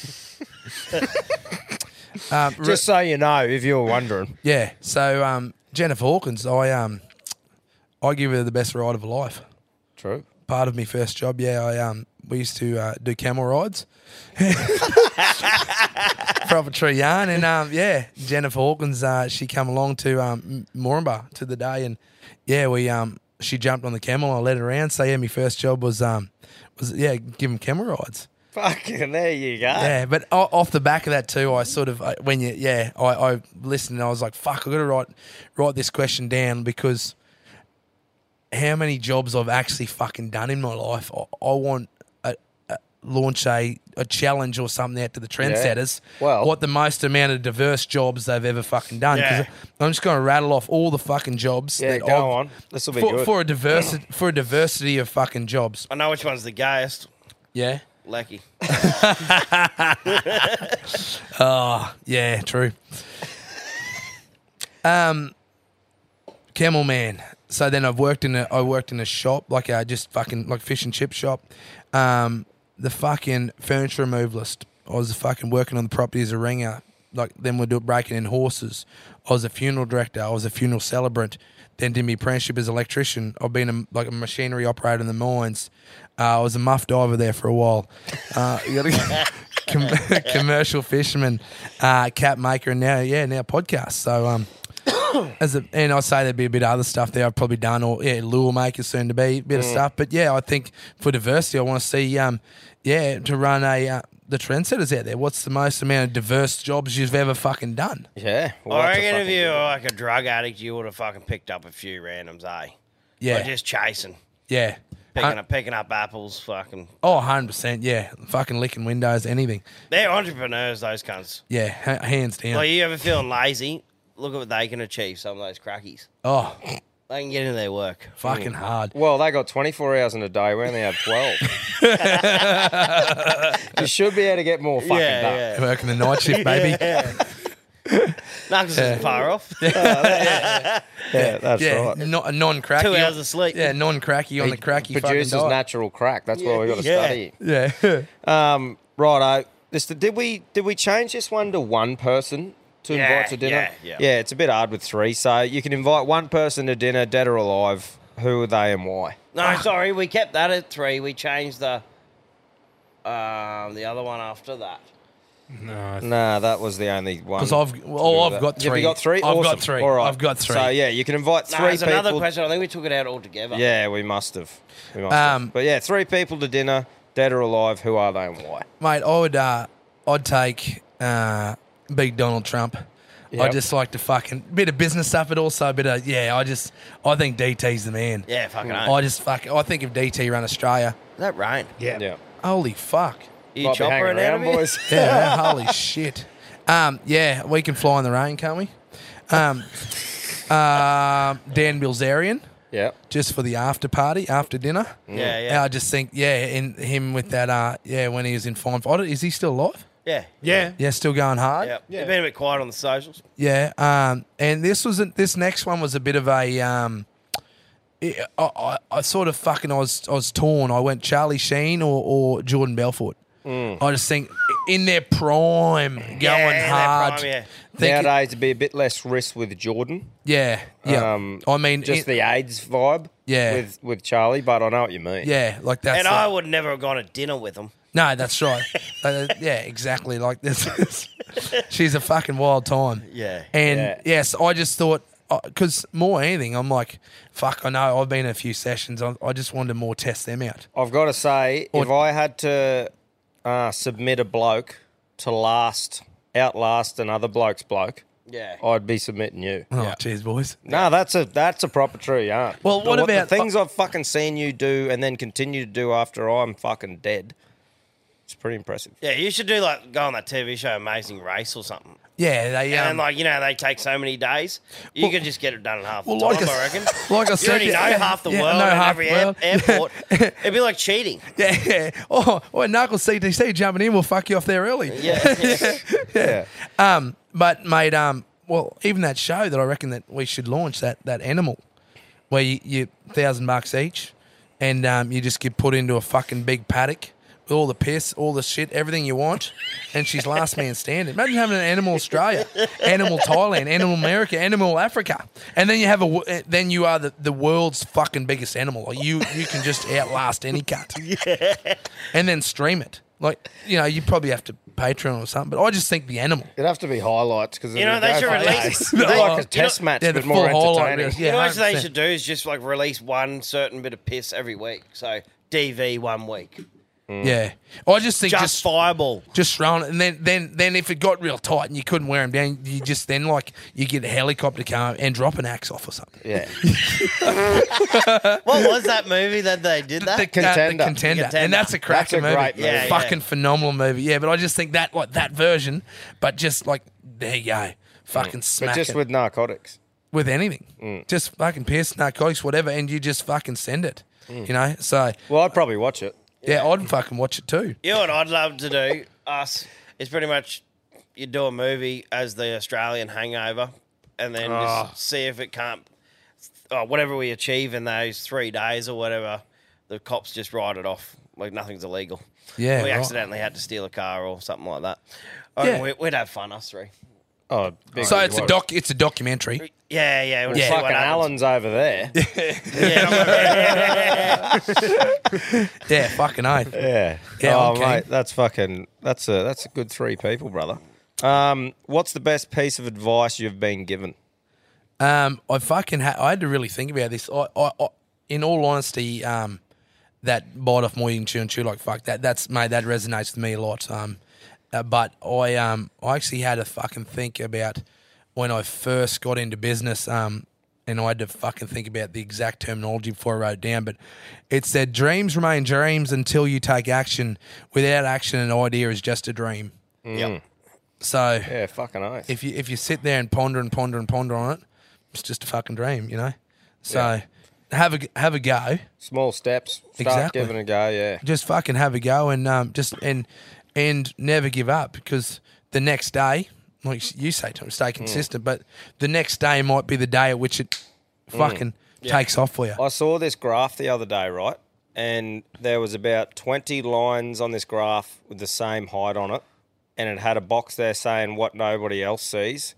S3: um, re-
S2: Just so you know, if you were wondering.
S3: yeah. So um, Jennifer Hawkins, I um, I give her the best ride of her life.
S2: True.
S3: Part of my first job, yeah, I um, we used to uh, do camel rides. Proper true yarn, and um, yeah, Jennifer Hawkins, uh, she come along to um, Moranbah to the day, and yeah, we um, she jumped on the camel. I led her around. So yeah, my first job was um, was yeah, give 'em camel rides.
S2: Fucking there you go.
S3: Yeah, but o- off the back of that too, I sort of I- when you yeah, I, I listened and I was like, fuck, I got to write write this question down because how many jobs I've actually fucking done in my life, I, I want a, a launch a, a challenge or something out to the trendsetters.
S2: Well-
S3: what the most amount of diverse jobs they've ever fucking done? 'Cause I'm just gonna rattle off all the fucking jobs.
S2: Yeah,
S3: that
S2: go
S3: I've-
S2: on. This'll be
S3: for,
S2: good.
S3: for a diversity for a diversity of fucking jobs.
S1: I know which one's the gayest.
S3: Yeah.
S1: Lecky.
S3: Yeah, true. um, Camel Man. So then I've worked in a I worked in a shop like a just fucking like fish and chip shop. Um, the fucking furniture removalist. I was fucking working on the property as a ringer. Like then we're doing breaking in horses. I was a funeral director. I was a funeral celebrant. Then did my apprenticeship as electrician. I've been a, like a machinery operator in the mines. Uh, I was a muff diver there for a while. Uh, you gotta- com- commercial fisherman, uh, cap maker, and now yeah, now podcast. So um, as a, and I say there'd be a bit of other stuff there I've probably done, or yeah, lure maker soon to be, bit of
S1: Mm.
S3: stuff. But yeah, I think for diversity, I want to see um, yeah, to run a uh, the trendsetters out there. What's the most amount of diverse jobs you've ever fucking done?
S2: Yeah.
S1: I
S2: what the
S1: reckon if
S2: fucking-
S1: you were like a drug addict, you would have fucking picked up a few randoms, eh?
S3: Yeah,
S1: Like just chasing.
S3: yeah.
S1: Picking,
S3: Hun-
S1: up, picking up apples, fucking.
S3: Oh, 100 percent. Yeah, fucking licking windows, anything.
S1: They're entrepreneurs, those cunts.
S3: Yeah, ha- hands down.
S1: Like, you ever feeling lazy? Look at what they can achieve, some of those crackies.
S3: Oh,
S1: They can get into their work.
S3: fucking hard.
S2: Well, they got 24 hours in a day. We only had 12. you should be able to get more fucking done.
S1: Yeah, yeah.
S3: Working the night shift, baby.
S1: Knuckles isn't far off.
S2: Yeah, that's
S3: Yeah,
S2: right.
S3: no- a non-cracky.
S1: Two hours of sleep.
S3: Yeah, non-cracky on the cracky fucking
S2: Produces
S3: diet.
S2: natural crack. That's where we got to
S1: Yeah.
S2: study.
S3: yeah,
S2: Um, righto. This did we did we change this one to one person to
S1: Yeah,
S2: invite to dinner?
S1: yeah, yeah.
S2: it's a bit hard with three. So you can invite one person to dinner, dead or alive. Who are they and why?
S1: No, sorry, we kept that at three. We changed the um the other one after that.
S4: Mm.
S2: Nah, that was the only one.
S3: because I've oh, I've got three.
S2: Have you got three?
S3: I've
S2: Awesome.
S3: got three.
S2: All right.
S3: I've got three.
S2: So yeah, you can invite
S1: No,
S2: three
S1: there's
S2: people.
S1: another question. I think we took it out altogether.
S2: Yeah, we must have. We must have.
S3: Um,
S2: But yeah, three people to dinner, dead or alive. Who are they and why?
S3: mate, I would uh, I'd take uh, big Donald Trump. I
S2: Yep.
S3: just like to fucking bit of business stuff, but also a bit of yeah. I just I think DT's the man.
S1: Yeah, fucking
S2: Mm.
S1: oath.
S3: I just fuck. I think if DT ran Australia,
S1: That rain.
S4: Yeah.
S2: Yeah.
S3: holy fuck.
S1: You
S2: Might be
S1: chopper
S2: hanging
S1: it out
S2: around,
S1: of boys.
S2: boys.
S3: Yeah, holy shit. Um, yeah, we can fly in the rain, can't we? Um, um, Dan Bilzerian,
S2: yeah.
S3: just for the after party, after dinner.
S1: Yeah,
S3: And
S1: yeah.
S3: I just think, yeah, in him with that, uh, yeah, when he was in fine. I don't- Is he still alive?
S1: yeah.
S4: Yeah.
S3: Yeah, still going hard.
S1: Yeah. You've been a bit quiet on the socials.
S3: Yeah. Um, and this was a, this next one was a bit of a. Um, it, I, I, I sort of fucking I was I was torn. I went Charlie Sheen or, or Jordan Belfort. I just think in their prime,
S1: Mm. in
S3: going
S1: their
S3: hard.
S1: prime, yeah.
S3: Think-
S2: Nowadays, it'd be a bit less risk with Jordan.
S3: yeah, yeah.
S2: Um,
S3: I mean,
S2: just
S3: it-
S2: the AIDS vibe.
S3: Yeah.
S2: With with Charlie, but I know what you mean.
S3: yeah, like that's
S1: and
S3: the-
S1: I would never have gone to dinner with them.
S3: No, that's right. Uh, yeah, exactly. Like this, is- she's a fucking wild time.
S1: Yeah.
S3: And
S2: Yeah.
S3: yes, I just thought because more than anything, I'm like, fuck. I know I've been in a few sessions. I, I just wanted to more test them out.
S2: I've got to say,
S3: Or-
S2: if I had to uh, submit a bloke to last outlast another bloke's bloke,
S1: Yeah.
S2: I'd be submitting you.
S3: Oh, cheers, boys.
S2: No, that's a that's a proper true yarn.
S3: Well,
S2: The-
S3: what
S2: the
S3: about-
S2: things I've fucking seen you do and then continue to do after I'm fucking dead? It's pretty impressive.
S1: Yeah, you should do like go on that TV show Amazing Race or something.
S3: Yeah, they um,
S1: and like, you know, they take so many days. You
S3: Well-
S1: can just get it done in half
S3: Well,
S1: the
S3: like
S1: time,
S3: I
S1: I
S3: s-
S1: reckon.
S3: like I
S1: you
S3: said,
S1: already know
S3: yeah,
S1: half the
S3: yeah,
S1: world
S3: know
S1: and
S3: half
S1: every
S3: the
S1: air-
S3: world.
S1: airport. It'd be like cheating.
S3: yeah. Oh, oh, Knuckles CTC jumping in will fuck you off there early.
S1: Yeah.
S3: Um, but mate, um, well, even that show that I reckon that we should launch that that animal, where you, you thousand bucks each, and um, you just get put into a fucking big paddock with all the piss, all the shit, everything you want, and she's last man standing. Imagine having an animal Australia, animal Thailand, animal America, animal Africa, and then you have a w- eh, then you are the, the world's fucking biggest animal. Like you you can just outlast any cut and then stream it. Like you know, you probably have to Patreon or something. But I just think the animal.
S2: It'd have to be highlights because
S1: You know, they should release-
S3: they-
S2: like
S3: you
S2: a test match,
S3: yeah, the
S2: but more
S3: full highlight
S2: entertaining.
S3: reels,
S1: You know
S3: Yeah,
S1: what they
S3: 100%.
S1: should do is just like release one certain bit of piss every week. So DV one week.
S3: Yeah, I just think
S1: Just,
S3: just
S1: fireball.
S3: just throwing it, and then then then if it got real tight and you couldn't wear them down, you just then like you get a helicopter come and drop an axe off or something.
S2: Yeah.
S1: What was that movie that they did that?
S3: The, uh,
S2: Contender.
S3: the contender,
S1: Contender.
S3: and that's a cracking
S2: That's a great
S3: movie,
S2: movie.
S1: Yeah, yeah.
S3: fucking phenomenal movie. Yeah, but I just think that like that version, but just like there you go, fucking
S2: Mm.
S3: smack
S2: But just
S3: it.
S2: with Mm. narcotics.
S3: with anything. Just fucking piss, narcotics, whatever, and you just fucking send it.
S2: Mm.
S3: You know? So
S2: Well, I'd probably watch it.
S3: yeah, I'd fucking watch it too.
S1: you know what I'd love to do, us, is pretty much you do a movie as the Australian hangover and then
S3: Ah.
S1: just see if it can't, oh, whatever we achieve in those three days or whatever, the cops just write it off. Like nothing's illegal.
S3: Yeah,
S1: We
S3: right.
S1: accidentally had to steal a car or something like that. Oh,
S3: Yeah.
S1: we, we'd have fun, us three.
S2: Oh, big
S3: So it's a doc it's a documentary.
S1: Yeah, yeah. We'll
S3: Yeah.
S1: see what
S2: Fucking
S1: happens.
S2: Alan's over there.
S3: Yeah, fucking oath.
S2: Yeah.
S3: Yeah,
S2: oh,
S3: okay.
S2: mate, that's fucking. That's a that's a good three people, brother. Um, what's the best piece of advice you've been given?
S3: Um I fucking ha- I had to really think about this. I, I, I in all honesty, um that bite off more you can chew and chew like fuck that that's mate, that resonates with me a lot. Um uh, but I um I actually had to fucking think about when I first got into business, um and I had to fucking think about the exact terminology before I wrote it down, but it said dreams remain dreams until you take action. Without action, an idea is just a dream.
S1: Yep.
S3: So
S2: Yeah, fucking nice.
S3: if you if you sit there and ponder and ponder and ponder on it, it's just a fucking dream, you know. So have a g- have a go,
S2: Small steps. Start
S3: Exactly.
S2: giving a go. Yeah.
S3: just fucking have a go, and um, just and and never give up because the next day, like you say, Tom, stay consistent, but the next day might be the day at which it
S1: Mm.
S3: fucking takes off for you.
S2: I saw this graph the other day, right? And there was about 20 lines on this graph with the same height on it. And it had a box there saying what nobody else sees.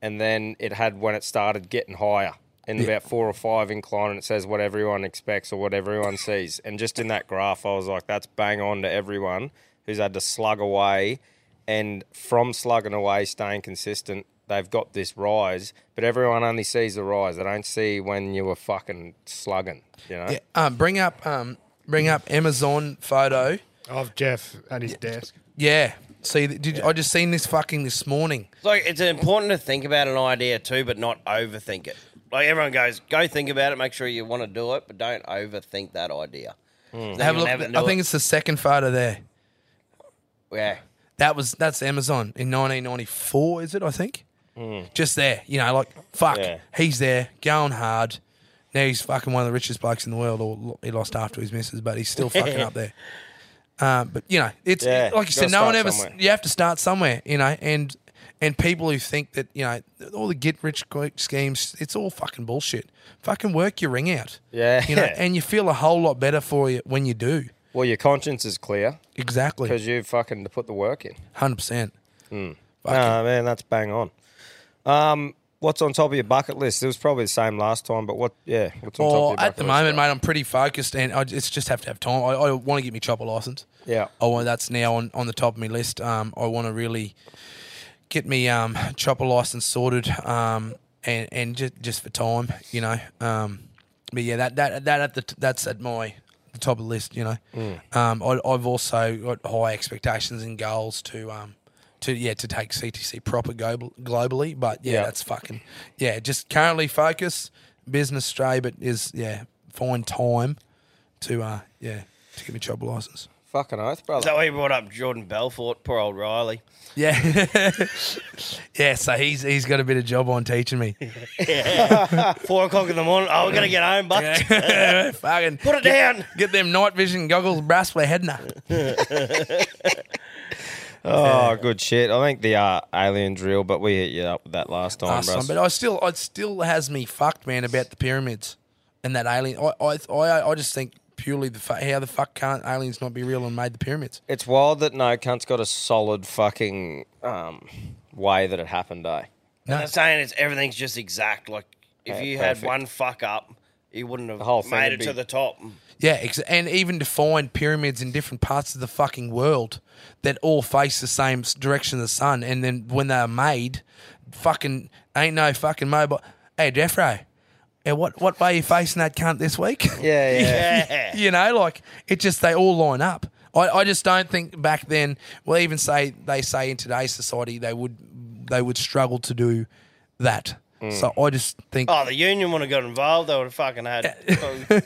S2: And then it had when it started getting higher in about four or five incline. And it says what everyone expects or what everyone sees. And just in that graph, I was like, that's bang on to everyone who's had to slug away. And from slugging away, staying consistent, they've got this rise, but everyone only sees the rise. They don't see when you were fucking slugging, you know?
S3: Yeah, um, bring up um, bring up Amazon photo.
S7: Of Jeff at his desk.
S3: Yeah, see, did I just seen this fucking this morning?
S1: Like it's important to think about an idea too, but not overthink it. Like everyone goes, go think about it, make sure you want to do it, but don't overthink that idea. Then
S3: Hmm. Have a
S1: you'll
S3: look.
S1: never do
S3: I think
S1: it.
S3: it's the second photo there.
S1: yeah.
S3: That was that's Amazon in 1994, is it? I think. Just there, you know, like fuck,
S2: Mm. Yeah.
S3: he's there going hard. Now he's fucking one of the richest blokes in the world, or lo- he lost after his missus, but he's still fucking up there. Um, but you know, it's
S2: Yeah,
S3: it- like you
S2: gotta
S3: said, no one
S2: start
S3: ever.
S2: somewhere.
S3: You have to start somewhere, you know, and and people who think that you know all the get rich quick schemes, it's all fucking bullshit. Fucking work your ring out,
S2: Yeah.
S3: you know, and you feel a whole lot better for you when you do.
S2: Well, your conscience is clear
S3: Exactly,
S2: because you fucking put the work in.
S3: hundred percent.
S2: Ah, man, that's bang on. Um, what's on top of your bucket list? It was probably the same last time, but what, yeah, what's on top of your
S3: Or
S2: bucket
S3: Oh, at the
S2: list,
S3: moment,
S2: bro?
S3: mate, I'm pretty focused, and I just just have to have time. I, I want to get my chopper license.
S2: Yeah. Oh,
S3: I want that's now on, on the top of my list. Um, I want to really get me um chopper license sorted. Um, and and just just for time, you know. Um, but yeah, that that that at the t- that's at my the top of the list, you know. Um, I, I've also got high expectations and goals to um. To, yeah, to take CTC proper global, globally, but yeah,
S2: Yeah.
S3: that's fucking yeah. Just currently focus business stray, but is yeah find time to uh yeah to get me job license.
S2: Fucking oath, brother.
S1: So he brought up Jordan Belfort, poor old Riley.
S3: Yeah, yeah. So he's he's got a bit of job on teaching me.
S1: Four o'clock in the morning. Oh, we're gonna get home, but
S3: fucking
S1: put it down.
S3: get them night vision goggles, brass. We're heading up.
S2: oh, good shit. I think the uh, alien drill, but we hit you up with that last time,
S3: last
S2: bro.
S3: time, but I still, it still has me fucked, man, about the pyramids and that alien. I, I, I, I just think purely the fa- how the fuck can't aliens not be real and made the pyramids?
S2: It's wild that no cunt's got a solid fucking um, way that it happened, eh?
S1: I'm not saying it's everything's just exact. Like if
S2: Yeah,
S1: you
S2: perfect.
S1: had one fuck up, you wouldn't have
S2: whole thing
S1: made
S2: would
S1: it
S2: be-
S1: to the top.
S3: Yeah, ex- and even to find pyramids in different parts of the fucking world that all face the same s- direction of the sun, and then when they are made, fucking ain't no fucking mobile. Hey, Jeffro, eh, what what way you facing that cunt this week?
S2: Yeah, yeah.
S1: Yeah.
S3: you know, like it just they all line up. I, I just don't think back then. Well, even say they say in today's society they would they would struggle to do that.
S2: Mm.
S3: So I just think
S1: Oh, the union would have got involved. They would have fucking had.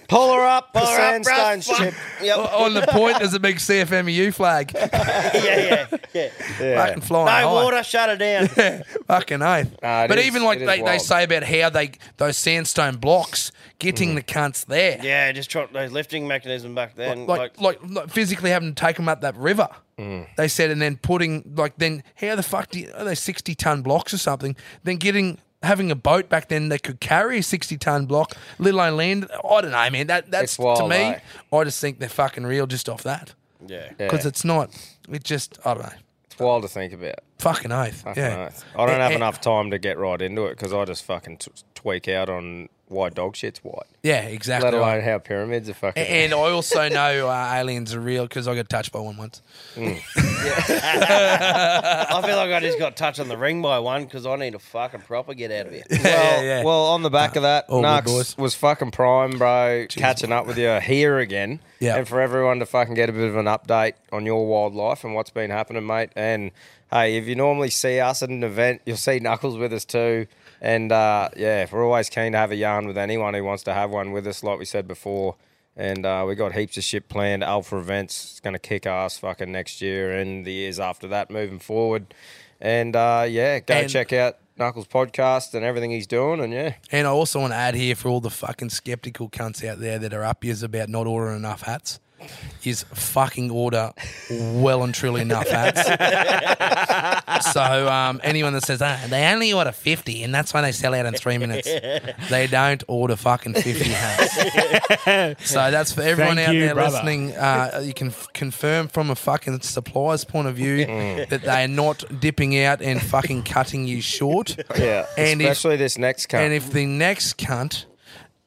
S6: Pull her up,
S1: Pull her up, bruh,
S6: sandstone
S1: fuck.
S6: ship.
S1: Yep.
S2: Oh.
S3: on the point there's a big CFMU flag, oh.
S1: yeah, yeah, yeah.
S3: fucking flying
S1: No
S3: high.
S1: water, shut it down.
S3: Fucking oath.
S2: Nah, it
S3: but
S2: is-
S3: even like
S2: it is
S3: they, they
S2: wild.
S3: say about how they those sandstone blocks getting
S2: Mm.
S3: the cunts there.
S1: yeah, just try those lifting mechanism back then.
S3: Like, like, like physically having to take them up that river.
S2: Mm.
S3: They said, and then putting like then how the fuck do you, are they sixty ton blocks or something? Then getting having a boat back then that could carry a sixty ton block, let alone land. I don't know, man. That that's
S2: It's wild,
S3: to me.
S2: eh?
S3: I just think they're fucking real just off that
S1: yeah.
S3: because it's not. It just I don't know.
S2: It's wild to think about.
S3: Fucking oath.
S2: Fucking
S3: yeah.
S2: oath. I don't
S3: Eh,
S2: have
S3: eh,
S2: enough time to get right into it because I just fucking t- tweak out on why dog shit's white,
S3: Yeah, exactly.
S2: let alone how pyramids are fucking.
S3: A- And I also know uh, aliens are real because I got touched by one once.
S1: I feel like I just got touched on the ring by one because I need a fucking proper get out of here.
S2: Well,
S3: yeah.
S2: well, on the back of that,
S3: good
S2: Nux
S3: boys.
S2: was fucking prime, bro, catching up with you here again.
S3: Yeah.
S2: And for everyone to fucking get a bit of an update on your wildlife and what's been happening, mate. And hey, if you normally see us at an event, you'll see Knuckles with us too. And uh, yeah, we're always keen to have a yarn with anyone who wants to have one with us, like we said before. And uh, we got heaps of shit planned. Alpha events, it's going to kick ass fucking next year and the years after that moving forward. And uh, yeah, go
S3: And-
S2: check out Knuckles podcast and everything he's doing. And yeah,
S3: And I also want to add here for all the fucking skeptical cunts out there that are up years about not ordering enough hats. Is fucking order well and truly enough hats. so um, anyone that says ah, they only order fifty and that's why they sell out in three minutes, they don't order fucking fifty hats. so that's for everyone
S7: Thank
S3: out
S7: you,
S3: there
S7: brother.
S3: listening. Uh, you can f- confirm from a fucking supplier's point of view
S2: Mm.
S3: that they are not dipping out and fucking cutting you short.
S2: yeah,
S3: And if-
S2: especially this next cunt.
S3: And if the next cunt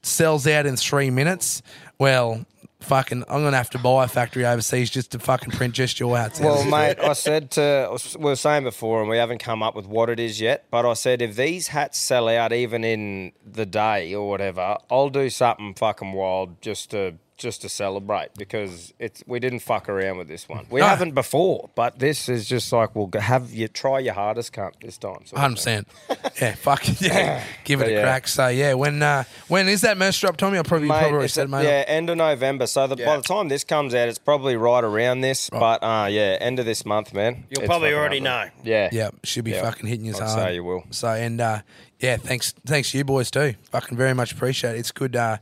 S3: sells out in three minutes, well, fucking, I'm gonna have to buy a factory overseas just to fucking print just your hats.
S2: well, mate, I said to we were saying before, and we haven't come up with what it is yet. But I said if these hats sell out even in the day or whatever, I'll do something fucking wild just to just to celebrate because it's we didn't fuck around with this one. We
S3: No.
S2: haven't before, but this is just like we'll have you try your hardest, cunt, this time. sort of
S3: Hundred
S2: thing.
S3: percent. Yeah, fucking yeah. Give it
S2: But
S3: a
S2: yeah.
S3: crack. So yeah, when uh, when is that merch drop, Tommy? I probably
S2: Mate,
S3: probably already
S2: it's
S3: said,
S2: a-
S3: mate.
S2: Yeah, end of November. So the, by the time this comes out, it's probably right around this. But uh, yeah, end of this month, man.
S1: You'll
S2: It's
S1: probably
S2: fucking
S1: already
S2: happening.
S1: know.
S2: Yeah.
S3: Yeah, should be
S2: Yeah.
S3: fucking hitting you
S2: I'd
S3: hard.
S2: say you will.
S3: So and uh, yeah, thanks, thanks you boys too. Fucking very much appreciate it. It's good. Uh,